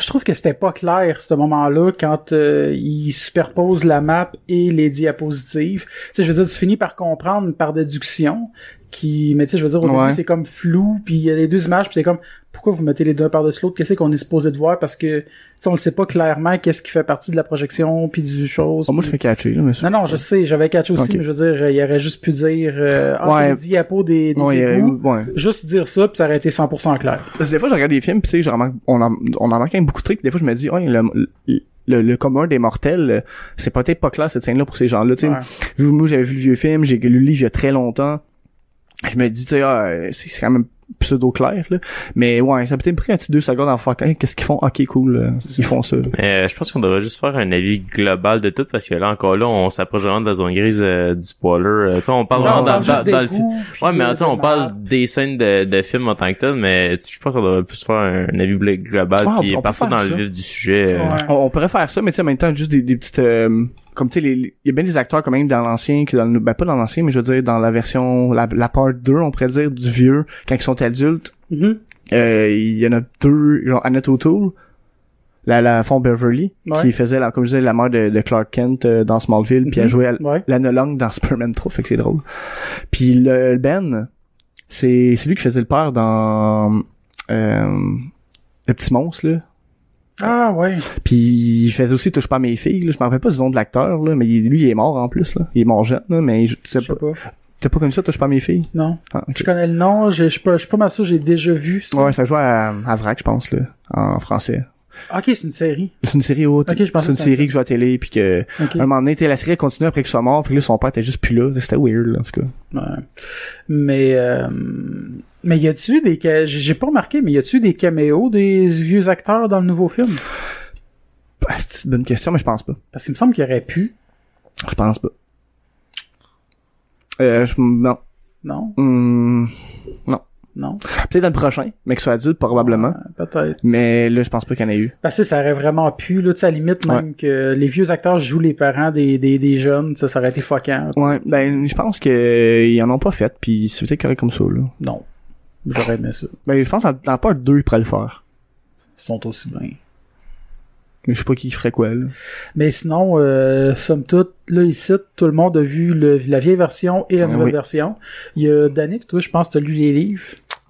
Speaker 1: je trouve que c'était pas clair ce moment-là quand euh, ils superposent la map et les diapositives. Tu sais, je veux dire, tu finis par comprendre par déduction qui mais tu sais je veux dire au
Speaker 2: Ouais.
Speaker 1: début c'est comme flou puis il y a les deux images puis c'est comme pourquoi vous mettez les deux par-dessus l'autre qu'est-ce qu'on est supposé de voir parce que tu sais on le sait pas clairement qu'est-ce qui fait partie de la projection puis du chose
Speaker 2: Oh, moi, je fais catcher, là, mais ça-
Speaker 1: non non je sais j'avais catché aussi
Speaker 2: Ok.
Speaker 1: mais je veux dire il aurait juste pu dire euh, ah
Speaker 2: Ouais.
Speaker 1: c'est les diapos des, des
Speaker 2: Ouais, euh,
Speaker 1: égouts
Speaker 2: ouais.
Speaker 1: juste dire ça puis ça aurait été 100% clair
Speaker 2: Parce que des fois, je regarde des films, pis tu sais, je remarque, on en, on en manque quand même beaucoup de trucs, des fois, je me dis, ouais, le, le, le- le commun des mortels, euh, c'est peut-être pas clair, cette scène-là, pour ces gens-là, tu sais.
Speaker 1: Ouais.
Speaker 2: Vu- Moi, j'avais vu le vieux film, j'ai lu le livre il y a très longtemps, je me dis, tu sais, ah, euh, c'est, c'est quand même pseudo-clair, là, mais ouais, ça a peut-être pris un petit deux secondes à faire, Hey, qu'est-ce qu'ils font? Ok, cool, euh, ils font ça.
Speaker 3: Mais, euh, je pense qu'on devrait juste faire un avis global de tout, parce que là, encore là, on s'approche vraiment de la zone grise euh, du spoiler. Euh, tu sais, on parle
Speaker 2: Ouais,
Speaker 3: vraiment
Speaker 2: on
Speaker 3: dans,
Speaker 2: parle
Speaker 3: dans-
Speaker 1: juste des
Speaker 3: dans le film.
Speaker 1: goûts, puis
Speaker 3: Ouais, mais
Speaker 1: de-
Speaker 3: attends, on
Speaker 1: de
Speaker 3: parle
Speaker 1: marbre.
Speaker 3: des scènes de, de films en tant que tel, mais tu sais, je pense qu'on devrait plus faire un avis bla- global
Speaker 1: Ah,
Speaker 2: Ouais, on-
Speaker 3: puis
Speaker 2: on peut
Speaker 3: partir
Speaker 2: faire
Speaker 3: dans
Speaker 2: ça.
Speaker 3: le vif du sujet. euh.
Speaker 1: Ouais.
Speaker 2: On, on pourrait faire ça, mais tu sais, en même temps, juste des, des petites... euh, comme tu sais, les- les- il y a bien des acteurs quand même dans l'ancien, que dans le, ben pas dans l'ancien, mais je veux dire, dans la version, la, la part 2, on pourrait dire, du vieux, quand ils sont adultes,
Speaker 1: Mhm.
Speaker 2: euh, il y en a deux, genre Annette O'Toole, la, la fond Beverly,
Speaker 1: Ouais.
Speaker 2: qui faisait, la, comme je disais, la mère de, de Clark Kent euh, dans Smallville, puis elle
Speaker 1: Mhm.
Speaker 2: jouait à l-
Speaker 1: Ouais.
Speaker 2: Lana Long dans [LAUGHS] Superman 3, fait que c'est drôle. Puis le, le Ben, c'est c'est lui qui faisait le père dans... euh, le petit monstre, là.
Speaker 1: Ah ouais.
Speaker 2: Puis il faisait aussi Touche pas à mes filles, là. je me rappelle pas du nom de l'acteur là, mais il- lui il est mort en plus là. Il est mort jeune là, mais je, tu sais
Speaker 1: Je sais
Speaker 2: pas-
Speaker 1: pas.
Speaker 2: t'as pas connu ça Touche pas à mes filles
Speaker 1: Non.
Speaker 2: Ah, ok.
Speaker 1: Je connais le nom, je je suis pas, je suis pas mal sûr, j'ai déjà vu ça.
Speaker 2: Ouais, ça joue à, à Vrac je pense là, en français.
Speaker 1: Ok, c'est une série.
Speaker 2: C'est une série haute,
Speaker 1: Ok, je pensais
Speaker 2: c'est une
Speaker 1: que c'était un
Speaker 2: série que je vois à télé puis que
Speaker 1: Ok.
Speaker 2: un moment donné, tu sais, la série elle continue après qu'il soit mort, puis là son père était juste plus là, c'était weird là, en tout cas.
Speaker 1: Ouais. Mais, euh, mais y a-tu des, ca- j'ai j'ai pas remarqué, mais y a-tu des caméos des vieux acteurs dans le nouveau film?
Speaker 2: Bah, c'est une bonne question mais je pense pas.
Speaker 1: Parce qu'il me semble qu'il aurait pu.
Speaker 2: Je pense pas. Euh, je, non.
Speaker 1: Non?
Speaker 2: Hmm,
Speaker 1: Non?
Speaker 2: Peut-être dans le prochain, mais que ce soit adulte probablement.
Speaker 1: Ouais, Peut-être.
Speaker 2: Mais là, je pense pas qu'il y en ait eu.
Speaker 1: Parce que ça aurait vraiment pu, là, tu sais, à la limite, même que les vieux acteurs jouent les parents des, des, des jeunes, ça, ça aurait été fuckant.
Speaker 2: Ouais, ben je pense que euh, ils en ont pas fait, puis c'est peut-être correct comme ça là.
Speaker 1: Non. J'aurais aimé ça.
Speaker 2: Ben je pense que dans la part 2, ils pourraient le faire.
Speaker 1: sont aussi bien.
Speaker 2: Mais je sais pas qui ferait quoi, là.
Speaker 1: Mais sinon, euh, somme toute, là ici, tout le monde a vu le- la vieille version et la
Speaker 2: Ah
Speaker 1: nouvelle
Speaker 2: oui.
Speaker 1: version. Il y a Danick, toi, je pense que t'as lu les livres.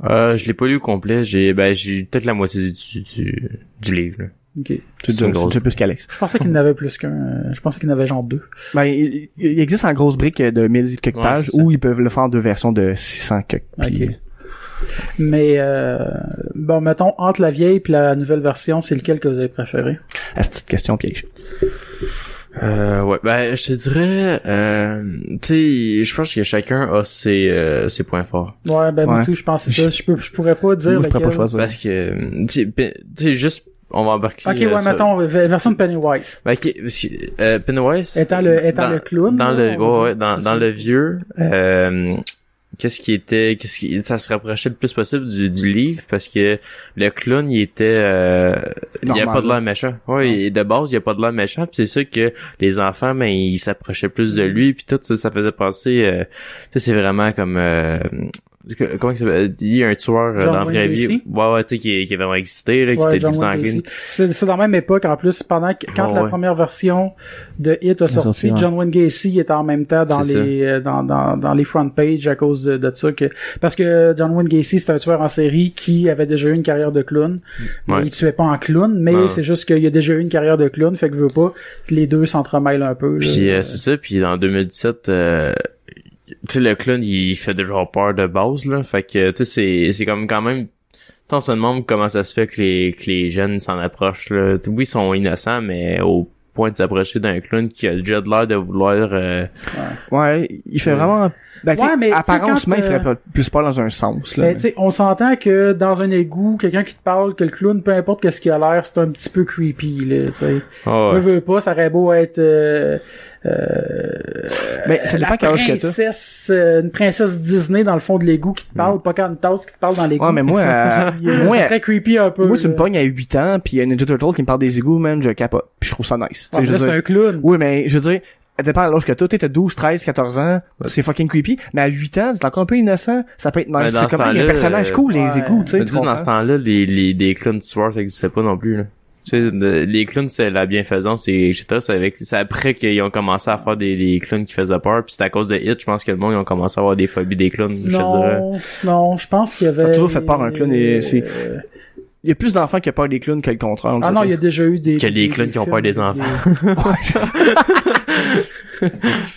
Speaker 3: Euh, je l'ai pas lu au complet. J'ai, ben, j'ai peut-être la moitié du, du, du livre. là.
Speaker 1: Ok.
Speaker 2: C'est
Speaker 3: C'est
Speaker 2: déjà,
Speaker 3: une
Speaker 2: c'est
Speaker 3: grosse-
Speaker 2: déjà plus qu'Alex.
Speaker 1: Je pensais qu'il n'avait plus qu'un. euh, Je pensais qu'il n'avait genre deux.
Speaker 2: Ben, il, il- il existe en grosse brique euh, de 1000 quelques
Speaker 3: Ouais,
Speaker 2: pages,
Speaker 3: c'est ça.
Speaker 2: ou ils peuvent le faire en deux versions de 600 quelques. puis-
Speaker 1: Ok. Mais euh, bon, mettons entre la vieille et la nouvelle version, c'est lequel que vous avez préféré
Speaker 2: Ah, c'est une petite question piège.
Speaker 3: Euh, ouais, ben, je te dirais, euh, tu sais, je pense que chacun a ses, euh, ses points forts.
Speaker 1: Ouais, ben moi
Speaker 2: Ouais.
Speaker 1: tout, je pense que c'est ça. Je peux, je pourrais pas dire
Speaker 2: Moi, je pourrais
Speaker 1: lequel.
Speaker 2: pas choisir.
Speaker 3: Parce que, tu sais, ben, tu sais, juste, on va embarquer.
Speaker 1: ok,
Speaker 3: euh,
Speaker 1: ouais,
Speaker 3: ça.
Speaker 1: mettons ver- version de Pennywise.
Speaker 3: Ben, ok, parce que, euh, Pennywise.
Speaker 1: Étant le- étant
Speaker 3: dans-
Speaker 1: le clown,
Speaker 3: Dans
Speaker 1: là,
Speaker 3: le,
Speaker 1: on va
Speaker 3: ouais, ouais,
Speaker 1: dire.
Speaker 3: dans, dans le vieux, euh, qu'est-ce qui était, qu'est-ce qui, ça se rapprochait le plus possible du, du livre parce que le clown, il était, euh, il y a
Speaker 2: Normal.
Speaker 3: pas de l'air méchant. Ouais, et de base, il y a pas de l'air méchant puis c'est ça que les enfants, ben, ils s'approchaient plus de lui puis tout, ça, ça faisait penser, euh, ça, c'est vraiment comme, euh, que- Comment il s'appelle? Il y a un tueur euh,
Speaker 1: John
Speaker 3: dans la vraie
Speaker 1: Wayne
Speaker 3: vie.
Speaker 1: Gacy?
Speaker 3: Ouais, ouais, tu sais, qui, est- qui est vraiment existé, là, qui
Speaker 1: Ouais,
Speaker 3: était
Speaker 1: John
Speaker 3: déguisé en
Speaker 1: Wayne
Speaker 3: clown.
Speaker 1: Gacy. C'est c'est dans la même époque en plus. Pendant que, quand
Speaker 3: Ouais,
Speaker 1: la
Speaker 3: Ah ouais.
Speaker 1: première version de Hit a sorti,
Speaker 2: sorti, ouais.
Speaker 1: John Wayne Gacy était en même temps dans
Speaker 3: C'est
Speaker 1: les euh, dans, dans, dans les front pages à cause de, de ça que parce que John Wayne Gacy c'était un tueur en série qui avait déjà eu une carrière de clown. Mais
Speaker 3: Ouais.
Speaker 1: Il tuait pas en clown, mais
Speaker 3: Ouais.
Speaker 1: c'est juste qu'il a déjà eu une carrière de clown, fait que veut pas les deux s'entremêlent un peu. là.
Speaker 3: Puis euh, c'est ça, puis en 2017, euh, tu sais, le clown, il fait déjà peur de base, là. Fait que, tu sais, c'est- c'est comme quand même... tu sais, On se demande comment ça se fait que les, que les jeunes s'en approchent, là. Oui, ils sont innocents, mais au point de s'approcher d'un clown qui a déjà de l'air de vouloir... euh,
Speaker 2: Ouais, il fait
Speaker 3: Euh.
Speaker 2: vraiment... Ben, tu sais,
Speaker 1: Ouais, mais tu sais,
Speaker 2: apparence
Speaker 1: quand,
Speaker 2: même, il ferait
Speaker 1: euh,
Speaker 2: pas- plus peur dans un sens, là.
Speaker 1: Mais tu sais, on s'entend que dans un égout, quelqu'un qui te parle, que le clown, peu importe qu'est-ce qu'il a l'air, c'est un petit peu creepy là. Tu sais,
Speaker 3: ah
Speaker 1: Veux,
Speaker 3: ouais.
Speaker 1: veux pas, ça aurait beau être euh,
Speaker 2: Mais Ben, ça dépend
Speaker 1: la
Speaker 2: quel âge que t'as.
Speaker 1: princesse, euh, une princesse Disney dans le fond de l'égout qui te
Speaker 3: Mm.
Speaker 1: parle, pas quand une tasse qui te parle dans l'égout.
Speaker 2: Ouais,
Speaker 1: [LAUGHS]
Speaker 2: mais moi, euh,
Speaker 1: Puis, euh,
Speaker 2: moi,
Speaker 1: ça serait creepy un peu.
Speaker 2: moi, tu me
Speaker 1: là.
Speaker 2: pognes à 8 ans, pis il y a Ninja Turtle qui me parle des égouts, man, je capote. Puis je trouve ça nice. Tu sais,
Speaker 1: Ouais,
Speaker 2: je
Speaker 1: Ah, là,
Speaker 2: veux
Speaker 1: c'est
Speaker 2: dire-
Speaker 1: un clown.
Speaker 2: Oui, mais je veux dire, ça dépend de l'âge que t'as. T'es 12, 13, 14 ans, c'est fucking creepy. Mais à 8 ans, t'es encore un peu innocent, ça peut être
Speaker 3: Mais
Speaker 2: nice.
Speaker 3: dans
Speaker 2: C'est
Speaker 3: ce
Speaker 2: comme, ah, il y a un
Speaker 3: temps-là,
Speaker 2: personnage
Speaker 3: euh,
Speaker 2: cool,
Speaker 1: ouais.
Speaker 2: les égouts, tu sais.
Speaker 3: Mais
Speaker 2: tu
Speaker 3: tu sais, dans ce
Speaker 2: comprends?
Speaker 3: temps-là, les, les, les clowns tueurs, ça existait pas non plus, là. Tu sais, le- les clowns, c'est la bienfaisance et etc. C'est avec, c'est après qu'ils ont commencé à faire des, des clowns qui faisaient peur. Puis c'est à cause de Hit, je pense que le monde, ils ont commencé à avoir des phobies des clowns, je te dirais.
Speaker 1: Non, non, je pense qu'il y avait.
Speaker 2: Ça a toujours fait peur, un clown, et c'est-
Speaker 1: Euh,
Speaker 2: Il y a plus d'enfants qui ont peur des clowns que le contraire. on
Speaker 1: Ah
Speaker 2: dirait.
Speaker 1: non, il y a déjà eu des.
Speaker 3: Que les clowns qui ont peur des
Speaker 1: films,
Speaker 3: enfants.
Speaker 2: Ouais, c'est ça.
Speaker 1: des- [LAUGHS]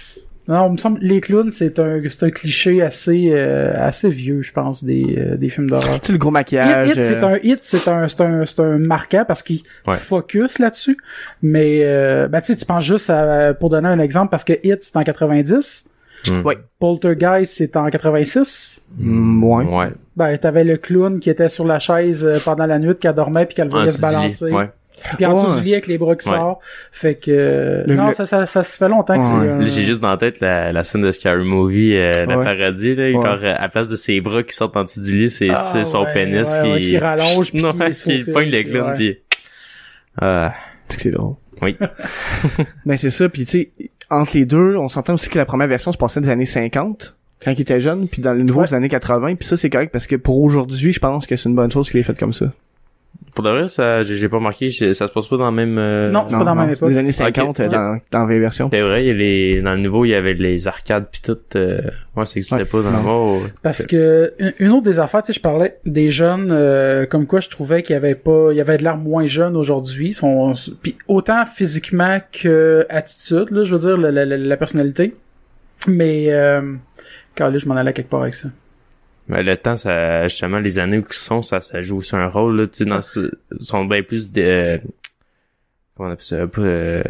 Speaker 1: Non, il me semble les clowns, c'est un, c'est un cliché assez, euh, assez vieux, je pense, des, euh, des films d'horreur.
Speaker 2: Tu sais, le gros
Speaker 1: Hit,
Speaker 2: maquillage.
Speaker 1: hit, c'est
Speaker 2: euh,
Speaker 1: un hit, c'est un, c'est un, c'est un marquant parce qu'il
Speaker 3: Ouais.
Speaker 1: focus là-dessus. Mais, euh, ben, tu sais, tu penses juste à, pour donner un exemple, parce que Hit, c'est en 90.
Speaker 3: Mm.
Speaker 2: Ouais.
Speaker 1: Poltergeist, c'est en 86.
Speaker 2: Mm, ouais.
Speaker 3: Ouais.
Speaker 1: Ben, t'avais le clown qui était sur la chaise euh, pendant la nuit, qui dormait, puis qu'elle
Speaker 3: En
Speaker 1: voyait se
Speaker 3: dessous du lit.
Speaker 1: balancer.
Speaker 3: Ah, Ouais.
Speaker 1: Puis en dessous
Speaker 2: Ouais.
Speaker 1: du lit avec les bras qui
Speaker 3: Ouais.
Speaker 1: sortent. Fait que, euh,
Speaker 2: Le-
Speaker 1: non,
Speaker 2: le-
Speaker 1: Ça, ça, ça se fait longtemps que
Speaker 2: Ouais.
Speaker 1: c'est, euh,
Speaker 3: Là, J'ai juste dans la tête la, la scène de Scary Movie, euh, la
Speaker 2: Ouais.
Speaker 3: parodie, là,
Speaker 2: Ouais.
Speaker 3: quand euh, à place de ses bras qui sortent en dessous du lit, c'est
Speaker 1: Ah,
Speaker 3: c'est son
Speaker 1: ouais,
Speaker 3: pénis
Speaker 1: ouais,
Speaker 3: qui...
Speaker 1: ouais, qui rallonge,
Speaker 3: [LAUGHS]
Speaker 1: puis
Speaker 3: Non,
Speaker 1: qui se faufile,
Speaker 3: pogne le
Speaker 1: puis
Speaker 3: clown,
Speaker 1: ouais.
Speaker 3: puis... Ah,
Speaker 2: Tu sais que c'est drôle. [LAUGHS]
Speaker 3: oui.
Speaker 2: Ben, c'est ça. Puis, tu sais, entre les deux, on s'entend aussi que la première version se passait des années 50, quand il était jeune, puis dans le nouveau,
Speaker 1: Ouais.
Speaker 2: des années 80. Puis ça, c'est correct parce que pour aujourd'hui, je pense que c'est une bonne chose qu'il ait fait comme ça.
Speaker 3: Pour de vrai, ça, j'ai j'ai pas marqué, j'ai- ça se passe pas dans le même... euh,
Speaker 1: Non. C'est pas dans la même
Speaker 2: c'est des
Speaker 1: époque.
Speaker 2: années 50
Speaker 3: Ok.
Speaker 2: euh, dans, dans la version.
Speaker 3: C'est vrai, il y a les, dans le nouveau, il y avait les arcades pis tout, euh, ouais, ça existait
Speaker 2: Ouais.
Speaker 3: pas dans le nouveau.
Speaker 1: Parce que une- une autre des affaires, tu sais, je parlais des jeunes, euh, comme quoi je trouvais qu'il y avait pas, il y avait de l'air moins jeune aujourd'hui. Ils sont- Puis autant physiquement que attitude, là, je veux dire la, la- la- la personnalité. Mais euh, calé, je m'en allais quelque part avec ça.
Speaker 3: Mais le temps, ça, justement, les années où ils sont, ça, ça joue aussi un rôle, là, tu sais, dans ce, sont bien plus de, euh, comment on appelle ça, pas, euh,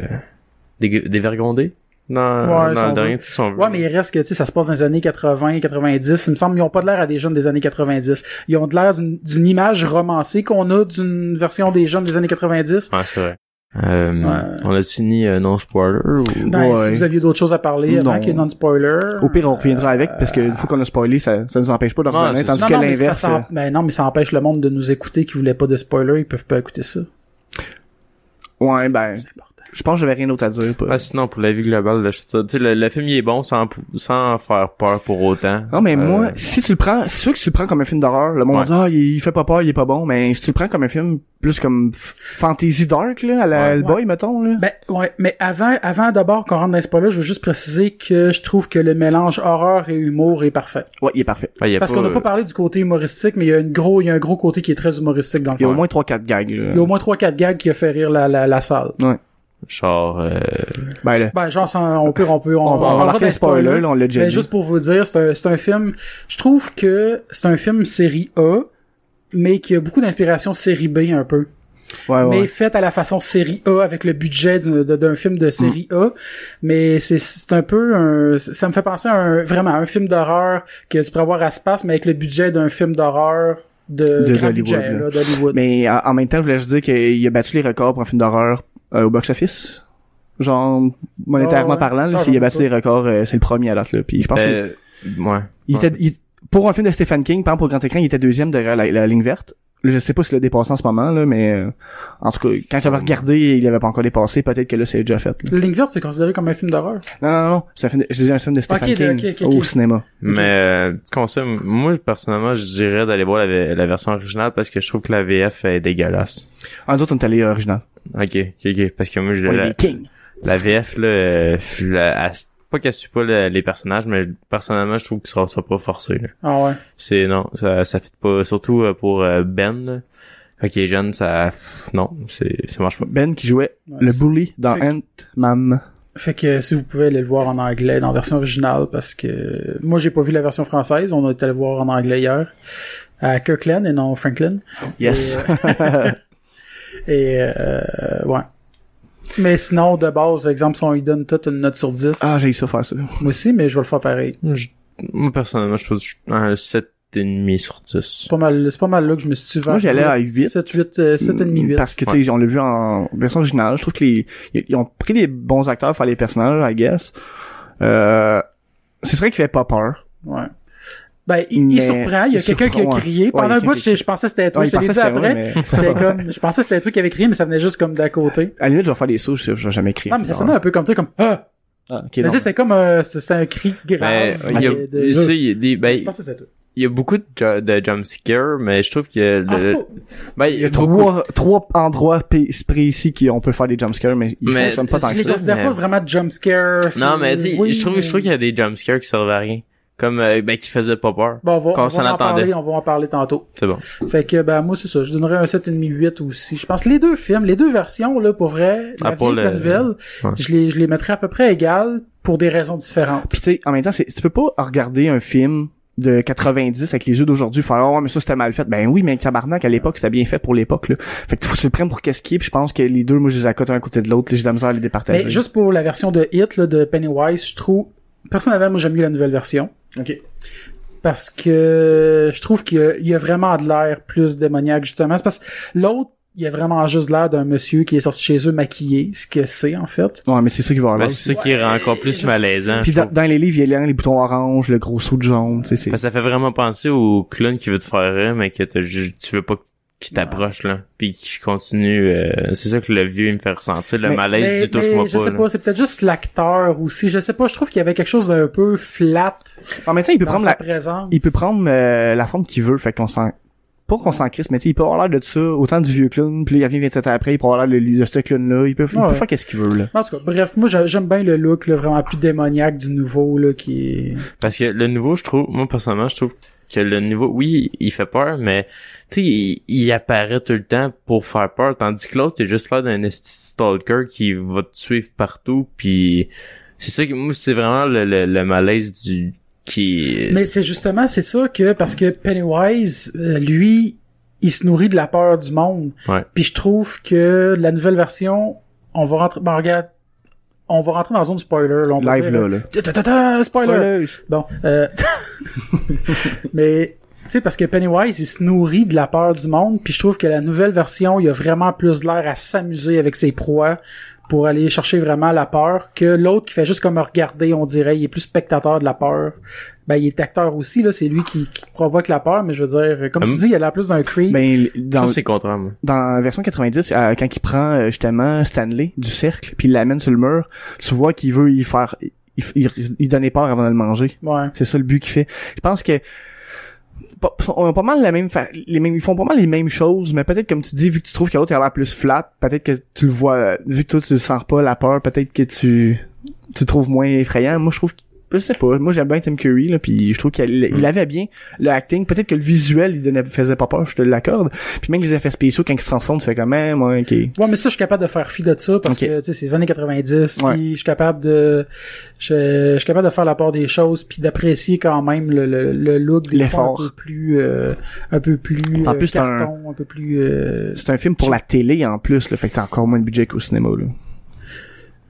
Speaker 3: dégue- dévergondés? Dans,
Speaker 1: Ouais, ils
Speaker 3: dans
Speaker 1: sont
Speaker 3: le dernier,
Speaker 1: bleus.
Speaker 3: tu sais, sont
Speaker 1: Ouais, mais il reste que tu sais, ça se passe dans les années 80, 90. Il me semble ils ont pas de l'air à des jeunes des années 90. Ils ont de l'air d'une d'une image romancée qu'on a d'une version des jeunes des années 90.
Speaker 3: Ouais, c'est vrai. Euh,
Speaker 1: Ouais.
Speaker 3: on a fini euh, non spoiler ou...
Speaker 1: Ben,
Speaker 2: Ouais.
Speaker 1: si vous aviez d'autres choses à parler avant
Speaker 2: Non.
Speaker 1: qu'il y ait non-spoiler.
Speaker 2: Au pire, on reviendra avec parce qu'une fois qu'on a spoilé, ça, ça nous empêche pas de
Speaker 3: Non,
Speaker 2: revenir.
Speaker 3: c'est
Speaker 2: Tandis
Speaker 1: Non,
Speaker 2: que
Speaker 1: non, mais
Speaker 2: l'inverse.
Speaker 1: ça, ça-
Speaker 2: euh,
Speaker 1: ben non, mais ça empêche le monde de nous écouter qui voulait pas de spoilers, ils peuvent pas écouter ça.
Speaker 2: Ouais, ben.
Speaker 1: C'est important.
Speaker 2: Je pense que j'avais rien d'autre à dire. pas-
Speaker 3: Ouais, Ah, sinon, pour la vie globale, là, je te dis, tu sais, le, le film, il est bon sans, pou- sans faire peur pour autant.
Speaker 2: Non, mais
Speaker 3: Euh,
Speaker 2: moi, si tu le prends, c'est sûr que tu le prends comme un film d'horreur, le monde
Speaker 3: Ouais.
Speaker 2: dit, ah, il, il fait pas peur, il est pas bon, mais si tu le prends comme un film plus comme f- fantasy dark, là, à la
Speaker 3: Ouais.
Speaker 2: Hellboy, mettons, là.
Speaker 1: Ben, ouais, mais avant, avant d'abord qu'on rentre dans les spoilers, je veux juste préciser que je trouve que le mélange horreur et humour est parfait.
Speaker 2: Ouais, il est parfait.
Speaker 3: ouais, il y a euh,
Speaker 1: Parce qu'on n'a pas parlé du côté humoristique, mais il y a une gros, il y a un gros côté qui est très humoristique dans le
Speaker 2: Il y a
Speaker 1: film.
Speaker 2: au moins 3-4 gags,
Speaker 1: Il y a
Speaker 2: là.
Speaker 1: au moins trois, quatre gags qui a fait rire la, la, la salle.
Speaker 3: Genre, euh,
Speaker 2: Ben, là.
Speaker 1: Ben, genre, sans- on peut, on peut, on,
Speaker 2: On va
Speaker 1: on parlera
Speaker 2: marquer
Speaker 1: d'un
Speaker 2: le spoiler, là, on l'a déjà
Speaker 1: Mais
Speaker 2: dit.
Speaker 1: juste pour vous dire, c'est un, c'est un film, je trouve que c'est un film série A, mais qui a beaucoup d'inspiration série B un peu.
Speaker 2: Ouais, Ah, ouais.
Speaker 1: mais faite à la façon série A avec le budget d'une- de- d'un film de série A. Mais c'est- c'est un peu un, ça me fait penser à un, vraiment à un film d'horreur que tu pourrais voir à Space, mais avec le budget d'un film d'horreur de,
Speaker 2: De
Speaker 1: grand
Speaker 2: Hollywood,
Speaker 1: budget,
Speaker 2: là.
Speaker 1: là, d'Hollywood.
Speaker 2: Mais en en même temps, je voulais juste dire qu'il a battu les records pour un film d'horreur euh, au box-office. Genre, monétairement
Speaker 1: Ah ouais.
Speaker 2: parlant, là,
Speaker 1: Ah,
Speaker 2: s'il a
Speaker 1: j'en
Speaker 2: battu
Speaker 1: doute
Speaker 2: les records, euh, c'est le premier à date, là. Puis je pense que
Speaker 3: euh, ouais.
Speaker 2: il était, il- pour un film de Stephen King, par exemple, pour grand écran, il était deuxième derrière la, la ligne verte. Là, Je sais pas s'il l'a dépassé en ce moment, là, mais euh, en tout cas, quand j'avais regardé, il l'avait pas encore dépassé. Peut-être que là, c'est déjà fait. là.
Speaker 1: Le Ligne verte, c'est considéré comme un film d'horreur.
Speaker 2: Non, non, non, non. C'est un film de, je disais un film de Stephen
Speaker 1: Ok,
Speaker 2: King
Speaker 1: ok, ok,
Speaker 2: au
Speaker 1: ok.
Speaker 2: cinéma.
Speaker 3: Mais, euh, tu conseilles- moi, personnellement, je dirais d'aller voir la, la version originale parce que je trouve que la VF est dégueulasse.
Speaker 2: En Ah, autres, on est allé original.
Speaker 3: Ok, ok, ok. Parce que moi, je,
Speaker 2: On est
Speaker 3: la,
Speaker 2: des King.
Speaker 3: la VF, là, euh, je la- elle- pas qu'elle suit pas le- les personnages, mais personnellement, je trouve que ça sera pas forcé, là.
Speaker 1: Ah ouais.
Speaker 3: C'est non, ça ça fit pas surtout euh, pour euh, Ben. là. Quand il est jeune, ça pff, non, c'est ça marche pas.
Speaker 2: Ben qui jouait
Speaker 1: Ouais.
Speaker 2: le bully dans
Speaker 1: Fait-
Speaker 2: Ant-Man.
Speaker 1: Fait que si vous pouvez aller le voir en anglais dans la version originale, parce que moi j'ai pas vu la version française, on a été le voir en anglais hier à Kirkland et non Franklin.
Speaker 2: Yes.
Speaker 1: Et euh, ouais. Mais sinon, de base, exemple, si on lui donne toute une note sur 10,
Speaker 2: ah, Mm. j'ai eu ça faire ça.
Speaker 1: moi aussi, mais je vais le faire pareil.
Speaker 3: Je- moi personnellement, je pense que je suis un 7,5 sur 10.
Speaker 1: C'est pas mal, c'est pas mal là que je me suis tué vers
Speaker 2: Moi, j'allais à huit. Mm,
Speaker 1: 7, 8, euh, 7,5, 8.
Speaker 2: Parce que, tu sais, on l'a vu en version originale. Je trouve que les, ils ils ont pris les bons acteurs pour faire les personnages, I guess. Euh, c'est vrai qu'il fait pas peur.
Speaker 1: Ouais. Ben, il, il
Speaker 2: Mais-
Speaker 1: surprend. Il y a
Speaker 2: il
Speaker 1: quelqu'un qui a
Speaker 2: surprend, ouais.
Speaker 1: crié.
Speaker 2: Ouais, il y
Speaker 1: Pendant
Speaker 2: a
Speaker 1: un bout,
Speaker 2: quelqu'un
Speaker 1: je, je pensais que c'était toi.
Speaker 2: Ouais, il
Speaker 1: je te l'ai
Speaker 2: pensait
Speaker 1: dit
Speaker 2: que c'était
Speaker 1: après.
Speaker 2: moi, mais-
Speaker 1: J'étais comme, je pensais que c'était toi qui avait crié, mais ça venait juste comme d'à côté.
Speaker 2: À la limite, je vais faire des sauts, je je vais jamais crier.
Speaker 1: Non, mais ça sonnait un peu comme toi, comme, ah!
Speaker 2: Ah, ok,
Speaker 1: Mais
Speaker 2: non.
Speaker 1: tu sais, c'était comme, euh, c'était un cri
Speaker 3: Ben,
Speaker 1: grave.
Speaker 3: il y a,
Speaker 1: de- de-
Speaker 3: tu sais, il y a des- ben,
Speaker 1: Je pensais que c'était toi.
Speaker 3: il y a beaucoup de, ju- de jump scare, mais je trouve que le,
Speaker 1: Ah, c'est pas-
Speaker 3: ben, il y a beaucoup-
Speaker 2: Trois, trois endroits p- précis qui on peut faire des jumpscares, mais ils
Speaker 3: Mais-
Speaker 2: font ça pas tant
Speaker 1: Je
Speaker 2: que
Speaker 1: les
Speaker 2: ça.
Speaker 1: considère
Speaker 3: mais-
Speaker 1: pas vraiment de jumpscare.
Speaker 3: Non, mais dis,
Speaker 1: Oui,
Speaker 3: je trouve je trouve qu'il y a des jump scares qui servent à rien, comme euh, ben qui faisaient pas peur.
Speaker 1: Bon, on va,
Speaker 3: Quand
Speaker 1: on
Speaker 3: on s'en
Speaker 1: va en
Speaker 3: attendait.
Speaker 1: parler, on va en parler tantôt.
Speaker 3: C'est bon.
Speaker 1: Fait que, ben, moi, c'est ça. Je donnerais un 7,5-8 aussi. Je pense que les deux films, les deux versions, là, pour vrai, la
Speaker 3: Ah, pour
Speaker 1: vieille et la
Speaker 3: le-
Speaker 1: nouvelle,
Speaker 3: Ouais.
Speaker 1: je les, je les mettrais à peu près égales pour des raisons différentes.
Speaker 2: Puis tu sais, en même temps, c'est- tu peux pas regarder un film de 90 avec les yeux d'aujourd'hui faire oh mais ça c'était mal fait ben oui mais tabarnak à l'époque c'était bien fait pour l'époque là fait que faut que tu le prennes pour qu'est-ce qui est puis je pense que les deux moi je les accote un à côté de l'autre là, j'ai de la misère à les départager
Speaker 1: Mais juste pour la version de Hit, là, de Pennywise, je trouve, personnellement, moi, j'aime mieux la nouvelle version.
Speaker 2: ok
Speaker 1: parce que je trouve qu'il y a- il y a, vraiment de l'air plus démoniaque justement. C'est parce que l'autre, il y a vraiment juste l'air d'un monsieur qui est sorti chez eux maquillé, ce que c'est en fait.
Speaker 2: ouais mais c'est ça qui va avoir
Speaker 3: Ben,
Speaker 2: l'air
Speaker 3: c'est ça qui rend encore plus
Speaker 1: je
Speaker 3: malaisant.
Speaker 2: puis
Speaker 3: je
Speaker 2: dans,
Speaker 3: trouve.
Speaker 2: dans les livres il y a les- les boutons orange le gros saut de jaune tu sais c'est
Speaker 3: Parce que ça fait vraiment penser au clown qui veut te faire rire, mais que t'as ju- tu veux pas qu'il t'approche, là. Puis qui continue. euh, c'est ça que le vieux, il me fait ressentir le
Speaker 2: Mais-
Speaker 3: malaise
Speaker 1: Mais-
Speaker 3: du touche-moi
Speaker 1: mais je
Speaker 3: pas.
Speaker 1: sais
Speaker 3: là.
Speaker 1: pas, c'est peut-être juste l'acteur aussi. Je sais pas, je trouve qu'il y avait quelque chose d'un peu flat
Speaker 2: en même temps il peut
Speaker 1: dans
Speaker 2: prendre
Speaker 1: sa
Speaker 2: la
Speaker 1: présence.
Speaker 2: il peut prendre euh, la forme qu'il veut fait qu'on s'en pas qu'on s'en crisse mais tu sais il peut avoir l'air de ça autant du vieux clown puis là, il revient 27 ans après il peut avoir l'air de, de ce clown là il peut, il
Speaker 1: Ouais.
Speaker 2: peut faire qu'est-ce qu'il veut là
Speaker 1: En tout cas, bref, moi j'a- j'aime bien le look là, vraiment plus démoniaque du nouveau là qui est...
Speaker 3: Parce que le nouveau, je trouve, moi personnellement, je trouve que le nouveau, oui, il fait peur, mais tu sais, il, il apparaît tout le temps pour faire peur, tandis que l'autre, il a juste l'air d'un esti stalker qui va te suivre partout, puis c'est ça que moi, c'est vraiment le, le, le malaise du qui.
Speaker 1: Mais c'est justement, c'est ça que, parce que Pennywise, euh, lui, il se nourrit de la peur du monde.
Speaker 3: Ouais.
Speaker 1: Puis je trouve que la nouvelle version, on va rentrer, ben regarde, on va rentrer dans la zone spoiler, là, on va
Speaker 2: live
Speaker 1: dire, euh,
Speaker 2: là là
Speaker 1: Ta- ta- ta- ta, spoiler! Bon, euh, [LAUGHS] mais, tu sais, parce que Pennywise, il se nourrit de la peur du monde, puis je trouve que la nouvelle version, il a vraiment plus de l'air à s'amuser avec ses proies pour aller chercher vraiment la peur que l'autre qui fait juste comme regarder, on dirait, il est plus spectateur de la peur. ben il est acteur aussi là, c'est lui qui, qui provoque la peur, mais je veux dire, comme
Speaker 3: Hum.
Speaker 1: tu dis, il a l'air plus d'un Creed.
Speaker 2: Ben, dans,
Speaker 3: Ça, c'est contraire, moi.
Speaker 2: dans la version 90, euh, quand il prend euh, justement Stanley du cercle, puis il l'amène sur le mur, tu vois qu'il veut y faire... Il, il, il donnait peur avant de le manger.
Speaker 1: ouais.
Speaker 2: C'est ça le but qu'il fait. Je pense que pas- on a pas mal la même fa- les mêmes ils font pas mal les mêmes choses mais peut-être comme tu dis vu que tu trouves que l'autre il a l'air plus flat peut-être que tu le vois euh, vu que toi tu sens pas la peur peut-être que tu tu le trouves moins effrayant moi je trouve que- je sais pas moi j'aime bien Tim Curry là puis je trouve qu'il il avait bien le acting peut-être que le visuel il donnait faisait pas peur je te l'accorde puis même les effets spéciaux quand il se transforme tu fais quand même ouais, ok
Speaker 1: Ouais, mais ça, je suis capable de faire fi de ça parce
Speaker 2: Ok.
Speaker 1: que, tu sais, c'est les années 90,
Speaker 2: Ouais.
Speaker 1: puis je suis capable de, je, je suis capable de faire la part des choses puis d'apprécier quand même le, le, le look des
Speaker 2: L'effort.
Speaker 1: fois un peu plus, euh, un peu plus,
Speaker 2: En
Speaker 1: euh,
Speaker 2: plus, c'est un-
Speaker 1: carton, un... peu plus, euh,
Speaker 2: c'est un film pour la télé en plus le fait que t'as encore moins de budget qu'au cinéma là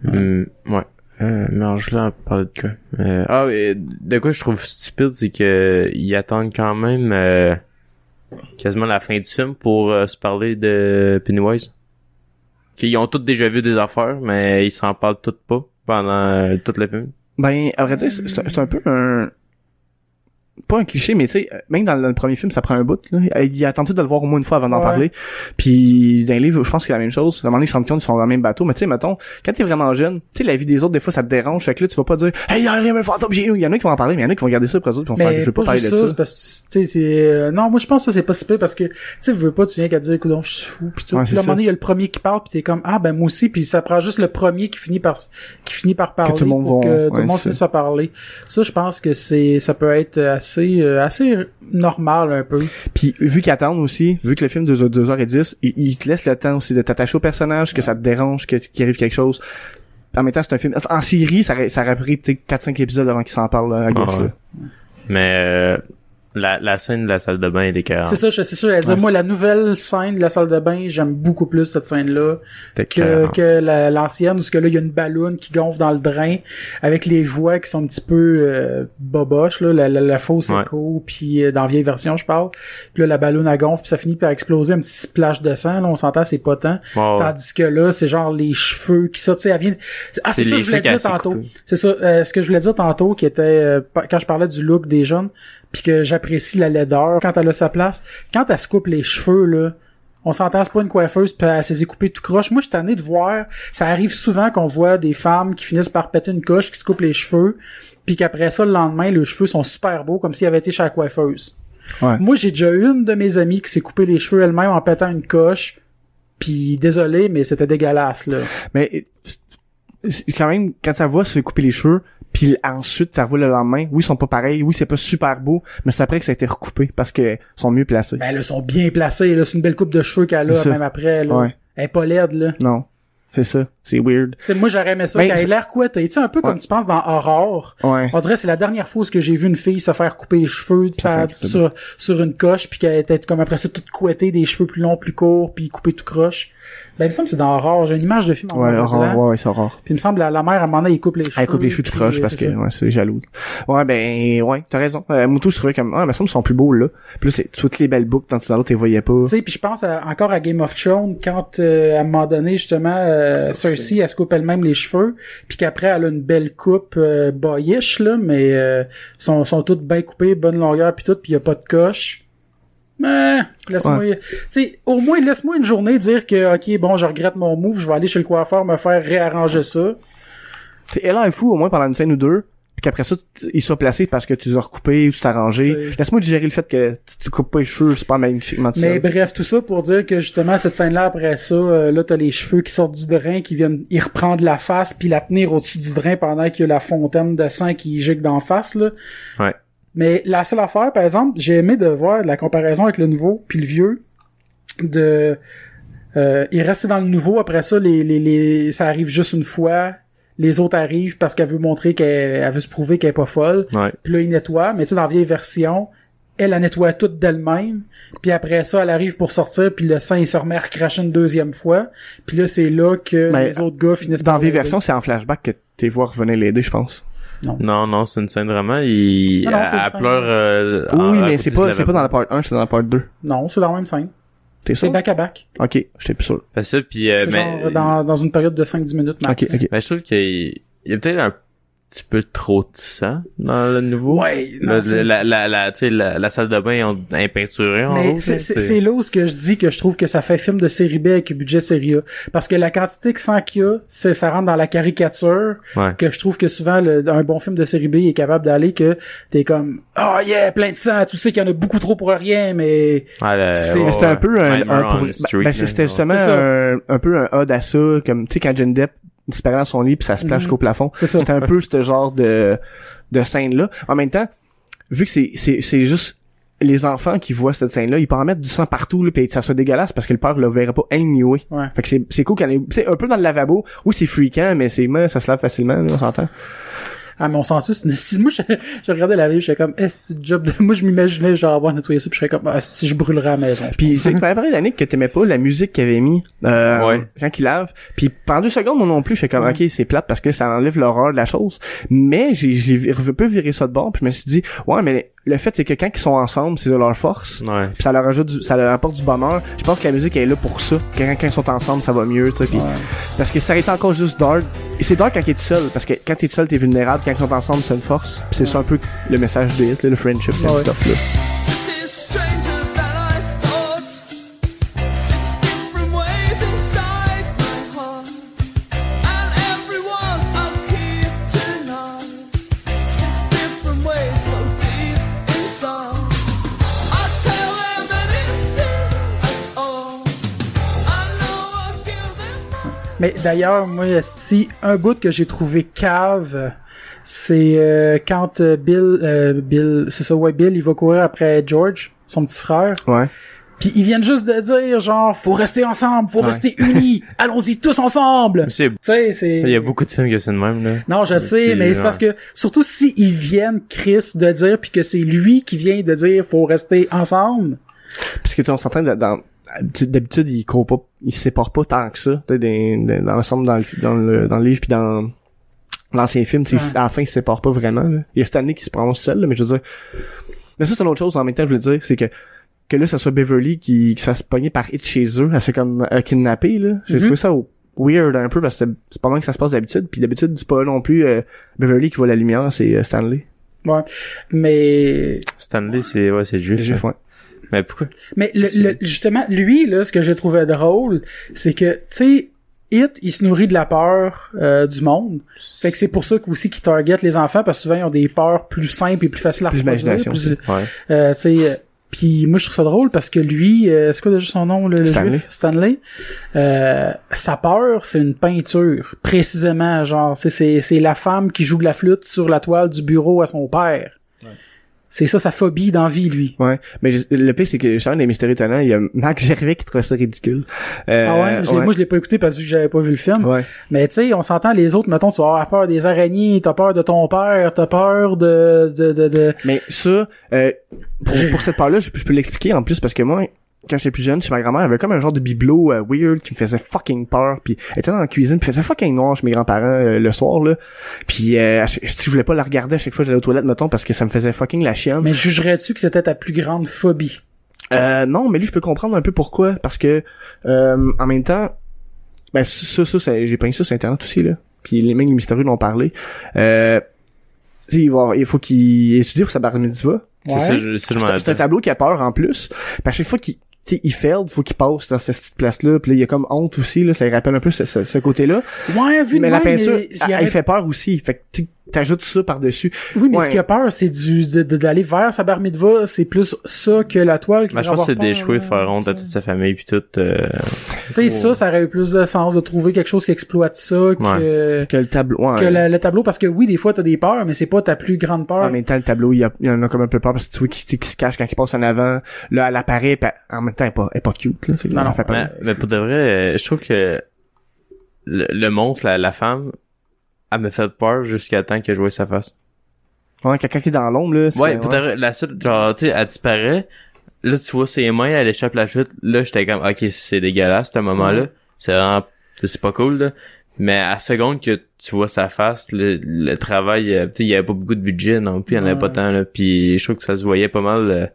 Speaker 3: Hum, ouais. Euh, mais je voulais en parler de quoi? Euh, ah, oui, de quoi je trouve stupide, c'est que ils attendent quand même euh, quasiment la fin du film pour euh, se parler de Pennywise. Qu'ils ont tous déjà vu des affaires, mais ils s'en parlent toutes pas pendant euh, tout le film.
Speaker 2: Ben, à vrai dire, c'est c'est un peu un... Pas un cliché, mais tu sais, euh, même dans le premier film, ça prend un bout. Là. Il a tenté de le voir au moins une fois avant d'en
Speaker 1: Ouais.
Speaker 2: parler. Puis dans les livres, je pense que c'est la même chose. À un moment donné, ils se rendent compte qu'ils sont dans le même bateau. Mais tu sais, mettons, quand t'es vraiment jeune, tu sais, la vie des autres, des fois, ça te dérange. Fait que là, tu vas pas dire « Hey, il y a un fantôme chez nous! » Il y en a qui vont en parler, mais il y en a qui vont regarder ça après eux autres, puis vont faire «
Speaker 1: mais
Speaker 2: Je veux pas
Speaker 1: pas
Speaker 2: parler
Speaker 1: juste
Speaker 2: de
Speaker 1: ça,
Speaker 2: ça.
Speaker 1: c'est parce que, tu sais, c'est, euh, non, moi, je pense que ça, c'est pas si peu parce que, tu sais, veux pas, tu viens qu'à dire, coudon, je suis fou, puis tout.
Speaker 2: Ouais,
Speaker 1: Puis
Speaker 2: c'est
Speaker 1: là, à un
Speaker 2: ça.
Speaker 1: moment donné, il y a le premier qui parle, puis t'es comme, ah, ben, moi aussi, puis ça prend juste le premier qui finit par, qui finit par parler
Speaker 2: tout le monde
Speaker 1: pour
Speaker 2: va-
Speaker 1: que tout
Speaker 2: ouais,
Speaker 1: le monde
Speaker 2: c'est
Speaker 1: finisse par parler. Ça, je pense que c'est, ça peut être assez, euh, assez normal, un peu. ».
Speaker 2: Puis vu qu'ils attendent aussi, vu que le film dure 2h10, ils ils te laissent le temps aussi de t'attacher au personnage, que ça te dérange, que- qu'il arrive quelque chose. En même temps, c'est un film... En série, ça aurait, ça aurait pris peut-être 4-5 épisodes avant qu'ils s'en parlent, euh, à guess,
Speaker 3: Ah
Speaker 2: là.
Speaker 3: ouais. Mais euh, la, la scène de la salle de bain, elle est carrément...
Speaker 1: C'est ça, je- c'est ça, j'allais dire,
Speaker 2: Ouais.
Speaker 1: moi, la nouvelle scène de la salle de bain, j'aime beaucoup plus cette scène-là
Speaker 3: T'es
Speaker 1: que,
Speaker 3: carrément.
Speaker 1: que la- l'ancienne, où ce que là, il y a une balloune qui gonfle dans le drain, avec les voix qui sont un petit peu euh, boboches, là, la, la, la fausse
Speaker 3: Ouais.
Speaker 1: écho, puis euh, dans la vieille version, je parle, puis là, la balloune, elle gonfle, puis ça finit par exploser, un petit splash de sang, là, on s'entend, c'est pas tant.
Speaker 3: Ah Ouais, ouais.
Speaker 1: Tandis que là, c'est genre les cheveux qui sortent, tu sais, elle vient... Ah, c'est
Speaker 3: C'est
Speaker 1: ça
Speaker 3: les
Speaker 1: que je voulais
Speaker 3: cheveux
Speaker 1: dire
Speaker 3: qu'elle s'est
Speaker 1: tantôt.
Speaker 3: coupés.
Speaker 1: C'est ça, euh, ce que je voulais dire tantôt, qui était, euh, pa- quand je parlais du look des jeunes, puis que j'apprécie la laideur, quand elle a sa place, quand elle se coupe les cheveux, là, on s'entend, c'est pas une coiffeuse, puis elle s'est coupée tout croche. Moi, je suis tanné de voir, ça arrive souvent qu'on voit des femmes qui finissent par péter une coche, qui se coupent les cheveux, puis qu'après ça, le lendemain, les cheveux sont super beaux, comme s'ils avaient été chez la coiffeuse.
Speaker 2: Ouais.
Speaker 1: Moi, j'ai déjà eu une de mes amies qui s'est coupé les cheveux elle-même en pétant une coche. Puis désolé, mais c'était dégueulasse là.
Speaker 2: Mais euh, c'est quand même, quand ça voit se couper les cheveux, puis ensuite ça voit le lendemain, oui, ils sont pas pareils, oui, c'est pas super beau, mais c'est après que ça a été recoupé parce que ils sont mieux placés.
Speaker 1: Ben là, sont bien placés là, c'est une belle coupe de cheveux qu'elle a
Speaker 2: C'est ça.
Speaker 1: même après là.
Speaker 2: Ouais.
Speaker 1: Elle est pas laide là.
Speaker 2: Non. C'est ça. C'est weird.
Speaker 1: Tu sais, moi j'aurais aimé ça
Speaker 2: Ben,
Speaker 1: qu'elle ait
Speaker 2: c'est-
Speaker 1: l'air couettée. Tu sais un peu comme
Speaker 2: Ouais.
Speaker 1: tu penses dans Aurore.
Speaker 2: Ouais.
Speaker 1: On dirait que c'est la dernière fois où ce que j'ai vu une fille se faire couper les cheveux
Speaker 2: Ça
Speaker 1: par-
Speaker 2: fait que c'est
Speaker 1: sur, sur une coche puis qu'elle était comme après ça toute couettée, des cheveux plus longs, plus courts, puis coupée tout croche. Ben il me semble que c'est dans Aurore, j'ai une image de film en
Speaker 2: Ouais,
Speaker 1: noir et
Speaker 2: horreur,
Speaker 1: blanc.
Speaker 2: ouais, ouais, c'est horreur.
Speaker 1: Puis il me semble la, la mère à un moment donné, il coupe les cheveux.
Speaker 2: Elle coupe les cheveux tout
Speaker 1: puis,
Speaker 2: croche
Speaker 1: euh,
Speaker 2: parce
Speaker 1: c'est
Speaker 2: que,
Speaker 1: ça.
Speaker 2: ouais, c'est jaloux. Ouais, ben, ouais, t'as raison. Euh, Moutou, je trouvais comme, ah, mais ça me sont plus beaux, là. Puis là, c'est toutes les belles boucles, tandis que dans l'autre, t'es voyais pas.
Speaker 1: Tu sais, puis je pense à- encore à Game of Thrones quand euh, à un moment donné justement euh, Cersei elle se coupe elle-même les cheveux, puis qu'après elle a une belle coupe euh, boyish là, mais euh, sont sont toutes bien coupées, bonne longueur puis tout, puis y a pas de coche. Mais laisse-moi, tu sais, au moins laisse-moi une journée dire que ok bon je regrette mon move, je vais aller chez le coiffeur me faire réarranger ça.
Speaker 2: T'es elle est fou, au moins, pendant une scène ou deux. Puis qu'après ça, tu- il soit placé parce que tu les as recoupés ou tu t'es arrangé.
Speaker 1: C'est-
Speaker 2: Laisse-moi digérer le fait que tu, tu coupes pas les cheveux, c'est pas magnifiquement tout
Speaker 1: Mais ben,
Speaker 2: seul.
Speaker 1: bref, tout ça pour dire que justement cette scène-là après ça, euh, là t'as les cheveux qui sortent du drain, qui viennent y reprendre la face, puis la tenir au-dessus du drain pendant qu'il y a la fontaine de sang qui gicle d'en face là.
Speaker 3: Ouais.
Speaker 1: Mais la seule affaire, par exemple, j'ai aimé de voir la comparaison avec le nouveau puis le vieux de euh, il restait dans le nouveau après ça les, les, les ça arrive juste une fois les autres arrivent parce qu'elle veut montrer qu'elle elle veut se prouver qu'elle est pas folle
Speaker 3: Ouais.
Speaker 1: puis là, il nettoie, mais tu sais, dans la vieille version, elle la nettoie toute d'elle-même, puis après ça, elle arrive pour sortir, puis le sang, il se remet à recracher une deuxième fois, puis là, c'est là que
Speaker 2: Ben,
Speaker 1: les autres gars finissent
Speaker 2: Dans
Speaker 1: par
Speaker 2: les
Speaker 1: l'aider.
Speaker 2: versions, c'est en flashback que tes voix revenaient l'aider, je pense.
Speaker 3: Non, non, c'est une scène vraiment... Il...
Speaker 1: Non, non,
Speaker 3: elle-
Speaker 1: c'est une
Speaker 3: elle
Speaker 1: scène.
Speaker 3: pleure... euh, en-
Speaker 2: oui,
Speaker 3: à
Speaker 2: mais
Speaker 3: côté
Speaker 2: c'est
Speaker 3: du
Speaker 2: pas,
Speaker 3: lavabo.
Speaker 2: c'est pas dans la part 1, c'est dans la part 2.
Speaker 1: Non, c'est dans la même scène.
Speaker 2: T'es
Speaker 1: C'est
Speaker 2: sûr?
Speaker 1: back-à-back.
Speaker 2: Ok, j'étais plus sûr.
Speaker 3: Parce que, puis, euh,
Speaker 1: C'est
Speaker 3: mais...
Speaker 1: genre
Speaker 3: Ben,
Speaker 1: dans, dans une période de 5-10 minutes, max.
Speaker 2: Ok, ok.
Speaker 3: Mais je trouve qu'il il y a peut-être un petit peu trop tissant dans le nouveau.
Speaker 1: Ouais, non,
Speaker 3: Le-
Speaker 1: c'est-
Speaker 3: la, la, la, tu sais, la, la salle de bain en, en peinturée en
Speaker 1: Mais
Speaker 3: rouge,
Speaker 1: c'est-
Speaker 3: là,
Speaker 1: c'est c'est là où ce que je dis que je trouve que ça fait film de série B avec budget série A. Parce que la quantité que sans qu'il y a, c'est- ça rentre dans la caricature
Speaker 3: Ouais.
Speaker 1: que je trouve que souvent le- un bon film de série B est capable d'aller que t'es comme Oh yeah, plein de sang, tu sais qu'il y en a beaucoup trop pour rien, mais
Speaker 3: Ah, le-
Speaker 1: c'est-
Speaker 3: ouais,
Speaker 2: Mais c'était un peu un,
Speaker 3: Nightmare
Speaker 2: un
Speaker 3: on
Speaker 2: pour-
Speaker 3: the Street,
Speaker 2: ben, c'est-
Speaker 3: là,
Speaker 2: c'était
Speaker 3: ouais.
Speaker 2: justement
Speaker 1: C'est ça.
Speaker 2: un, un peu un odd à ça, comme tu sais quand Johnny Depp disparaît dans son lit puis ça se
Speaker 1: Mhm.
Speaker 2: plage jusqu'au plafond.
Speaker 1: C'est ça.
Speaker 2: C'était un peu ce genre de de scène là. En même temps, vu que c'est c'est c'est juste les enfants qui voient cette scène là, ils peuvent en mettre du sang partout là, puis ça soit dégueulasse parce que le père le verrait pas anyway.
Speaker 1: Ouais.
Speaker 2: Fait que c'est c'est cool quand c'est un peu dans le lavabo. Oui, c'est fréquent mais c'est mais ça se lave facilement, là, on s'entend.
Speaker 1: Ah, mais on s'en suce. Mais si moi, je, je regardais la vie, j'étais comme, eh, c'est le job de, moi, je m'imaginais, genre, avoir nettoyé ça, puis je serais comme, ah, si je brûlerais à la maison.
Speaker 2: Puis
Speaker 3: [LAUGHS]
Speaker 2: c'est que tu m'avais parlé d'Annick que t'aimais pas la musique qu'il avait mis euh,
Speaker 3: Ouais. Mm.
Speaker 2: quand il lave. Puis pendant deux secondes, moi non plus, je fais comme ok c'est plate parce que ça enlève l'horreur de la chose. Mais j'ai j'ai vir- un peu viré ça de bord. Puis je me suis dit ouais mais le fait c'est que quand ils sont ensemble, c'est de leur force.
Speaker 3: Ouais.
Speaker 2: Puis ça leur ajoute du- ça leur apporte du bonheur. Je pense que la musique elle est là pour ça. Que Quand, quand ils sont ensemble, ça va mieux, tu sais. Puis parce que ça aurait été encore juste dark. Et c'est dark quand t'es tout seul parce que quand t'es tout seul, t'es vulnérable. Quand ils sont ensemble, c'est une force. Puis c'est ça un peu le message de Hit, là, le friendship, and
Speaker 1: Ouais.
Speaker 2: stuff là.
Speaker 5: This is stranger than I thought. Six different ways inside my heart, and everyone I'll keep tonight. Six different ways go deep inside. I tell them anything at all. I know I'll give them.
Speaker 1: Mais d'ailleurs, moi, si un bout que j'ai trouvé cave, c'est euh, quand euh, Bill, euh, Bill, c'est ça, ouais, Bill, il va courir après George, son petit frère.
Speaker 2: Ouais.
Speaker 1: Puis ils viennent juste de dire, genre, faut rester ensemble, faut
Speaker 2: Ouais.
Speaker 1: rester unis, allons-y tous ensemble.
Speaker 3: Mais
Speaker 1: Tu
Speaker 3: c'est-
Speaker 1: sais, c'est.
Speaker 3: Il y a beaucoup de films que c'est de même, là.
Speaker 1: Non, je sais,
Speaker 3: Qui-
Speaker 1: mais c'est parce que surtout si ils viennent Chris de dire puis que c'est lui qui vient de dire faut rester ensemble.
Speaker 2: Parce que tu sais, on s'entend dans- dans d'habitude ils courent pas ils se séparent pas tant que ça tu sais, des- des- dans l'ensemble dans le fi- dans le dans le livre puis dans l'ancien film tu sais,
Speaker 1: Ouais.
Speaker 2: à la fin ils se séparent pas vraiment là. il y a cette année qui se prononce seul là, mais je veux dire mais ça c'est une autre chose en même temps je veux dire c'est que que là ça soit Beverly qui qui ça se pognait par hit chez eux elle se fait comme euh, kidnapper là j'ai trouvé ça au- weird un peu parce que c'est- c'est pas mal que ça se passe d'habitude puis d'habitude c'est pas non plus euh, Beverly qui voit la lumière c'est euh, Stanley
Speaker 1: Ouais. Mais
Speaker 3: Stanley, c'est, ouais, c'est
Speaker 2: Les
Speaker 3: juste. hein.
Speaker 2: Juifs, ouais.
Speaker 3: Mais pourquoi?
Speaker 1: mais le, le- justement lui là ce que j'ai trouvé drôle, c'est que tu sais It, il se nourrit de la peur euh, du monde. Fait que c'est pour ça qu- aussi qu'il target les enfants parce que souvent ils ont des peurs plus simples et plus faciles à
Speaker 2: Plus
Speaker 1: reproduire,
Speaker 2: d'imagination
Speaker 1: plus-
Speaker 3: Ouais.
Speaker 1: Euh, tu sais, euh, puis moi je trouve ça drôle parce que lui, euh, c'est quoi déjà son nom, le, le
Speaker 2: Stanley.
Speaker 1: juif Stanley. Euh, sa peur, c'est une peinture, précisément, genre, tu sais, c'est c'est la femme qui joue de la flûte sur la toile du bureau à son père. C'est ça sa phobie d'envie, lui.
Speaker 2: Ouais, mais je- le pire c'est que je des mystérieux talents, il y a Marc Gervais qui trouvait ça ridicule. Euh,
Speaker 1: ah ouais, je l'ai- moi je l'ai pas écouté parce que j'avais pas vu le film.
Speaker 2: Ouais.
Speaker 1: Mais tu sais, on s'entend les autres, mettons, tu vas avoir peur des araignées, t'as peur de ton père, t'as peur de de de, de...
Speaker 2: Mais ça, euh, pour, pour cette part-là, je, je peux l'expliquer en plus parce que moi, quand j'étais plus jeune, chez ma grand-mère, elle avait comme un genre de bibelot euh, weird qui me faisait fucking peur. Puis elle était dans la cuisine, puis elle faisait fucking noir chez mes grands-parents euh, le soir là. Puis euh, à chaque- si je voulais pas la regarder à chaque fois que j'allais aux toilettes, mettons, parce que ça me faisait fucking la chienne.
Speaker 1: Mais jugerais-tu que c'était ta plus grande phobie?
Speaker 2: Euh, non, mais lui, je peux comprendre un peu pourquoi, parce que euh, en même temps, ben ça, ça, ça- j'ai peint ça sur internet aussi là. Puis les mêmes les mystérieux l'ont parlé. Euh, tu sais, il, va, il faut qu'il étudie pour sa bar mitzvah.
Speaker 3: C'est ça, je, ça,
Speaker 2: C'est c'est un
Speaker 3: je m'en rappelle.
Speaker 2: tableau qui a peur en plus. Puis à chaque fois qu'il tu sais, il failed, faut qu'il passe dans cette petite place-là. Puis là, il y a comme honte aussi, là. Ça lui rappelle un peu ce, ce- ce côté-là.
Speaker 1: Ouais, vu de
Speaker 2: mais la
Speaker 1: même,
Speaker 2: peinture,
Speaker 1: il- il
Speaker 2: elle,
Speaker 1: arrête-
Speaker 2: elle fait peur aussi. Fait que tu sais, t'ajoutes ça par-dessus.
Speaker 1: Oui, mais
Speaker 2: Ouais.
Speaker 1: ce qu'il a peur, c'est du de- de- d'aller vers sa bar mitzvah, c'est plus ça que la toile. qui
Speaker 3: Mais
Speaker 1: va
Speaker 3: Ben, je pense que
Speaker 1: avoir
Speaker 3: c'est
Speaker 1: peur,
Speaker 3: d'échouer, de
Speaker 1: là.
Speaker 3: faire honte à toute sa famille puis tout, euh,
Speaker 1: Tu sais, ça, ça aurait eu plus de sens de trouver quelque chose qui exploite ça que,
Speaker 2: Que le tableau...
Speaker 1: que la- le tableau, parce que oui, des fois, t'as des peurs, mais c'est pas ta plus grande peur.
Speaker 2: En même temps, le tableau, il y, a- il y en a comme un peu peur parce que tu vois qu'il tu sais, qu'il se cache quand il passe en avant. Là, elle apparaît, puis elle- en même temps, elle est pas, elle est pas cute. Là,
Speaker 1: Non, non,
Speaker 2: fait peur.
Speaker 3: Mais, mais pour de vrai, euh, je trouve que le, le monstre, la, la femme, elle me fait peur jusqu'à temps que je vois sa face.
Speaker 2: Ouais, quelqu'un qui est dans l'ombre, là. c'est-
Speaker 3: Ouais, pour de vrai, la seule, genre, tu sais, elle disparaît, là, tu vois ses mains, elle échappe la chute, là, j'étais comme, ok, c'est dégueulasse, ce moment-là, c'est vraiment, c'est pas cool, là. Mais à la seconde que tu vois sa face, le, le travail, euh, tu sais, il y avait pas beaucoup de budget non plus, il y en avait
Speaker 1: Ouais.
Speaker 3: pas tant, là, puis je trouve que ça se voyait pas mal. euh,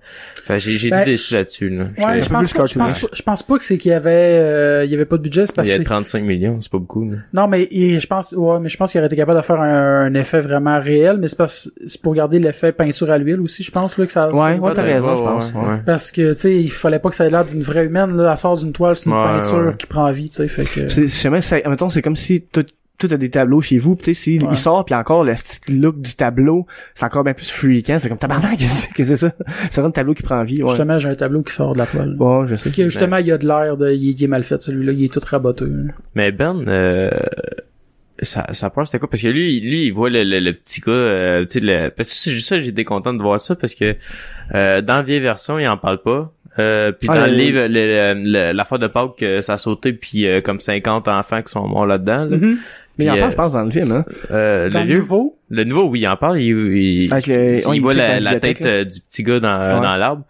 Speaker 3: fait, j'ai j'ai
Speaker 1: Ben,
Speaker 3: été déçu
Speaker 1: je-
Speaker 3: là-dessus, là.
Speaker 1: Ouais,
Speaker 2: un
Speaker 1: je
Speaker 2: peu
Speaker 1: pense,
Speaker 2: plus
Speaker 1: pas, je, pense
Speaker 2: cartoonish.
Speaker 1: pas, je pense pas que c'est qu'il y avait euh, il y avait pas de budget c'est
Speaker 3: Il
Speaker 1: parce
Speaker 3: y
Speaker 1: que
Speaker 3: a 35 millions, c'est pas beaucoup, là.
Speaker 1: non mais il- je pense ouais mais je pense qu'il aurait été capable de faire un, un effet vraiment réel mais c'est parce c'est pour garder l'effet peinture à l'huile aussi je pense là que ça
Speaker 2: Ouais, ouais,
Speaker 1: c'est-
Speaker 2: t'as raison, je pense.
Speaker 3: Ouais, ouais.
Speaker 1: parce que tu sais il fallait pas que ça ait l'air d'une vraie humaine là elle sort d'une toile c'est une
Speaker 3: Ouais,
Speaker 1: peinture
Speaker 3: ouais.
Speaker 1: qui prend vie tu sais fait que
Speaker 2: C'est, c'est, jamais- c'est, mettons, c'est comme si tout, tout a des tableaux chez vous, pis tu sais, s'il
Speaker 1: Ouais.
Speaker 2: il sort pis encore le petit look du tableau, c'est encore bien plus freakant, c'est comme tabarnak, [LAUGHS] qu'est-ce que c'est ça? C'est vraiment un tableau qui prend vie, ouais.
Speaker 1: justement j'ai un tableau qui sort de la toile
Speaker 2: Ouais, je sais.
Speaker 1: Fait que, justement il y a de l'air de il, il est mal fait celui-là il est tout raboteux
Speaker 3: Mais Ben, euh, sa, sa peur, c'était quoi? Parce que lui, lui, il voit le, le, le petit gars, euh, tu sais, le... parce que c'est juste ça, j'étais content de voir ça, parce que euh, dans la vieille version, il en parle pas. Euh, puis
Speaker 2: Ah,
Speaker 3: dans le
Speaker 2: le-
Speaker 3: livre, le- le- l'affaire de Pâques, euh, ça a sauté, puis euh, comme 50 enfants qui sont morts là-dedans. là.
Speaker 2: Mais il en parle,
Speaker 3: Puis, euh,
Speaker 2: je pense, dans le film, hein.
Speaker 3: Euh,
Speaker 1: Mm-hmm. dans
Speaker 3: le
Speaker 1: le
Speaker 3: vieux,
Speaker 1: nouveau
Speaker 3: le nouveau, oui, il en parle. Il, il,
Speaker 2: Avec le-
Speaker 3: il
Speaker 2: oh, il
Speaker 3: voit
Speaker 2: check dans la
Speaker 3: la, la
Speaker 2: bibliothèque,
Speaker 3: tête euh, du petit gars dans,
Speaker 2: Ouais.
Speaker 3: dans l'arbre.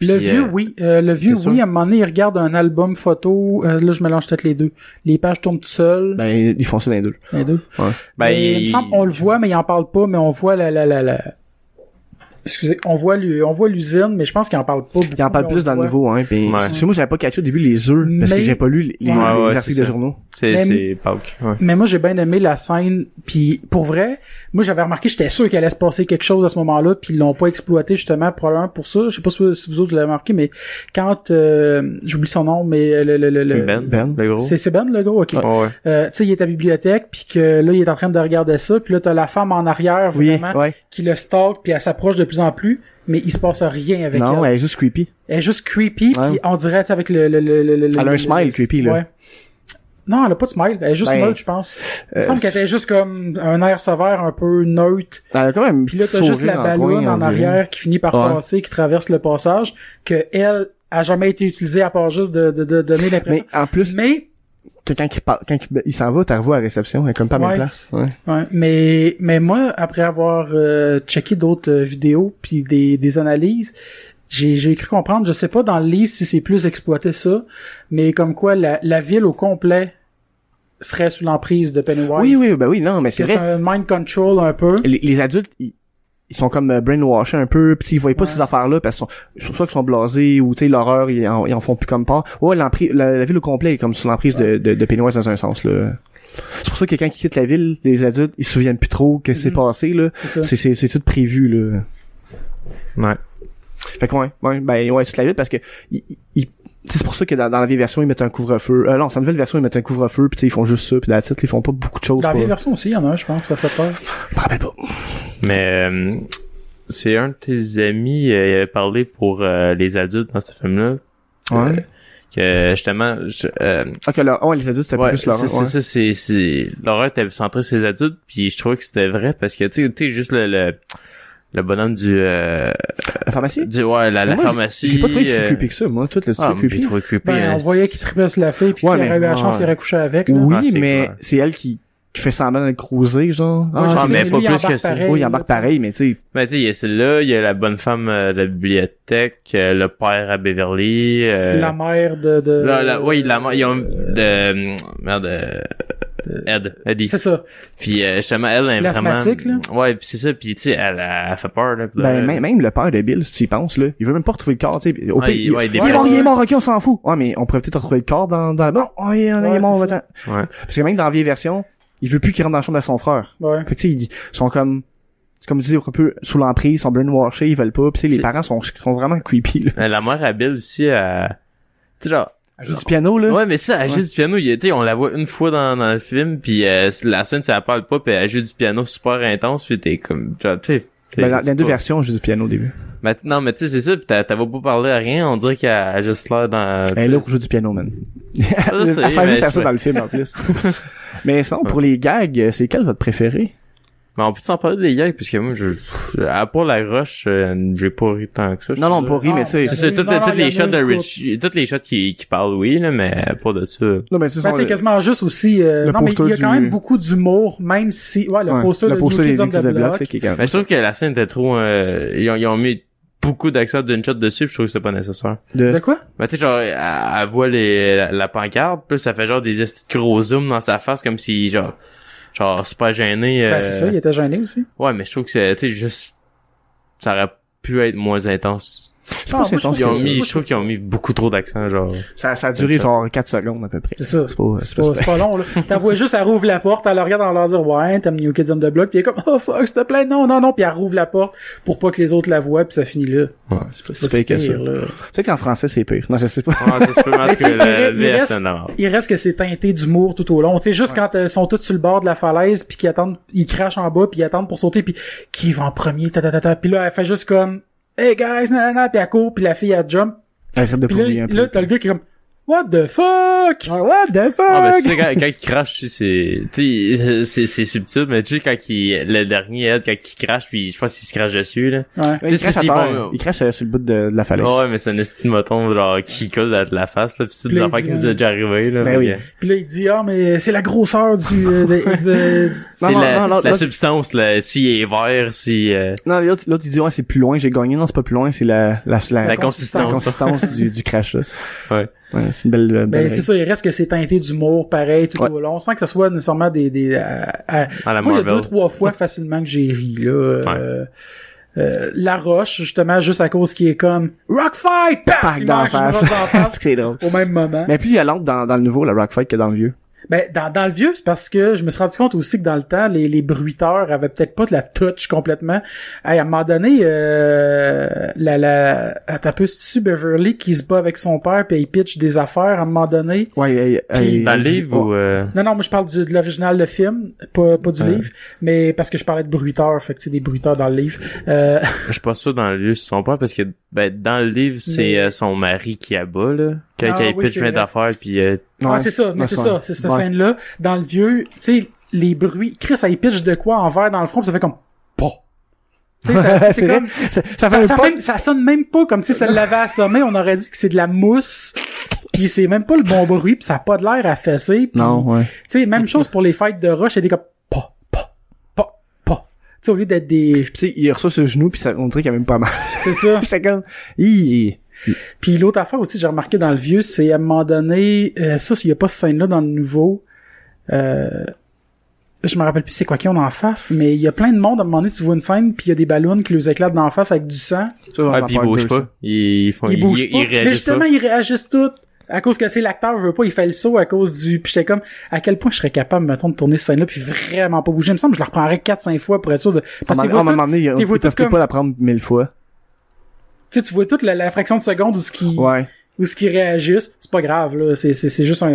Speaker 1: Le
Speaker 3: Puis,
Speaker 1: vieux,
Speaker 3: euh,
Speaker 1: oui. Euh, le vieux,
Speaker 3: t'es sûr?
Speaker 1: oui. À un moment donné, il regarde un album photo. Euh, là, je mélange peut-être les deux. Les pages tournent tout seules.
Speaker 2: Ben, ils font ça dans les deux.
Speaker 1: les deux.
Speaker 3: Ben,
Speaker 1: Mais il me semble qu'on le voit, mais il en parle pas. Mais on voit la, la, la, la... Excusez, on voit l'u- on voit l'usine, mais je pense qu'il en parle pas beaucoup.
Speaker 2: Ils en parlent
Speaker 1: mais on
Speaker 2: plus dans le
Speaker 1: voit.
Speaker 2: nouveau, hein, pis,
Speaker 3: Ouais.
Speaker 2: tu sais, moi, j'avais pas catché au début les œufs, parce que
Speaker 1: Mais-
Speaker 2: j'ai pas lu les, les-
Speaker 1: Ouais,
Speaker 2: les
Speaker 3: ouais,
Speaker 2: articles
Speaker 3: c'est
Speaker 2: de
Speaker 3: ça.
Speaker 2: journaux.
Speaker 3: C'est
Speaker 1: Mais-
Speaker 3: c'est Pâques. Ouais.
Speaker 1: Mais moi, j'ai bien aimé la scène. Puis, pour vrai, moi, j'avais remarqué, j'étais sûr qu'il allait se passer quelque chose à ce moment-là, puis ils l'ont pas exploité, justement, probablement pour ça. Je sais pas si vous si vous autres l'avez remarqué, mais quand... euh, J'oublie son nom, mais le... le, le, le-
Speaker 3: Ben,
Speaker 2: Ben.
Speaker 3: le gros.
Speaker 1: C'est c'est Ben, le gros? OK.
Speaker 3: Ouais, ouais.
Speaker 1: Euh, tu sais, il est à la bibliothèque, puis que là, il est en train de regarder ça, puis là, t'as la femme en arrière,
Speaker 2: Oui,
Speaker 1: vraiment,
Speaker 2: ouais.
Speaker 1: qui le stalk, puis elle s'approche de plus en plus, mais il se passe rien avec
Speaker 2: Non,
Speaker 1: elle.
Speaker 2: elle est juste creepy.
Speaker 1: Elle est juste creepy,
Speaker 2: Ouais.
Speaker 1: puis on dirait, tu sais, avec le... le, le, le, le-
Speaker 2: Elle a un
Speaker 1: le-
Speaker 2: smile
Speaker 1: le-
Speaker 2: creepy, là.
Speaker 1: Ouais. Non, elle a pas de smile, elle est juste
Speaker 2: Ben,
Speaker 1: neutre, je pense. Il me
Speaker 2: euh,
Speaker 1: semble qu'elle était juste comme un air sévère, un peu neutre.
Speaker 2: Elle a quand même
Speaker 1: Puis là, t'as juste la ballonne en arrière qui finit par
Speaker 2: Ouais.
Speaker 1: passer, qui traverse le passage, que elle a jamais été utilisée à part juste de, de, de donner l'impression.
Speaker 2: Mais en plus,
Speaker 1: Mais
Speaker 2: que quand il parle, quand il, il s'en va, t'as revu à la réception, elle est comme pas à
Speaker 1: Ouais.
Speaker 2: même place. Ouais.
Speaker 1: Ouais, mais mais moi après avoir euh, checké d'autres euh, vidéos puis des, des analyses, j'ai j'ai cru comprendre, je sais pas dans le livre si c'est plus exploité ça, mais comme quoi la, la ville au complet serait sous l'emprise de Pennywise.
Speaker 2: Oui, oui, ben oui, non, mais c'est
Speaker 1: Que c'est
Speaker 2: vrai.
Speaker 1: un mind control un peu.
Speaker 2: Les, les adultes, ils, ils sont comme euh, brainwashed un peu, pis ils voient pas ces affaires-là parce qu'ils sont, je trouve ça qu'ils sont blasés ou, tu sais, l'horreur, ils en, ils en font plus comme part. Ouais, l'emprise, la, la ville au complet est comme sous l'emprise de, de, de Pennywise dans un sens, là. C'est pour ça que quand ils quittent la ville, les adultes, ils se souviennent plus trop que c'est
Speaker 1: Mhm.
Speaker 2: passé, là.
Speaker 1: C'est ça.
Speaker 2: C'est, c'est, c'est tout prévu, là.
Speaker 3: Ouais.
Speaker 2: Fait que ouais, ouais, ben ouais, toute la ville parce que il- il- il- tu sais, c'est pour ça que dans, dans la vieille version ils mettent un couvre-feu. Euh, non, dans la nouvelle version ils mettent un couvre-feu puis tu sais, ils font juste ça puis la titre ils font pas beaucoup de choses.
Speaker 1: Dans
Speaker 2: quoi.
Speaker 1: les versions aussi, il y en a un, je pense, à cette heure.
Speaker 2: Je me rappelle pas.
Speaker 3: Mais euh, c'est un de tes amis euh, il avait parlé pour euh, les adultes dans ce film-là.
Speaker 2: Ouais.
Speaker 3: Euh, que justement, je- euh,
Speaker 2: Ah que là, ouais, les adultes c'était
Speaker 3: ouais,
Speaker 2: plus leur.
Speaker 3: c'est c'est ça, c'est c'est l'horreur était centrée sur les adultes, puis je trouvais que c'était vrai parce que tu sais, tu sais, juste le, le le bonhomme du euh,
Speaker 2: La pharmacie.
Speaker 3: du ouais la, la
Speaker 2: Mais moi, j'ai-
Speaker 3: pharmacie.
Speaker 2: J'ai pas trouvé si
Speaker 3: euh,
Speaker 2: creepy que ça, moi. Tout le
Speaker 3: Ah,
Speaker 2: truc
Speaker 3: mais j'ai
Speaker 2: creepy.
Speaker 3: trouvé creepy.
Speaker 1: Ben,
Speaker 3: hein.
Speaker 1: on voyait qu'il tripait sur la fille puis
Speaker 2: Ouais,
Speaker 1: s'il
Speaker 2: mais-
Speaker 1: avait eu la
Speaker 2: ouais.
Speaker 1: chance, il aurait couché avec. là.
Speaker 2: Oui,
Speaker 3: Ah, c'est
Speaker 2: mais
Speaker 3: clair.
Speaker 2: c'est elle qui, qui fait semblant de croiser, genre.
Speaker 1: Moi, je
Speaker 3: ah,
Speaker 1: sais,
Speaker 3: mais
Speaker 1: lui,
Speaker 3: pas
Speaker 1: il
Speaker 3: plus
Speaker 1: embarque
Speaker 3: que ça.
Speaker 1: pareil,
Speaker 2: oui, il
Speaker 1: là,
Speaker 2: embarque
Speaker 1: tu sais.
Speaker 2: pareil, mais tu sais.
Speaker 3: Ben, tu sais, il y a celle-là, il y a la bonne femme euh, de la bibliothèque, euh, le père à Beverly. euh,
Speaker 1: La mère de... de...
Speaker 3: Là, là,
Speaker 2: Euh,
Speaker 3: oui, la, ma- ils ont, de, merde, euh, Ed, Eddie.
Speaker 1: C'est ça.
Speaker 3: Puis, euh, justement, elle, elle est vraiment.
Speaker 1: L'asthmatique, là.
Speaker 3: Ouais, puis c'est ça, puis tu sais, elle, a- elle fait peur, là. puis là,
Speaker 2: Ben, même, même le père de Bill, si tu y penses, là, il veut même pas retrouver le corps, tu sais. Au
Speaker 3: Ouais,
Speaker 2: pire,
Speaker 3: il-
Speaker 2: il,
Speaker 3: ouais, il
Speaker 2: il est mort,
Speaker 3: déplace.
Speaker 2: il est mort, ok, on s'en fout. Ouais, mais on pourrait peut-être retrouver le corps dans, dans, non, oh, il est il
Speaker 1: Ouais,
Speaker 2: est mort,
Speaker 1: c'est
Speaker 2: va-t'en.
Speaker 3: Ouais.
Speaker 2: Parce que même dans la vieille version, il veut plus qu'il rentre dans la chambre de son frère.
Speaker 1: Ouais.
Speaker 2: Fait que, tu sais, ils sont comme, c'est comme je dis, un peu sous l'emprise, ils sont brainwashés, ils veulent pas, pis tu sais, les
Speaker 3: C'est-
Speaker 2: parents sont, sont vraiment creepy, là.
Speaker 3: Euh, La mère à Bill aussi, elle, tu sais, genre,
Speaker 2: Elle joue du piano, là.
Speaker 3: ouais, mais ça, elle joue
Speaker 2: Ouais.
Speaker 3: du piano, il, tu sais, on la voit une fois dans, dans le film, puis euh, la scène, ça elle parle pas, puis elle joue du piano super intense, puis t'es comme, genre, tu sais. t'es-
Speaker 2: Ben, dans, dans les deux
Speaker 3: pas-
Speaker 2: versions, je joue du piano au début.
Speaker 3: Mais, non, mais tu sais, c'est ça, pis t'as t'as pas parlé à rien, on dirait qu'elle a juste l'air dans...
Speaker 2: Elle est là pour jouer du piano, man.
Speaker 3: Ça,
Speaker 2: Elle
Speaker 3: c'est-
Speaker 2: sert
Speaker 3: mais
Speaker 2: juste à
Speaker 3: je-
Speaker 2: ça dans le film, en
Speaker 3: [LAUGHS]
Speaker 2: plus. mais sinon, pour les gags, c'est quel votre préféré?
Speaker 3: Mais on peut s'en parler des gags, puisque moi, je, à part la roche, euh, j'ai pas ri tant que ça. je
Speaker 2: Non,
Speaker 3: suis
Speaker 2: non,
Speaker 3: sûr.
Speaker 2: pour rire, mais tu sais.
Speaker 1: Ah,
Speaker 3: C'est ça,
Speaker 1: Non,
Speaker 3: toutes
Speaker 1: non,
Speaker 3: toutes
Speaker 1: il y en a
Speaker 3: les shots
Speaker 1: une
Speaker 3: de
Speaker 1: couple.
Speaker 3: Richie, toutes les shots qui, qui parlent, oui, là, mais pas de ça.
Speaker 2: Non, mais tu sais,
Speaker 1: Ben,
Speaker 2: sont-
Speaker 1: c'est quasiment juste aussi. euh,
Speaker 2: le
Speaker 1: non, mais il y a
Speaker 2: poster
Speaker 1: quand
Speaker 2: du-
Speaker 1: même beaucoup d'humour, même si. Ouais, le
Speaker 2: Ouais,
Speaker 1: poster de
Speaker 2: poster
Speaker 1: New
Speaker 2: des
Speaker 1: Kids on the
Speaker 2: New Kids on the
Speaker 1: Block.
Speaker 2: là, qui est quand
Speaker 3: Mais
Speaker 2: même-
Speaker 3: je trouve que la scène était trop, euh, ils ont, ils ont mis beaucoup d'accent d'une shot dessus, puis je trouve que c'était pas nécessaire.
Speaker 1: De
Speaker 2: de-
Speaker 1: quoi?
Speaker 3: Mais tu sais, genre, elle, elle voit les, la, la pancarte, puis ça fait genre des esti de gros zooms dans sa face, comme si, genre, genre super gêné.
Speaker 1: Ben,
Speaker 3: euh,
Speaker 1: c'est ça, il était gêné aussi.
Speaker 3: Ouais, mais je trouve que c'est, tu sais, juste, ça aurait pu être moins intense.
Speaker 2: C'est pas si
Speaker 1: Ah, moi, je
Speaker 2: intense
Speaker 1: trouve
Speaker 3: Ils
Speaker 2: que
Speaker 3: ont
Speaker 1: ça.
Speaker 3: mis,
Speaker 1: Moi,
Speaker 3: je trouve qu'ils ont mis beaucoup trop d'accent, genre.
Speaker 2: ça. Ça a duré genre 4 secondes à peu près.
Speaker 1: C'est ça.
Speaker 2: C'est pas,
Speaker 1: C'est pas, c'est pas long, là. T'en vois juste, elle rouvre la porte, elle la regarde en leur dire, ouais, t'as mis New Kids on the Block, puis elle est comme, oh fuck, s'il te plaît, non, non, non, puis elle rouvre la porte pour pas que les autres la voient, puis ça finit là.
Speaker 3: Ouais,
Speaker 1: c'est pas
Speaker 2: si pire que ça.
Speaker 1: là.
Speaker 2: Tu sais qu'en français, c'est pire. Non, je sais pas.
Speaker 3: Ah, ça se peut, mais en
Speaker 1: Mais tu
Speaker 3: tout
Speaker 1: sais,
Speaker 3: cas,
Speaker 1: il,
Speaker 3: la
Speaker 1: reste- il
Speaker 3: VF,
Speaker 1: reste,
Speaker 3: c'est normal.
Speaker 1: il reste que c'est teinté d'humour tout au long. Tu sais, juste quand euh, ils sont tous sur le bord de la falaise, puis qu'ils attendent, ils crachent en bas, puis ils attendent pour sauter, puis qui va en premier, ta ta ta ta. Puis là, elle fait juste comme, hey guys, nanana, puis elle court, puis la fille elle jump.
Speaker 2: Arrête de
Speaker 1: Puis là,
Speaker 2: courir un peu.
Speaker 1: là, t'as le gars qui est comme, what the fuck?
Speaker 2: Ah, what the fuck?
Speaker 3: Ah, ben, tu sais, quand, quand il crache, tu sais, c'est, tu sais, c'est, c'est subtil, mais tu sais, quand il, le dernier, elle, quand il crache, puis je pense qu'il se crache dessus, là.
Speaker 1: Ouais.
Speaker 2: Il crache à
Speaker 3: C'est- c'est
Speaker 2: terre.
Speaker 3: bon.
Speaker 2: Il crache euh, sur le bout de, de la falaise.
Speaker 3: Ouais, mais c'est un estime moton, genre, qui colle à la face, là, pis c'est des
Speaker 1: Plein
Speaker 3: affaires qui nous
Speaker 1: d'humains.
Speaker 3: est déjà arrivé, là.
Speaker 2: Ben
Speaker 3: Fait
Speaker 2: oui.
Speaker 3: que
Speaker 1: Puis là, il dit, ah, mais c'est la grosseur du, euh, de- de-
Speaker 2: [LAUGHS] Non,
Speaker 3: C'est
Speaker 2: non,
Speaker 3: la,
Speaker 2: non, l'autre-
Speaker 3: la
Speaker 2: l'autre-
Speaker 3: substance, là, s'il est vert, si, euh,
Speaker 2: Non, l'autre, l'autre, il dit, ouais, c'est plus loin, j'ai gagné. Non, c'est pas plus loin, c'est la, la, la,
Speaker 3: la
Speaker 2: la
Speaker 1: consistance.
Speaker 3: consistance.
Speaker 2: consistance du, du crash, là.
Speaker 3: Ouais.
Speaker 2: Ouais, c'est une belle, euh, belle
Speaker 1: Ben, c'est ça, il reste que c'est teinté d'humour, pareil, tout
Speaker 2: Ouais.
Speaker 1: au long, sans que ça soit nécessairement des... des euh, euh,
Speaker 3: à la
Speaker 1: moi, il y a
Speaker 3: Marvel.
Speaker 1: deux, trois fois facilement que j'ai ri, là. euh, euh, la roche, justement, juste à cause qu'il est comme « Rock Fight! » Paf!
Speaker 2: pack
Speaker 1: Il
Speaker 2: d'en
Speaker 1: mange une roche
Speaker 2: face.
Speaker 1: d'en face
Speaker 2: C'est que [LAUGHS] c'est drôle.
Speaker 1: au même moment.
Speaker 2: Mais plus il y a l'autre dans, dans le nouveau, le Rock Fight, que dans le vieux.
Speaker 1: Ben, dans, dans le vieux, c'est parce que je me suis rendu compte aussi que dans le temps, les, les bruiteurs avaient peut-être pas de la touch complètement. Hey, à un moment donné, euh, la, la, t'as peu c'est-tu Beverly qui se bat avec son père puis il pitch des affaires à un moment donné?
Speaker 2: Ouais, ouais,
Speaker 1: Puis-
Speaker 3: Dans le livre
Speaker 1: Oh.
Speaker 3: ou, euh,
Speaker 1: Non, non, moi je parle du- de l'original, le film, pas, pas du
Speaker 3: Ouais.
Speaker 1: livre, mais parce que je parlais de bruiteurs, fait que c'est des bruiteurs dans le livre. Euh,
Speaker 3: je suis pas sûr dans le livre, c'est son père, parce que, ben, dans le livre, c'est
Speaker 1: Mais-
Speaker 3: euh, son mari qui abat, là. Quand
Speaker 1: Ah,
Speaker 3: quand il
Speaker 1: oui,
Speaker 3: pitch
Speaker 1: c'est
Speaker 3: plein
Speaker 1: vrai.
Speaker 3: d'affaires, puis euh,
Speaker 1: ah, c'est ça, mais c'est ça, c'est cette scène-là. Dans le vieux, tu sais, les bruits, Chris, elle pitch de quoi en vert dans le front, puis ça fait comme... Poh! Tu sais, ça-
Speaker 2: C'est
Speaker 1: c'est
Speaker 2: vrai.
Speaker 1: comme...
Speaker 2: Ça, ça fait
Speaker 1: Ça,
Speaker 2: un
Speaker 1: ça
Speaker 2: pop.
Speaker 1: même- ça sonne même pas comme si
Speaker 2: [LAUGHS]
Speaker 1: ça l'avait assommé. On aurait dit que c'est de la mousse. Puis c'est même pas le bon bruit. Puis ça a pas de l'air affaissé. Puis,
Speaker 2: Non, ouais.
Speaker 1: Tu sais, même chose pour les fêtes de rush. C'est des comme pa pa pa pa. Tu sais, au lieu d'être des,
Speaker 2: Pis tu sais, il reçoit ce genou, pis ça, on dirait qu'il y a même pas mal. [LAUGHS]
Speaker 1: c'est ça.
Speaker 2: J'étais comme, hi.
Speaker 3: Ah,
Speaker 1: Puis l'autre affaire aussi, j'ai remarqué dans le vieux, c'est à un moment donné, euh, ça, il y a pas cette scène-là dans le nouveau. Euh, je me rappelle plus c'est quoi qu'ils ont en face, mais il y a plein de monde à un moment donné, tu vois une scène, puis il y a des ballons qui les éclatent d'en face avec du sang.
Speaker 3: ouais, puis il bouge pas. Ils, ils font,
Speaker 1: ils bougent pas.
Speaker 3: réagissent
Speaker 1: mais justement, ils réagissent tout. À cause que c'est l'acteur veut pas, il fait le saut à cause du. Puis j'étais comme, à quel point je serais capable, mettons, de tourner cette scène-là, puis vraiment pas bouger. Il me semble que je la reprendrais 4-5 fois pour être sûr de.
Speaker 2: On
Speaker 1: Parce que tu vois
Speaker 2: m'a
Speaker 1: tout-
Speaker 2: demandé, ils
Speaker 1: t'es
Speaker 2: ils
Speaker 1: voit
Speaker 2: peuvent
Speaker 1: tout comme-
Speaker 2: pas la prendre mille fois.
Speaker 1: tu sais, tu vois toute la, la fraction de seconde où ce qui,
Speaker 2: Ouais.
Speaker 1: où ce qui réagissent. C'est pas grave, là. C'est, c'est, c'est juste un.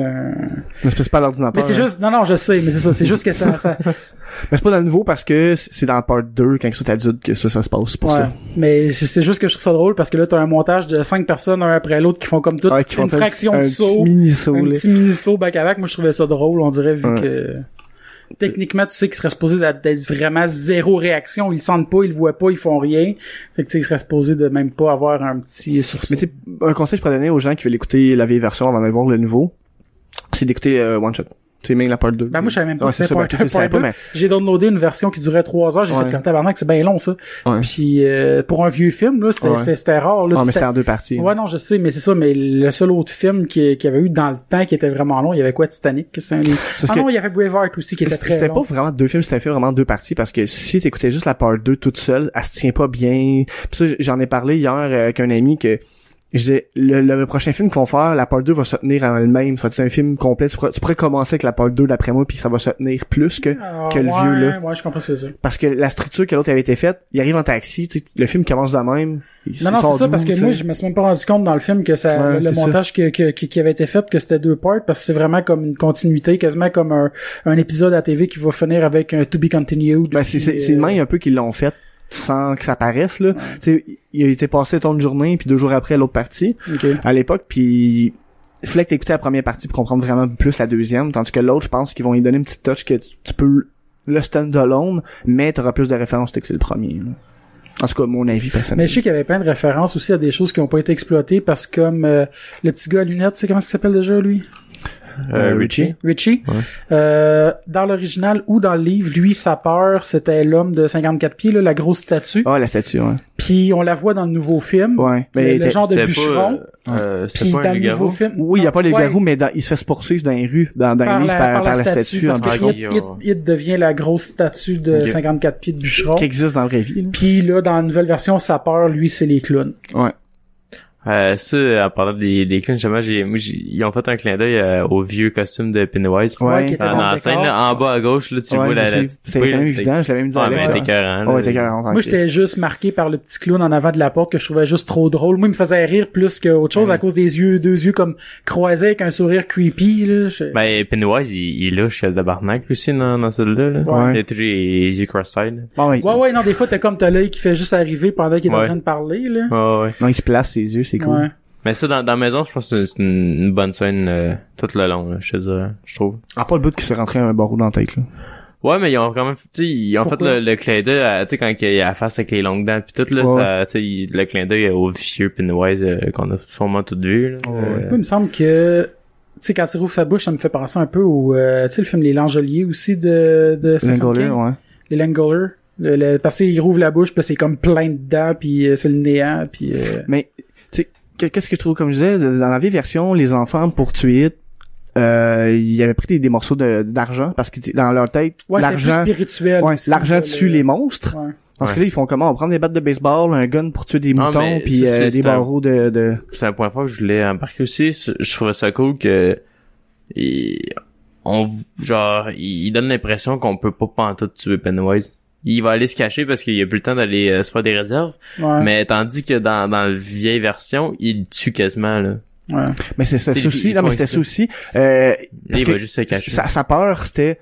Speaker 2: Mais c'est pas l'ordinateur. hein.
Speaker 1: Mais c'est juste. Non, non, je sais, mais c'est ça. C'est juste que ça. ça...
Speaker 2: Mais c'est pas dans le nouveau parce que c'est dans la part 2, quand ils sont adultes, que ça, ça se passe [LAUGHS] pour
Speaker 1: Ouais.
Speaker 2: ça.
Speaker 1: Mais c'est c'est juste que je trouve ça drôle parce que là, t'as un montage de cinq personnes, un après l'autre, qui font comme tout.
Speaker 2: Ah, Ouais, qu'ils font
Speaker 1: une
Speaker 2: faire
Speaker 1: fraction
Speaker 2: un
Speaker 1: de
Speaker 2: petit
Speaker 1: saut.
Speaker 2: mini-saut,
Speaker 1: un
Speaker 2: là.
Speaker 1: petit mini saut back à back. Moi, je trouvais ça drôle, on dirait, vu
Speaker 2: Ouais.
Speaker 1: que techniquement, tu sais qu'ils seraient supposés d'être d'être vraiment zéro réaction. Ils le sentent pas, ils le voient pas, ils font rien. Fait que tu sais, ils seraient supposés de même pas avoir un petit sursaut.
Speaker 2: Mais tu sais, un conseil que je pourrais donner aux gens qui veulent écouter la vieille version avant d'aller voir le nouveau, c'est d'écouter euh, One Shot. Tu sais, même la part 2.
Speaker 1: Ben, moi, je savais même pas
Speaker 2: Ouais,
Speaker 1: que c'était
Speaker 2: c'est ça,
Speaker 1: part
Speaker 2: ben, tu
Speaker 1: un,
Speaker 2: le savais
Speaker 1: part
Speaker 2: pas,
Speaker 1: deux. J'ai downloadé une version qui durait trois heures. J'ai
Speaker 2: Ouais.
Speaker 1: fait comme tabarnak, c'est bien long, ça.
Speaker 2: Ouais.
Speaker 1: Puis, euh, pour un vieux film, là, c'était
Speaker 2: Ouais.
Speaker 1: c'était- c'était rare, là.
Speaker 2: Ah,
Speaker 1: tu
Speaker 2: mais
Speaker 1: t'a-
Speaker 2: c'est en deux parties.
Speaker 1: Ouais, non, je sais, mais c'est ça, mais le seul autre film qui, qui avait eu dans le temps qui était vraiment long, il y avait quoi, Titanic? que c'est un des- Ah
Speaker 2: que-
Speaker 1: non, il y avait Braveheart aussi qui était très
Speaker 2: C'était
Speaker 1: long.
Speaker 2: pas vraiment deux films, c'était un film vraiment deux parties parce que si t'écoutais juste la part 2 toute seule, elle se tient pas bien. Puis ça, j'en ai parlé hier euh, avec un ami que je disais, le, le prochain film qu'on va faire, la part 2 va se tenir en elle-même. Ça va être un film complet. Tu pourrais, tu pourrais commencer avec la part 2 d'après moi puis ça va se tenir plus que,
Speaker 1: Ah,
Speaker 2: que le
Speaker 1: ouais,
Speaker 2: hein? vieux là.
Speaker 1: Ouais, je comprends ce que c'est.
Speaker 2: Parce que la structure que l'autre avait été faite, il arrive en taxi, tu sais, le film commence de même. il-
Speaker 1: Non,
Speaker 2: il
Speaker 1: non,
Speaker 2: sort
Speaker 1: c'est ça,
Speaker 2: d'où,
Speaker 1: parce que
Speaker 2: tu sais.
Speaker 1: moi, je me suis même pas rendu compte dans le film que ça,
Speaker 2: Ouais,
Speaker 1: le- le
Speaker 2: c'est ça.
Speaker 1: montage que- que- qui, qui avait été fait, que c'était deux parts, parce que c'est vraiment comme une continuité, quasiment comme un, un épisode à TV qui va finir avec un to be continued.
Speaker 2: Ben, c'est, c'est,
Speaker 1: puis,
Speaker 2: c'est le
Speaker 1: euh,
Speaker 2: même un peu qu'ils l'ont fait sans que ça paraisse, là. Tu sais, il a été passé ton journée puis deux jours après l'autre partie.
Speaker 1: euh, ok.
Speaker 2: à l'époque, puis il fallait que t'écoutais la première partie pour comprendre vraiment plus la deuxième, tandis que l'autre, je pense qu'ils vont y donner une petite touch que tu, tu peux le stand-alone, mais t'auras plus de références que c'est le premier. là. En tout cas, mon avis personnel.
Speaker 1: Mais je sais qu'il y avait plein de références aussi à des choses qui n'ont pas été exploitées parce que comme euh, le petit gars à lunettes, tu sais comment il s'appelle déjà lui
Speaker 3: Euh,
Speaker 2: Euh,
Speaker 3: Richie.
Speaker 1: Richie.
Speaker 3: Ouais.
Speaker 1: Euh, dans l'original ou dans le livre, lui, sa peur, c'était l'homme de 54 pieds, là, la grosse statue.
Speaker 2: Ah, la statue, ouais.
Speaker 1: Puis on la voit dans le nouveau film.
Speaker 2: Ouais.
Speaker 1: Le-
Speaker 2: Mais il
Speaker 1: le
Speaker 2: était-
Speaker 1: genre de
Speaker 3: C'était pas,
Speaker 1: bûcheron.
Speaker 3: euh, euh,
Speaker 1: Puis
Speaker 3: C'était pas
Speaker 1: dans
Speaker 3: un
Speaker 1: le nouveau
Speaker 3: loup-garou.
Speaker 1: film.
Speaker 2: Oui, il n'y a pas de
Speaker 1: Ouais.
Speaker 2: garou, mais dans- il se fait se poursuivre dans les rues, dans, dans les livres, par, par la statue, en
Speaker 1: parce
Speaker 3: en
Speaker 1: que
Speaker 3: gros.
Speaker 1: Hit, Hit- Hit devient la grosse statue de
Speaker 2: Ok.
Speaker 1: 54 pieds de bûcheron.
Speaker 2: qui existe dans la vraie vie. là.
Speaker 1: Puis là, dans la nouvelle version, sa peur, lui, c'est les clowns.
Speaker 2: Ouais.
Speaker 3: Euh, ça, en parlant des, des clowns, justement, j'ai, moi, j'ai- ils ont fait un clin d'œil euh, au vieux costume de Pennywise.
Speaker 2: Ouais.
Speaker 1: qui était
Speaker 3: Dans,
Speaker 1: dans
Speaker 3: Ah, dans
Speaker 1: le
Speaker 3: la scène,
Speaker 1: décor.
Speaker 3: là, en bas à gauche, là, tu
Speaker 2: Ouais,
Speaker 3: vois
Speaker 2: je
Speaker 3: la, la
Speaker 2: sais.
Speaker 3: petite
Speaker 2: C'était
Speaker 3: poule,
Speaker 2: quand même
Speaker 3: là,
Speaker 2: évident, je l'avais même dit à
Speaker 3: Ah, mais
Speaker 2: Alex.
Speaker 3: t'es
Speaker 2: ça.
Speaker 3: écœurant, là.
Speaker 2: Ouais, t'es écœurant, en
Speaker 1: Moi,
Speaker 2: Christ.
Speaker 1: j'étais juste marqué par le petit clown en avant de la porte que je trouvais juste trop drôle. Moi, il me faisait rire plus qu'autre
Speaker 2: Mm.
Speaker 1: chose à cause des yeux, deux yeux comme croisés avec un sourire creepy. Là. Je-
Speaker 3: Ben, Pennywise, il, il lâche le barnac aussi dans, dans celui-là. Là.
Speaker 2: Ouais.
Speaker 3: Il a tous les les yeux cross-eyed.
Speaker 2: Bon, il-
Speaker 1: Ouais, ouais, non, des fois, t'as comme t'as l'œil qui fait juste arriver pendant qu'il est en
Speaker 3: Ouais.
Speaker 1: train de parler. Là.
Speaker 3: Ouais, ouais.
Speaker 2: Non, il se place ses yeux, c'est cool.
Speaker 1: Ouais.
Speaker 3: Mais ça, dans, dans la maison, je pense que c'est une, une bonne scène euh, tout le long, là, je te dirais, je trouve.
Speaker 2: Ah, pas le bout qui se rentrait un barreau dans la tête, là.
Speaker 3: Ouais, mais ils ont quand même, tu sais, ils ont
Speaker 1: Pourquoi?
Speaker 3: fait le, le clin d'œil, à- tu sais, quand il y a la face avec les longues dents pis tout, là,
Speaker 2: Ouais.
Speaker 3: ça, tu sais, il- le clin d'œil euh, au vicieux Pennywise euh, qu'on a sûrement tout vu, là. Euh,
Speaker 1: Moi, il me semble que, tu sais, quand il rouvre sa bouche, ça me fait penser un peu au, euh, tu sais, le film Les Langeliers aussi de, de Stephen
Speaker 2: Langolier,
Speaker 1: King.
Speaker 2: ouais.
Speaker 1: Les Langoliers. Le, le- parce qu'il rouvre la bouche, puis c'est comme plein de dents, puis euh, c'est le néant, puis... euh,
Speaker 2: Mais, tu sais, que- qu'est-ce que je trouve, comme je disais, dans la vieille version, les enfants, pour tuer It, euh, ils avaient pris des, des morceaux de- d'argent, parce que tu sais, dans leur tête,
Speaker 1: Ouais, c'est plus
Speaker 2: l'argent,
Speaker 1: spirituel.
Speaker 2: ouais,
Speaker 1: aussi,
Speaker 2: l'argent
Speaker 1: là,
Speaker 2: tue
Speaker 1: le-
Speaker 2: les monstres.
Speaker 1: Ouais.
Speaker 2: Parce que
Speaker 3: Ouais.
Speaker 2: là, ils font comment? On prend des battes de baseball, un gun pour tuer des
Speaker 3: Ah,
Speaker 2: moutons,
Speaker 3: mais
Speaker 2: puis
Speaker 3: ça,
Speaker 2: euh,
Speaker 3: c'est-
Speaker 2: des
Speaker 3: c'est un-
Speaker 2: barreaux de, de...
Speaker 3: C'est un point fort que je voulais embarquer aussi. C'est- Je trouvais ça cool que il- on genre il il donne l'impression qu'on peut pas pantoute tuer Pennywise. Il va aller se cacher parce qu'il a plus le temps d'aller euh, se faire des réserves.
Speaker 1: Ouais.
Speaker 3: Mais tandis que dans, dans la vieille version, il tue quasiment là.
Speaker 1: Ouais.
Speaker 2: Mais c'est ça
Speaker 3: C'est-
Speaker 2: souci,
Speaker 3: ils
Speaker 2: non, mais
Speaker 3: font
Speaker 2: c'était
Speaker 3: exprès.
Speaker 2: souci. Euh,
Speaker 3: Là,
Speaker 2: Parce
Speaker 3: il
Speaker 2: que
Speaker 3: va juste se cacher.
Speaker 2: sa, sa peur, c'était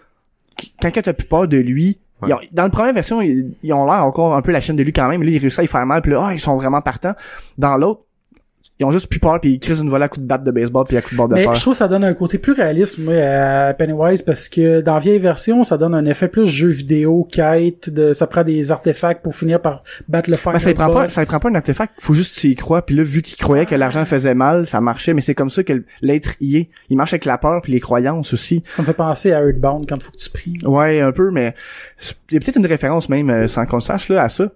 Speaker 2: quand t'as plus peur de lui.
Speaker 3: Ouais.
Speaker 2: ils ont- dans la première version, ils, ils ont l'air encore un peu la chaîne de lui quand même. Là, ils réussissent à y faire mal, puis là, ah, ils sont vraiment partants. Dans l'autre, ils ont juste plus peur, puis ils crissent une volée à coups de batte de baseball, puis à coups de barre de
Speaker 1: Mais
Speaker 2: fer.
Speaker 1: je trouve que ça donne un côté plus réaliste moi, à Pennywise parce que dans la vieille version, ça donne un effet plus jeu vidéo, quête, de, ça prend des artefacts pour finir par battre le final
Speaker 2: Mais Ben, ça y prend pas,
Speaker 1: boss.
Speaker 2: ça y prend pas un artefact. Faut juste que tu y crois. Puis là, vu qu'il croyait que l'argent faisait mal, ça marchait. Mais c'est comme ça que l'être y est. Il marche avec la peur puis les croyances aussi.
Speaker 1: Ça me fait penser à Earthbound quand il faut que tu pries.
Speaker 2: Ouais, un peu, mais c'est- il y a peut-être une référence même euh, sans qu'on le sache là à ça.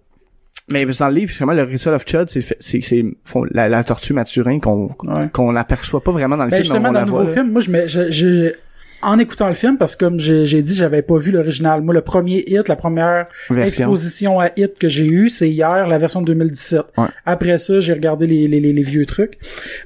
Speaker 2: Mais dans le livre, justement, le Ritual of Chud, c'est fait- c'est c'est font- la, la tortue maturin qu'on
Speaker 1: Ouais.
Speaker 2: qu'on n'aperçoit pas vraiment dans le
Speaker 1: Ben
Speaker 2: film. mais
Speaker 1: justement,
Speaker 2: on
Speaker 1: dans le
Speaker 2: la
Speaker 1: nouveau
Speaker 2: voit, là.
Speaker 1: film, moi, je, mets- je, je- en écoutant le film, parce que comme j'ai j'ai dit, j'avais pas vu l'original. Moi, le premier hit, la première
Speaker 2: Version.
Speaker 1: exposition à hit que j'ai eue, c'est hier, la version de 2017.
Speaker 2: Ouais.
Speaker 1: Après ça, j'ai regardé les, les, les, les vieux trucs.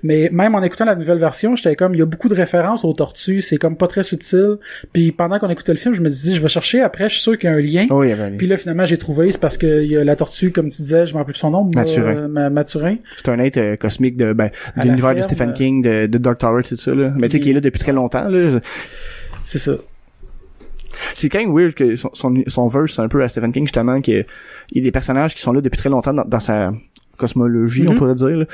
Speaker 1: Mais même en écoutant la nouvelle version, j'étais comme, il y a beaucoup de références aux tortues, c'est comme pas très subtil. Puis pendant qu'on écoutait le film, je me disais, je vais chercher après, je suis sûr qu'il y a un lien.
Speaker 2: Oh, il y avait un-
Speaker 1: Puis là, finalement, j'ai trouvé, c'est parce que il y a la tortue, comme tu disais, je me rappelle plus son nom, moi,
Speaker 2: Mathurin.
Speaker 1: euh, Ma- Mathurin.
Speaker 2: C'est un être euh, cosmique de ben,
Speaker 1: À
Speaker 2: de
Speaker 1: la
Speaker 2: l'univers de
Speaker 1: ferme, euh,
Speaker 2: Stephen King, de, de Dark Tower, tout ça là. Mais tu sais qui est là depuis très longtemps là.
Speaker 1: C'est ça.
Speaker 2: C'est quand même weird que son son, son verse c'est un peu à Stephen King justement que il y a des personnages qui sont là depuis très longtemps dans, dans sa cosmologie, on
Speaker 1: Mhm.
Speaker 2: pourrait dire. Là.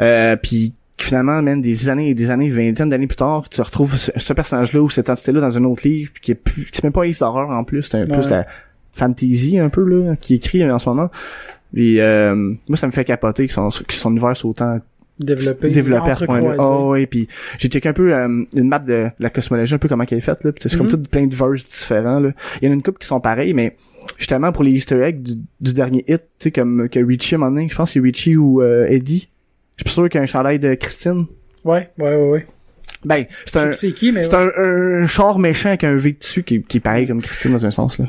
Speaker 2: Euh, puis finalement, même des années et des années, vingtaine d'années plus tard, tu retrouves ce, ce personnage-là ou cette entité-là dans un autre livre, puis qui est plus, c'est même pas un livre d'horreur en plus, c'est un
Speaker 1: Ouais.
Speaker 2: plus la fantasy un peu là, qui est écrit euh, en ce moment. Puis euh, moi, ça me fait capoter que son, que son univers soit autant
Speaker 1: Développer.
Speaker 2: développé à ce point-là.
Speaker 1: entrecroisé.
Speaker 2: Oh oui, puis j'ai checké un peu euh, une map de la cosmologie, un peu comment elle est faite là, puis c'est comme
Speaker 1: Mhm.
Speaker 2: tout plein de verses différents là. Il y en a une couple qui sont pareils, mais justement pour les Easter eggs du, du dernier hit, tu sais comme que Richie à un moment donné, je pense que c'est Richie ou euh, Eddie. Je suis pas sûr qu'il y a un chandail de Christine.
Speaker 1: Ouais, ouais, ouais, ouais.
Speaker 2: Ben, c'est
Speaker 1: Je sais
Speaker 2: un
Speaker 1: plus c'est qui, mais.
Speaker 2: c'est un, un char méchant avec un V dessus qui, qui est pareil comme Christine dans un sens là.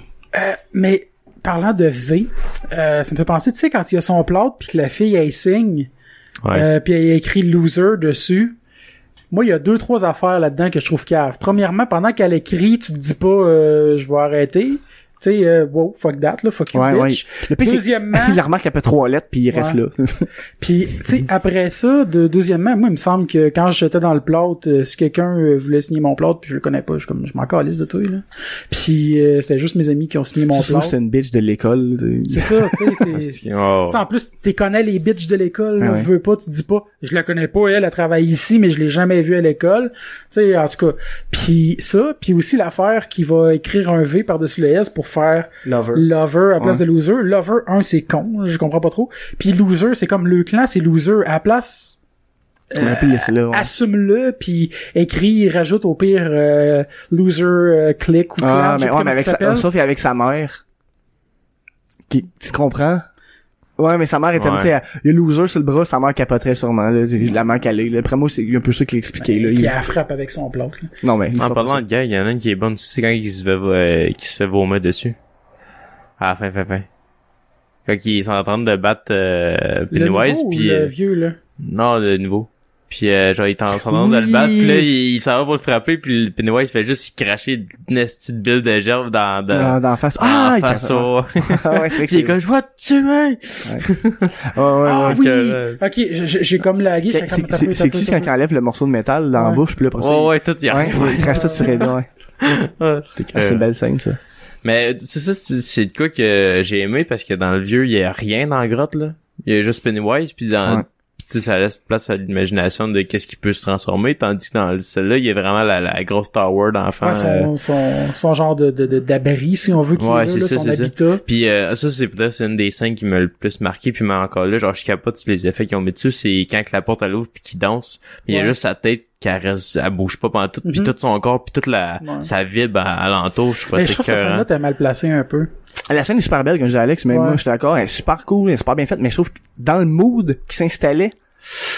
Speaker 1: Mais parlant de V, euh, ça me fait penser, tu sais, quand il y a son plâtre puis que la fille elle signe,
Speaker 3: Ouais.
Speaker 1: euh, puis elle écrit loser dessus. Moi, il y a deux trois affaires là-dedans que je trouve cave. Premièrement, pendant qu'elle écrit, tu te dis pas euh, je vais arrêter. Tu sais, euh, wow, fuck that, là, fuck you,
Speaker 2: Ouais,
Speaker 1: bitch.
Speaker 2: Le pire, c'est-
Speaker 1: Deuxièmement-
Speaker 2: [LAUGHS] il la remarque après trois lettres puis il reste
Speaker 1: Ouais.
Speaker 2: là.
Speaker 1: Puis, tu sais, après ça, de, deuxièmement, moi, il me semble que quand j'étais dans le plot, euh, si quelqu'un euh, voulait signer mon plot, puis je le connais pas, je suis comme, je m'en calisse de toi, là. Puis, euh, c'était juste mes amis qui ont signé mon
Speaker 2: Surtout
Speaker 1: plot.
Speaker 2: que c'est une bitch de l'école. tu sais.
Speaker 1: C'est ça, tu
Speaker 2: [LAUGHS]
Speaker 1: sais, c'est...
Speaker 3: Oh.
Speaker 1: Tu sais, en plus, tu connais les bitches de l'école, là,
Speaker 2: Ah ouais.
Speaker 1: veux pas, tu dis pas, je la connais pas, elle, elle travaille ici, mais je l'ai jamais vue à l'école. Tu sais, en tout cas. Puis ça, puis aussi l'affaire qui va écrire un V par-dessus le S pour faire
Speaker 2: Lover.
Speaker 1: lover à place
Speaker 2: Ouais.
Speaker 1: de loser. Lover, un, c'est con, je comprends pas trop. Puis loser, c'est comme le clan, c'est loser à la place.
Speaker 2: On aurait pu le laisser là.
Speaker 1: Euh,
Speaker 2: ouais.
Speaker 1: assume-le puis écris rajoute au pire euh, loser euh, click ou
Speaker 2: Ah,
Speaker 1: clan, je sais
Speaker 2: mais
Speaker 1: pas
Speaker 2: ouais,
Speaker 1: comment
Speaker 2: mais avec
Speaker 1: ça
Speaker 2: sa,
Speaker 1: s'appelle.
Speaker 2: sauf avec sa mère. Qui, tu comprends? Ouais, mais sa mère était,
Speaker 3: Ouais.
Speaker 2: tu sais, elle- il y a loser sur le bras, sa mère capoterait sûrement, là, tu sais, la mère calée, là. Après moi, c'est un peu ça qu'il expliquait, là.
Speaker 1: qui
Speaker 2: Il-
Speaker 1: la frappe avec son plâtre. là.
Speaker 2: Non, mais. il
Speaker 3: En
Speaker 2: fera pas
Speaker 3: parlant
Speaker 2: ça.
Speaker 3: de gars, il y en a une qui est bonne, tu sais, quand il se fait, euh, qui se fait vomir dessus. À la fin, fin, fin. Quand ils sont en train de battre euh,
Speaker 1: Le
Speaker 3: Pennywise,
Speaker 1: nouveau ou
Speaker 3: puis...
Speaker 1: le
Speaker 3: euh,
Speaker 1: vieux là.
Speaker 3: non, le nouveau. Puis euh, genre, ils t'en- sont en train de le
Speaker 2: Oui.
Speaker 3: battre, puis là, il, il s'en va pour le frapper, puis le Pennywise fait juste cracher une esti de bille de gerbe dans...
Speaker 2: Dans,
Speaker 3: dans...
Speaker 2: dans la face.
Speaker 3: dans
Speaker 2: Ah,
Speaker 3: la
Speaker 2: il
Speaker 3: face
Speaker 2: t'a-
Speaker 3: au-
Speaker 2: Ah, [LAUGHS] ouais, c'est vrai que
Speaker 3: Puis [LAUGHS] il
Speaker 2: c'est.
Speaker 3: est comme, je vois te tuer!
Speaker 2: Ouais, ouais,
Speaker 1: Ah
Speaker 2: ouais.
Speaker 1: oui.
Speaker 3: que-
Speaker 1: Ok, j'ai j'ai comme lagué.
Speaker 2: C'est- c'est- C'est c'est qui quand il enlève le morceau de métal dans la
Speaker 1: Ouais.
Speaker 2: bouche, puis là, après ça,
Speaker 3: Ouais,
Speaker 2: il-
Speaker 3: ouais, tout, il y a
Speaker 2: Ouais, il crache tout sur les doigts, ouais.
Speaker 3: Ah, t'es
Speaker 2: Ah, C'est
Speaker 3: cœur.
Speaker 2: une belle scène, ça.
Speaker 3: Mais c'est ça, c'est c'est de quoi que j'ai aimé parce que dans le vieux, il y a rien dans la grotte là. Il y a juste Pennywise puis dans
Speaker 2: Ouais.
Speaker 3: pis tu sais, ça laisse place à l'imagination de qu'est-ce qui peut se transformer tandis que dans le- celle-là, il y a vraiment la, la grosse tower d'enfant.
Speaker 1: Ouais,
Speaker 3: euh,
Speaker 1: son, son, son genre de de- de- d'abri, si on veut, qu'il
Speaker 3: Ouais,
Speaker 1: a,
Speaker 3: c'est
Speaker 1: là,
Speaker 3: ça,
Speaker 1: son
Speaker 3: c'est ça.
Speaker 1: habitat.
Speaker 3: Puis euh, ça c'est peut-être c'est une des scènes qui m'a le plus marqué puis mais encore là, genre je capote sur les effets qu'ils ont mis dessus, c'est quand que la porte elle ouvre puis qu'il danse, mais il y a
Speaker 1: Ouais.
Speaker 3: juste sa tête qui reste, elle bouge pas pendant tout, puis
Speaker 1: Mhm.
Speaker 3: tout son corps puis toute la
Speaker 1: Ouais.
Speaker 3: sa vibre à- alentour, je crois
Speaker 1: Mais Ben, je trouve que cette
Speaker 3: que
Speaker 1: scène-là, t'es mal placée un peu.
Speaker 2: Ah, La scène est super belle, comme disait Alex, mais
Speaker 1: Ouais.
Speaker 2: moi, je suis d'accord, elle est super cool, elle est super bien faite, mais je trouve que dans le mood qui s'installait,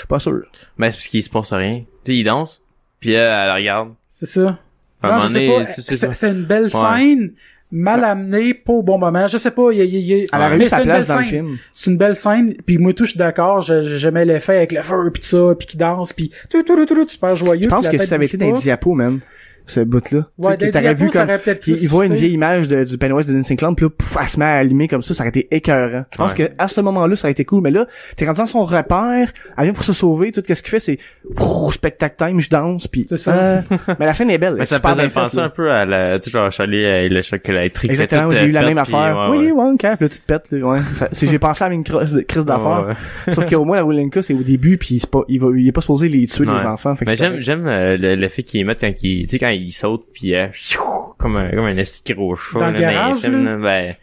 Speaker 2: pas sûr.
Speaker 3: mais c'est parce qu'il se passe rien. Tu sais, il danse, puis elle, elle regarde
Speaker 1: C'est ça. Non,
Speaker 3: À un moment
Speaker 1: je sais
Speaker 3: donné,
Speaker 1: pas.
Speaker 3: c'est- c'est
Speaker 1: C'était
Speaker 3: ça.
Speaker 1: c'était une belle
Speaker 3: Ouais.
Speaker 1: scène, mal amenée, pas au bon moment. Je sais pas. Il, y a- il, y a-
Speaker 2: Elle a
Speaker 1: mais
Speaker 2: eu sa
Speaker 1: c'est une
Speaker 2: place
Speaker 1: belle
Speaker 2: dans le
Speaker 1: scène.
Speaker 2: film.
Speaker 1: C'est une belle scène, puis moi tout, je suis d'accord, je- je- j'aimais l'effet avec le feu, puis tout ça, puis qui danse, puis tout, tout, tout, tout, tout, super joyeux.
Speaker 2: Je pense
Speaker 1: puis
Speaker 2: que
Speaker 1: la tête
Speaker 2: si ça avait
Speaker 1: bouge
Speaker 2: été dans
Speaker 1: pas.
Speaker 2: les diapos, même, ce bout-là. tu
Speaker 1: Ouais,
Speaker 2: sais, que
Speaker 1: dans les
Speaker 2: t'aurais vu
Speaker 1: diapos, ça
Speaker 2: comme,
Speaker 1: aurait peut-être
Speaker 2: il,
Speaker 1: plus
Speaker 2: il voit une
Speaker 1: cité.
Speaker 2: vieille image de, du Pennywise de Dancing Clown, puis là, pouf, elle se met à allumer comme ça, ça aurait été écœurant. Je pense
Speaker 3: Ouais.
Speaker 2: que, à ce moment-là, ça aurait été cool, mais là, t'es rendu dans son repère, elle vient pour se sauver, tout ce qu'il fait, c'est, ouh, spectacle time, je danse, puis
Speaker 1: C'est ça.
Speaker 2: euh, mais la scène est belle.
Speaker 3: [LAUGHS] Mais ça me
Speaker 2: super
Speaker 3: faisait
Speaker 2: bien faite,
Speaker 3: penser
Speaker 2: là.
Speaker 3: un peu à la, tu sais, genre, je suis allé avec le choc électrique.
Speaker 2: Exactement,
Speaker 3: tout,
Speaker 2: moi, j'ai
Speaker 3: euh,
Speaker 2: eu la
Speaker 3: pète,
Speaker 2: même
Speaker 3: puis,
Speaker 2: affaire.
Speaker 3: ouais,
Speaker 2: oui,
Speaker 3: ouais.
Speaker 2: ouais, cap, là, tu te pètes, là, ouais. Ça- c'est- j'ai pensé à une cro- crise d'affaires.
Speaker 3: Ouais,
Speaker 2: Sauf qu'au moins, la Will Linka, c'est au début, puis c'est pas, il va, il est pas supposé les tuer,
Speaker 3: Ouais.
Speaker 2: les enfants. Fait que
Speaker 3: Mais
Speaker 2: c'est
Speaker 3: j'aime, j'aime euh, le, le fait qu'ils mettent quand ils, tu sais, quand ils sautent puis euh, chiou, comme un, comme un esti gros chat.
Speaker 1: Dans le
Speaker 3: là, les
Speaker 1: garage,
Speaker 3: films,
Speaker 1: là?
Speaker 3: là, ben,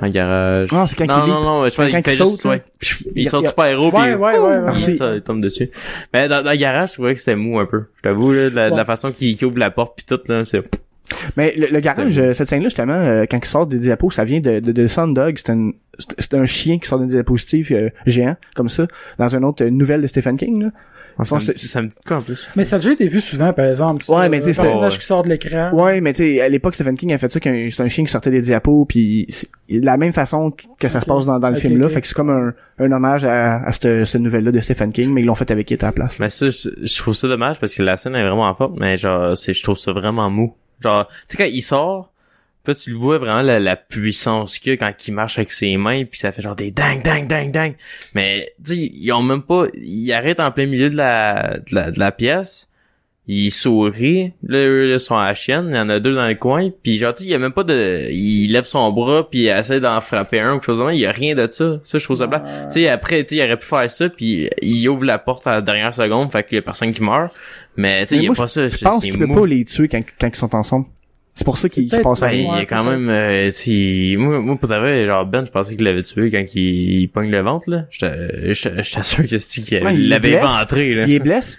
Speaker 3: dans le garage.
Speaker 2: Non, Ah, c'est quand
Speaker 3: non,
Speaker 2: il
Speaker 3: non,
Speaker 2: leap.
Speaker 3: non, je pense
Speaker 2: Quand
Speaker 3: qu'il
Speaker 2: il
Speaker 3: fait
Speaker 2: saute,
Speaker 3: juste,
Speaker 2: là.
Speaker 3: ouais.
Speaker 2: Il-
Speaker 3: Ils sortent
Speaker 2: il-
Speaker 3: super héros
Speaker 1: Ouais,
Speaker 3: puis
Speaker 1: ouais, ouais, ouais.
Speaker 2: Merci.
Speaker 3: ça il tombe dessus. Mais dans, dans le garage, je trouvais que c'était mou un peu. Je t'avoue, là, de la, de la façon qu'il qu'il ouvre la porte puis tout, là, c'est,
Speaker 2: Mais le, le garage, euh, cette scène-là, justement, euh, quand il sort des diapos, ça vient de, de, de Sundog. C'est un, c'est- c'est un chien qui sort d'un diapositive euh, géant, comme ça, dans une autre euh, nouvelle de Stephen King. Là.
Speaker 3: ça, me,
Speaker 2: c'est-
Speaker 3: ça me dit de quoi en plus?
Speaker 1: Mais ça a déjà été vu souvent, par exemple.
Speaker 2: Ouais,
Speaker 1: ça,
Speaker 2: mais tu sais,
Speaker 1: Un
Speaker 2: c'était-
Speaker 1: personnage qui sort de l'écran.
Speaker 2: Ouais, mais tu sais, à l'époque, Stephen King a fait ça qu'un c'est un chien qui sortait des diapos, puis c'est la même façon que ça se passe dans, dans le
Speaker 1: Ok,
Speaker 2: film-là.
Speaker 1: ok.
Speaker 2: Fait que c'est comme un, un hommage à, à cette, cette nouvelle-là de Stephen King, mais ils l'ont fait avec qui était à la place.
Speaker 3: Mais ça, je, je trouve ça dommage parce que la scène est vraiment forte, mais genre, c'est, je trouve ça vraiment mou. Genre, tu sais, quand il sort, là, tu le vois vraiment la, la puissance qu'il a quand il marche avec ses mains, puis ça fait genre des dang, dang, dang, dang. Mais, tu sais, ils ont même pas, ils arrêtent en plein milieu de la, de la, de la pièce, ils sourient, là, eux, là, sont à la chienne, il y en a deux dans le coin, puis genre, tu sais, il y a même pas de, il lève son bras, puis il essaie d'en frapper un ou quelque chose comme ça, il y a rien de ça. Ça, je trouve ça plat. Tu sais, après, tu sais, il aurait pu faire ça, puis il ouvre la porte à la dernière seconde, fait qu'il y a personne qui meurt. Mais, tu sais,
Speaker 2: Mais
Speaker 3: il y a
Speaker 2: moi,
Speaker 3: pas ça.
Speaker 2: Je
Speaker 3: c'est-
Speaker 2: pense
Speaker 3: c'est
Speaker 2: qu'il peut
Speaker 3: mou.
Speaker 2: pas les tuer quand, quand ils sont ensemble. C'est pour ça qu'il
Speaker 1: C'est
Speaker 2: se passe
Speaker 1: peut-être
Speaker 3: Ben,
Speaker 2: rien.
Speaker 3: il y a quand
Speaker 1: Ouais,
Speaker 3: même, euh, tu sais, moi, moi, pour t'avouer, genre, Ben, je pensais qu'il l'avait tué quand il, il pogne le ventre, là. J'étais, j'étais j'étais sûr que c'est qu'il
Speaker 2: Ouais, il
Speaker 3: l'avait
Speaker 2: blesse.
Speaker 3: ventré, là.
Speaker 2: Il les blesse,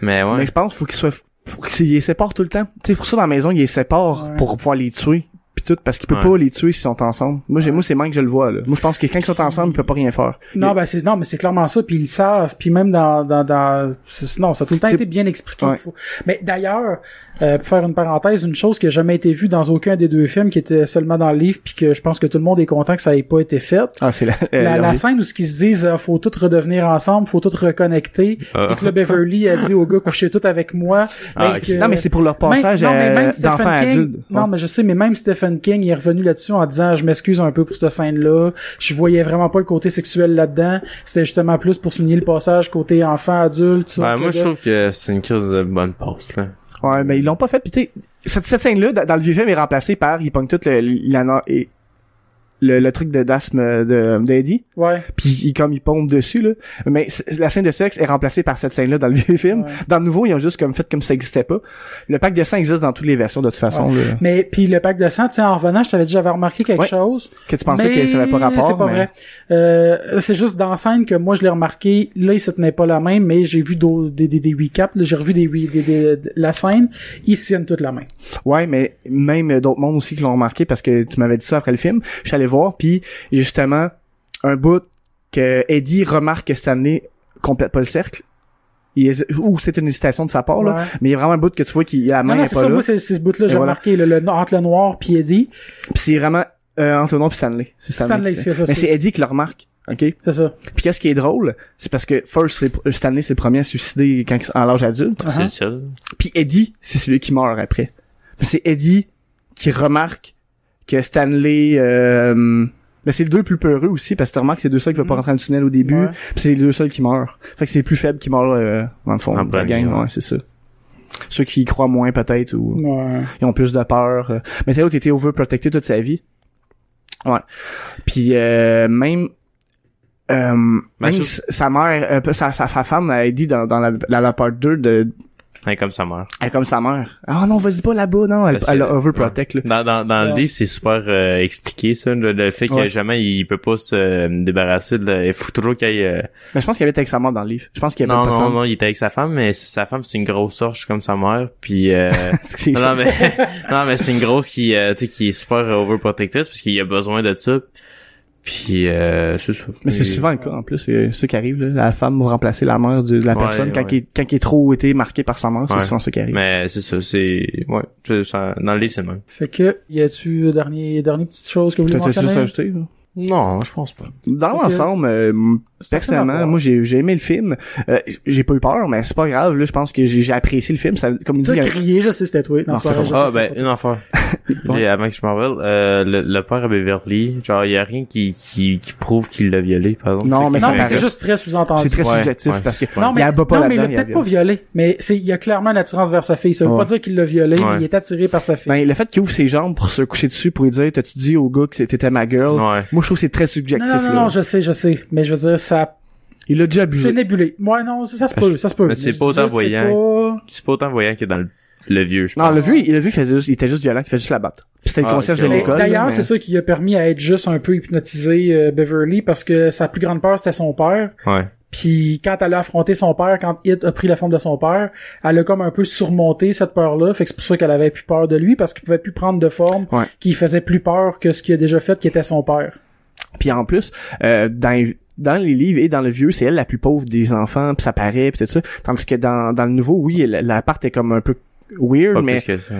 Speaker 3: Mais ouais.
Speaker 2: mais je pense qu'il faut qu'il soit, faut qu'il les sépare tout le temps. Tu sais, pour ça, dans la maison, il les sépare
Speaker 1: Ouais.
Speaker 2: pour pouvoir les tuer. Pis tout, parce qu'il peut
Speaker 3: Ouais.
Speaker 2: pas les tuer s'ils sont ensemble. Moi, j'ai, moi, c'est même que je le vois, là. Moi, je pense que quand ils sont ensemble, il peut pas rien faire.
Speaker 1: Non,
Speaker 2: Il-
Speaker 1: ben c'est non, mais c'est clairement ça, puis ils le savent, puis même dans dans dans c'est- non, ça a tout le temps
Speaker 2: C'est-
Speaker 1: été bien expliqué.
Speaker 2: Ouais.
Speaker 1: Faut- Mais d'ailleurs, euh, pour faire une parenthèse, une chose qui a jamais été vue dans aucun des deux films, qui était seulement dans le livre, puis que je pense que tout le monde est content que ça ait pas été fait.
Speaker 2: Ah, c'est la, euh,
Speaker 1: la,
Speaker 2: leur-
Speaker 1: la scène où ce qu'ils se disent euh, faut tout redevenir ensemble, faut tout reconnecter.
Speaker 3: Ah.
Speaker 1: Et que le Beverly a dit au gars couchez tout avec moi.
Speaker 3: Ah,
Speaker 1: Mais que-
Speaker 3: c'est-
Speaker 2: Non, mais c'est pour leur passage euh,
Speaker 1: Même- euh, ben, non, mais
Speaker 2: à-
Speaker 1: même Stephen
Speaker 2: d'enfant à
Speaker 1: King-
Speaker 2: adulte.
Speaker 1: Non, mais je sais, mais même Stephen King il est revenu là-dessus en disant je m'excuse un peu pour cette scène-là. Je voyais vraiment pas le côté sexuel là-dedans. C'était justement plus pour souligner le passage côté enfant adulte. sur
Speaker 3: Ouais,
Speaker 1: le
Speaker 3: Ben, moi, je
Speaker 1: codec.
Speaker 3: trouve que c'est une crise de bonne passe, là.
Speaker 2: Ouais, mais ils l'ont pas fait. Puis tu sais, cette, cette scène-là, dans dans le vieux film, est remplacée par, ils pognent tout le, l'ana- et- le, le truc de d'asthme euh, de d'Eddie
Speaker 1: Ouais.
Speaker 2: puis il, comme il pompe dessus là mais c- la scène de sexe est remplacée par cette scène là dans le vieux film
Speaker 1: Ouais.
Speaker 2: dans le nouveau ils ont juste comme fait comme ça existait pas le pack de sang existe dans toutes les versions de toute façon là.
Speaker 1: Mais puis le pack de sang, tu sais, en revenant, je t'avais dit j'avais remarqué quelque
Speaker 2: Ouais.
Speaker 1: chose.
Speaker 2: que tu pensais
Speaker 1: mais
Speaker 2: que ça avait pas rapport
Speaker 1: C'est pas
Speaker 2: mais
Speaker 1: vrai. Euh, c'est juste dans la scène que moi je l'ai remarqué. Là, il se tenait pas la main, mais j'ai vu d'au- des des des recaps. là, J'ai revu des, re- des, des- de la scène. Ils se tiennent toute la main.
Speaker 2: Ouais, mais même d'autres mondes aussi qui l'ont remarqué parce que tu m'avais dit ça après le film. Je suis allé voir, puis justement, un bout que Eddie remarque que Stanley complète pas le cercle. Il hési- Ou c'est une hésitation de sa part, là.
Speaker 1: Ouais.
Speaker 2: Mais il y a vraiment un bout que tu vois qu'il la
Speaker 1: Ah non,
Speaker 2: main
Speaker 1: non,
Speaker 2: est
Speaker 1: c'est
Speaker 2: pas
Speaker 1: ça.
Speaker 2: là.
Speaker 1: Moi, c'est c'est ce bout-là, j'ai
Speaker 2: Et voilà.
Speaker 1: remarqué le, le- entre le noir puis Eddie.
Speaker 2: Puis c'est vraiment euh, entre noir puis Stanley. C'est Stanley.
Speaker 1: Stanley,
Speaker 2: qui
Speaker 1: c'est ça,
Speaker 2: Mais
Speaker 1: c'est-
Speaker 2: c'est Eddie qui le remarque. OK?
Speaker 1: C'est ça.
Speaker 2: Puis qu'est-ce qui est drôle, c'est parce que First, c'est- euh, Stanley, c'est le premier à se suicider quand, à l'âge adulte.
Speaker 3: C'est
Speaker 1: Uh-huh.
Speaker 3: le seul.
Speaker 2: Puis Eddie, c'est celui qui meurt après. Mais c'est Eddie qui remarque que Stanley... Euh, mais c'est le deux plus peureux aussi, parce que tu remarques que c'est les deux seuls qui veulent pas
Speaker 1: Mm.
Speaker 2: rentrer dans le tunnel au début,
Speaker 1: Ouais.
Speaker 2: puis c'est les deux seuls qui meurent. Fait que c'est les plus faibles qui meurent, euh, dans le fond,
Speaker 3: En
Speaker 2: de la
Speaker 3: premier,
Speaker 2: gang,
Speaker 3: ouais.
Speaker 2: ouais, c'est ça. Ceux qui y croient moins, peut-être, ou
Speaker 1: Ouais.
Speaker 2: ils ont plus de peur. euh. Mais c'est l'autre était overprotecté toute sa vie. Ouais. Puis euh, même euh, même
Speaker 3: je-
Speaker 2: s- sa mère, euh, sa, sa, sa femme, elle dit dans, dans la, la, la part 2 de,
Speaker 3: Ouais, comme sa mère.
Speaker 2: elle est comme sa mère. Ah non, vas-y pas là-bas, non. Elle,
Speaker 3: Parce
Speaker 2: elle
Speaker 3: que-
Speaker 2: a overprotect, là.
Speaker 3: [LAUGHS] Dans, dans, dans le
Speaker 1: Ouais.
Speaker 3: livre, c'est super euh, expliqué, ça, le, le fait que
Speaker 2: Ouais.
Speaker 3: jamais il peut pas se euh, débarrasser de... la- Il faut toujours qu'il aille... euh,
Speaker 2: Mais je pense qu'il y avait avec sa mère dans le livre. Je pense qu'il y avait
Speaker 3: Non,
Speaker 2: pas de
Speaker 3: non,
Speaker 2: femme.
Speaker 3: non, il était avec sa femme, mais sa femme, c'est une grosse sorche comme sa mère, puis... euh,
Speaker 2: [LAUGHS] Parce que c'est-
Speaker 3: non, non, mais, [LAUGHS] non, mais c'est une grosse qui, euh, tu sais, qui est super overprotectrice, parce qu'il a besoin de ça, puis... Euh, c'est ça.
Speaker 2: Mais c'est
Speaker 3: Et-
Speaker 2: souvent le cas, en plus. C'est ça qui arrive, là. La femme va remplacer la mère de, de la
Speaker 3: Ouais,
Speaker 2: personne quand,
Speaker 3: ouais.
Speaker 2: il, quand il est trop été marqué par sa mère. C'est
Speaker 3: Ouais.
Speaker 2: souvent ça qui arrive.
Speaker 3: Mais c'est ça, c'est... Ouais, c'est ça, dans le livre, c'est le même.
Speaker 1: Fait que, y a-tu euh, dernier dernier petite chose que vous voulez
Speaker 2: T'as-tu juste
Speaker 1: mentionner?
Speaker 2: ajouté, là?
Speaker 3: Non, je pense pas.
Speaker 2: Dans
Speaker 1: Ok.
Speaker 2: l'ensemble, euh,
Speaker 1: à
Speaker 2: personnellement,
Speaker 1: voir.
Speaker 2: moi j'ai j'ai aimé le film. Euh, j'ai pas eu peur, mais c'est pas grave. Là, je pense que j'ai j'ai apprécié le film. Ça, comme il dit,
Speaker 1: T'as
Speaker 2: il y a-
Speaker 1: crié, je sais c'était toi. Non,
Speaker 2: Non,
Speaker 1: c'est pas
Speaker 2: c'est
Speaker 1: vrai, je
Speaker 3: Ah
Speaker 1: sais,
Speaker 3: ben
Speaker 1: c'était
Speaker 3: une affaire.
Speaker 2: [LAUGHS] Ouais.
Speaker 3: J'ai- Avant que je m'en rappelle, euh, le, le père à Beverly, genre il y a rien qui qui, qui prouve qu'il l'a violé, par exemple.
Speaker 2: Non, mais
Speaker 1: pas toi.
Speaker 2: ça
Speaker 1: Non, mais c'est
Speaker 2: paraît.
Speaker 1: juste très
Speaker 2: c'est
Speaker 1: sous-entendu.
Speaker 2: très
Speaker 3: Ouais,
Speaker 2: subjectif
Speaker 3: ouais.
Speaker 2: parce que
Speaker 1: Non, mais,
Speaker 2: il y a pas
Speaker 1: non, mais il l'a
Speaker 2: là-dedans, il y a
Speaker 1: peut-être
Speaker 2: viol.
Speaker 1: pas violé, mais c'est, il y a clairement une attirance vers sa fille. Ça veut
Speaker 2: Ouais.
Speaker 1: pas dire qu'il l'a violé, mais
Speaker 3: Ouais.
Speaker 1: il est attiré par sa fille.
Speaker 2: Ben, le fait qu'il ouvre ses jambes pour se coucher dessus pour lui dire t'as-tu dit au gars que c'était ma girl
Speaker 3: Ouais.
Speaker 2: Moi je trouve que c'est très
Speaker 1: non,
Speaker 2: subjectif.
Speaker 1: non, non,
Speaker 2: là.
Speaker 1: non, je sais, je sais. Mais je veux dire, ça,
Speaker 2: Il l'a déjà
Speaker 1: c'est
Speaker 2: abusé.
Speaker 1: nébulé. Ouais, non, ça, ça se peut, ça se peut.
Speaker 3: Ah, Mais c'est
Speaker 1: Je-
Speaker 3: pas autant
Speaker 1: je sais
Speaker 3: voyant.
Speaker 1: pas.
Speaker 3: C'est pas autant voyant que dans le, le vieux, je pense.
Speaker 2: Non, le vu, il a vu, il, faisait juste- il était juste violent, il faisait juste la battre. Puis C'était le
Speaker 3: Ah,
Speaker 2: concierge
Speaker 3: ok,
Speaker 2: de
Speaker 3: ouais.
Speaker 1: Mais
Speaker 2: l'école.
Speaker 1: D'ailleurs,
Speaker 2: là, mais-
Speaker 1: c'est ça qui a permis à être juste un peu hypnotisé euh, Beverly parce que sa plus grande peur c'était son père.
Speaker 3: Ouais.
Speaker 1: Puis quand elle a affronté son père, quand It a pris la forme de son père, elle a comme un peu surmonté cette peur-là. Fait que c'est pour ça qu'elle avait plus peur de lui parce qu'il pouvait plus prendre de forme,
Speaker 2: Ouais.
Speaker 1: qui faisait plus peur que ce qu'il a déjà fait, qui était son père.
Speaker 2: Puis en plus, euh, dans, dans les livres et dans le vieux, c'est elle la plus pauvre des enfants, puis ça paraît, puis tout ça. Tandis que dans, dans le nouveau, oui, la- l'appart est comme un peu weird,
Speaker 3: Pas
Speaker 2: mais
Speaker 3: plus que ça.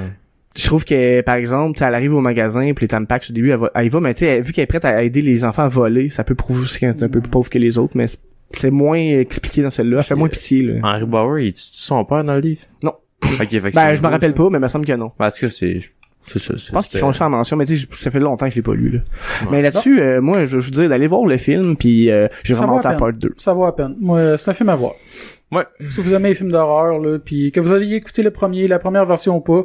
Speaker 2: je trouve que, par exemple, tu sais, elle arrive au magasin, puis les Tampax, au début, elle, va, ah, elle y va, mais tu sais, elle- vu qu'elle est prête à aider les enfants à voler, ça peut prouver aussi qu'elle est un peu plus pauvre que les autres, mais c'est- c'est moins expliqué dans celle-là. Elle fait moins pitié, là.
Speaker 3: Henry Bauer, il tue son père dans le livre.
Speaker 2: Non.
Speaker 3: Ok, fait que
Speaker 2: Ben,
Speaker 3: c'est- Ben,
Speaker 2: je me rappelle pas, mais il me semble que non.
Speaker 3: Parce que c'est c'est ça.
Speaker 2: Je pense qu'ils font ça en mention, mais tu sais, je- ça fait longtemps que je l'ai pas lu, là. Mais là-dessus, euh, moi, je, je vous dirais d'aller voir le film, puis euh, je
Speaker 1: Ça vaut
Speaker 2: remonte
Speaker 1: la
Speaker 2: à
Speaker 1: peine.
Speaker 2: part 2.
Speaker 1: Ça vaut à peine. Moi, c'est un film à voir.
Speaker 3: Ouais.
Speaker 1: Si vous aimez les films d'horreur, là, puis que vous ayez écouté le premier, la première version ou pas,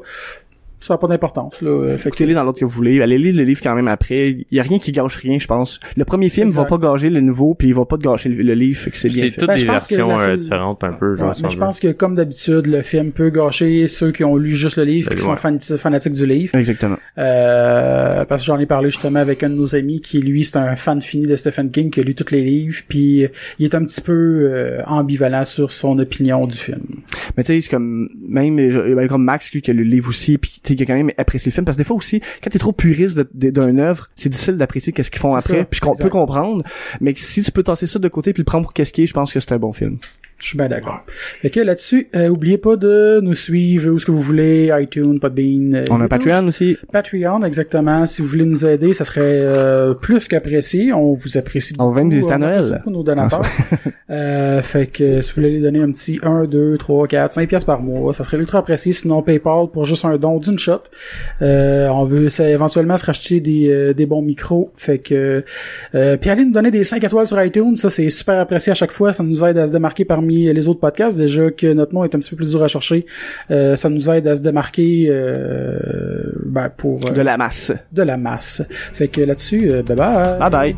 Speaker 1: ça n'a pas d'importance, là. Euh, Fait que
Speaker 2: écoutez-les dans l'autre que vous voulez. Allez lire le livre quand même après. Il y a rien qui gâche rien, je pense. Le premier film
Speaker 1: Exact.
Speaker 2: va pas gâcher le nouveau, puis il va pas te gâcher le, le livre, fait que c'est bien
Speaker 3: C'est
Speaker 2: fait.
Speaker 3: toutes
Speaker 1: Ben,
Speaker 3: des
Speaker 1: je pense que la
Speaker 3: versions euh,
Speaker 1: seule-
Speaker 3: différentes un peu, genre.
Speaker 1: Ouais,
Speaker 3: si on
Speaker 1: mais je
Speaker 3: veut.
Speaker 1: pense que comme d'habitude, le film peut gâcher ceux qui ont lu juste le livre,
Speaker 3: Ben,
Speaker 1: puis qui sont
Speaker 3: ouais.
Speaker 1: fan- fanatiques du livre.
Speaker 2: Exactement.
Speaker 1: Euh, parce que j'en ai parlé justement avec un de nos amis qui lui c'est un fan fini de Stephen King qui a lu tous les livres puis euh, il est un petit peu euh, ambivalent sur son opinion du film.
Speaker 2: Mais tu sais, c'est comme même je- ben, comme Max lui qui a lu le livre aussi, puis tu sais, qui a quand même apprécié le film parce que des fois aussi, quand t'es trop puriste de- de- d'une œuvre, c'est difficile d'apprécier qu'est-ce qu'ils font
Speaker 1: C'est ça,
Speaker 2: après, puis qu'on
Speaker 1: exact.
Speaker 2: peut comprendre. Mais si tu peux tasser ça de côté puis le prendre pour qu'est-ce qu'il est, je pense que c'est un bon film.
Speaker 1: Je suis bien d'accord. Fait que là-dessus, euh, oubliez pas de nous suivre où ce que vous voulez, iTunes, Podbean. euh,
Speaker 2: On a
Speaker 1: YouTube.
Speaker 2: Patreon aussi.
Speaker 1: Patreon, exactement. Si vous voulez nous aider, ça serait euh, plus qu'apprécié. On vous apprécie
Speaker 2: On
Speaker 1: beaucoup.
Speaker 2: va même visiter à
Speaker 1: apprécie
Speaker 2: Noël.
Speaker 1: beaucoup nos donateurs. [LAUGHS] euh, fait que si vous voulez lui donner un petit 1, 2, 3, 4, 5 piastres par mois, ça serait ultra apprécié. Sinon, PayPal pour juste un don d'une shot. Euh, on veut ça, éventuellement se racheter des, euh, des bons micros. Fait que euh, puis allez nous donner des 5 étoiles sur iTunes. Ça, c'est super apprécié à chaque fois. Ça nous aide à se démarquer parmi parmi les autres podcasts, déjà que notre nom est un petit peu plus dur à chercher, euh, ça nous aide à se démarquer euh, ben, pour euh,
Speaker 2: de la masse.
Speaker 1: de la masse. Fait que là-dessus, euh, bye bye.
Speaker 2: Bye bye.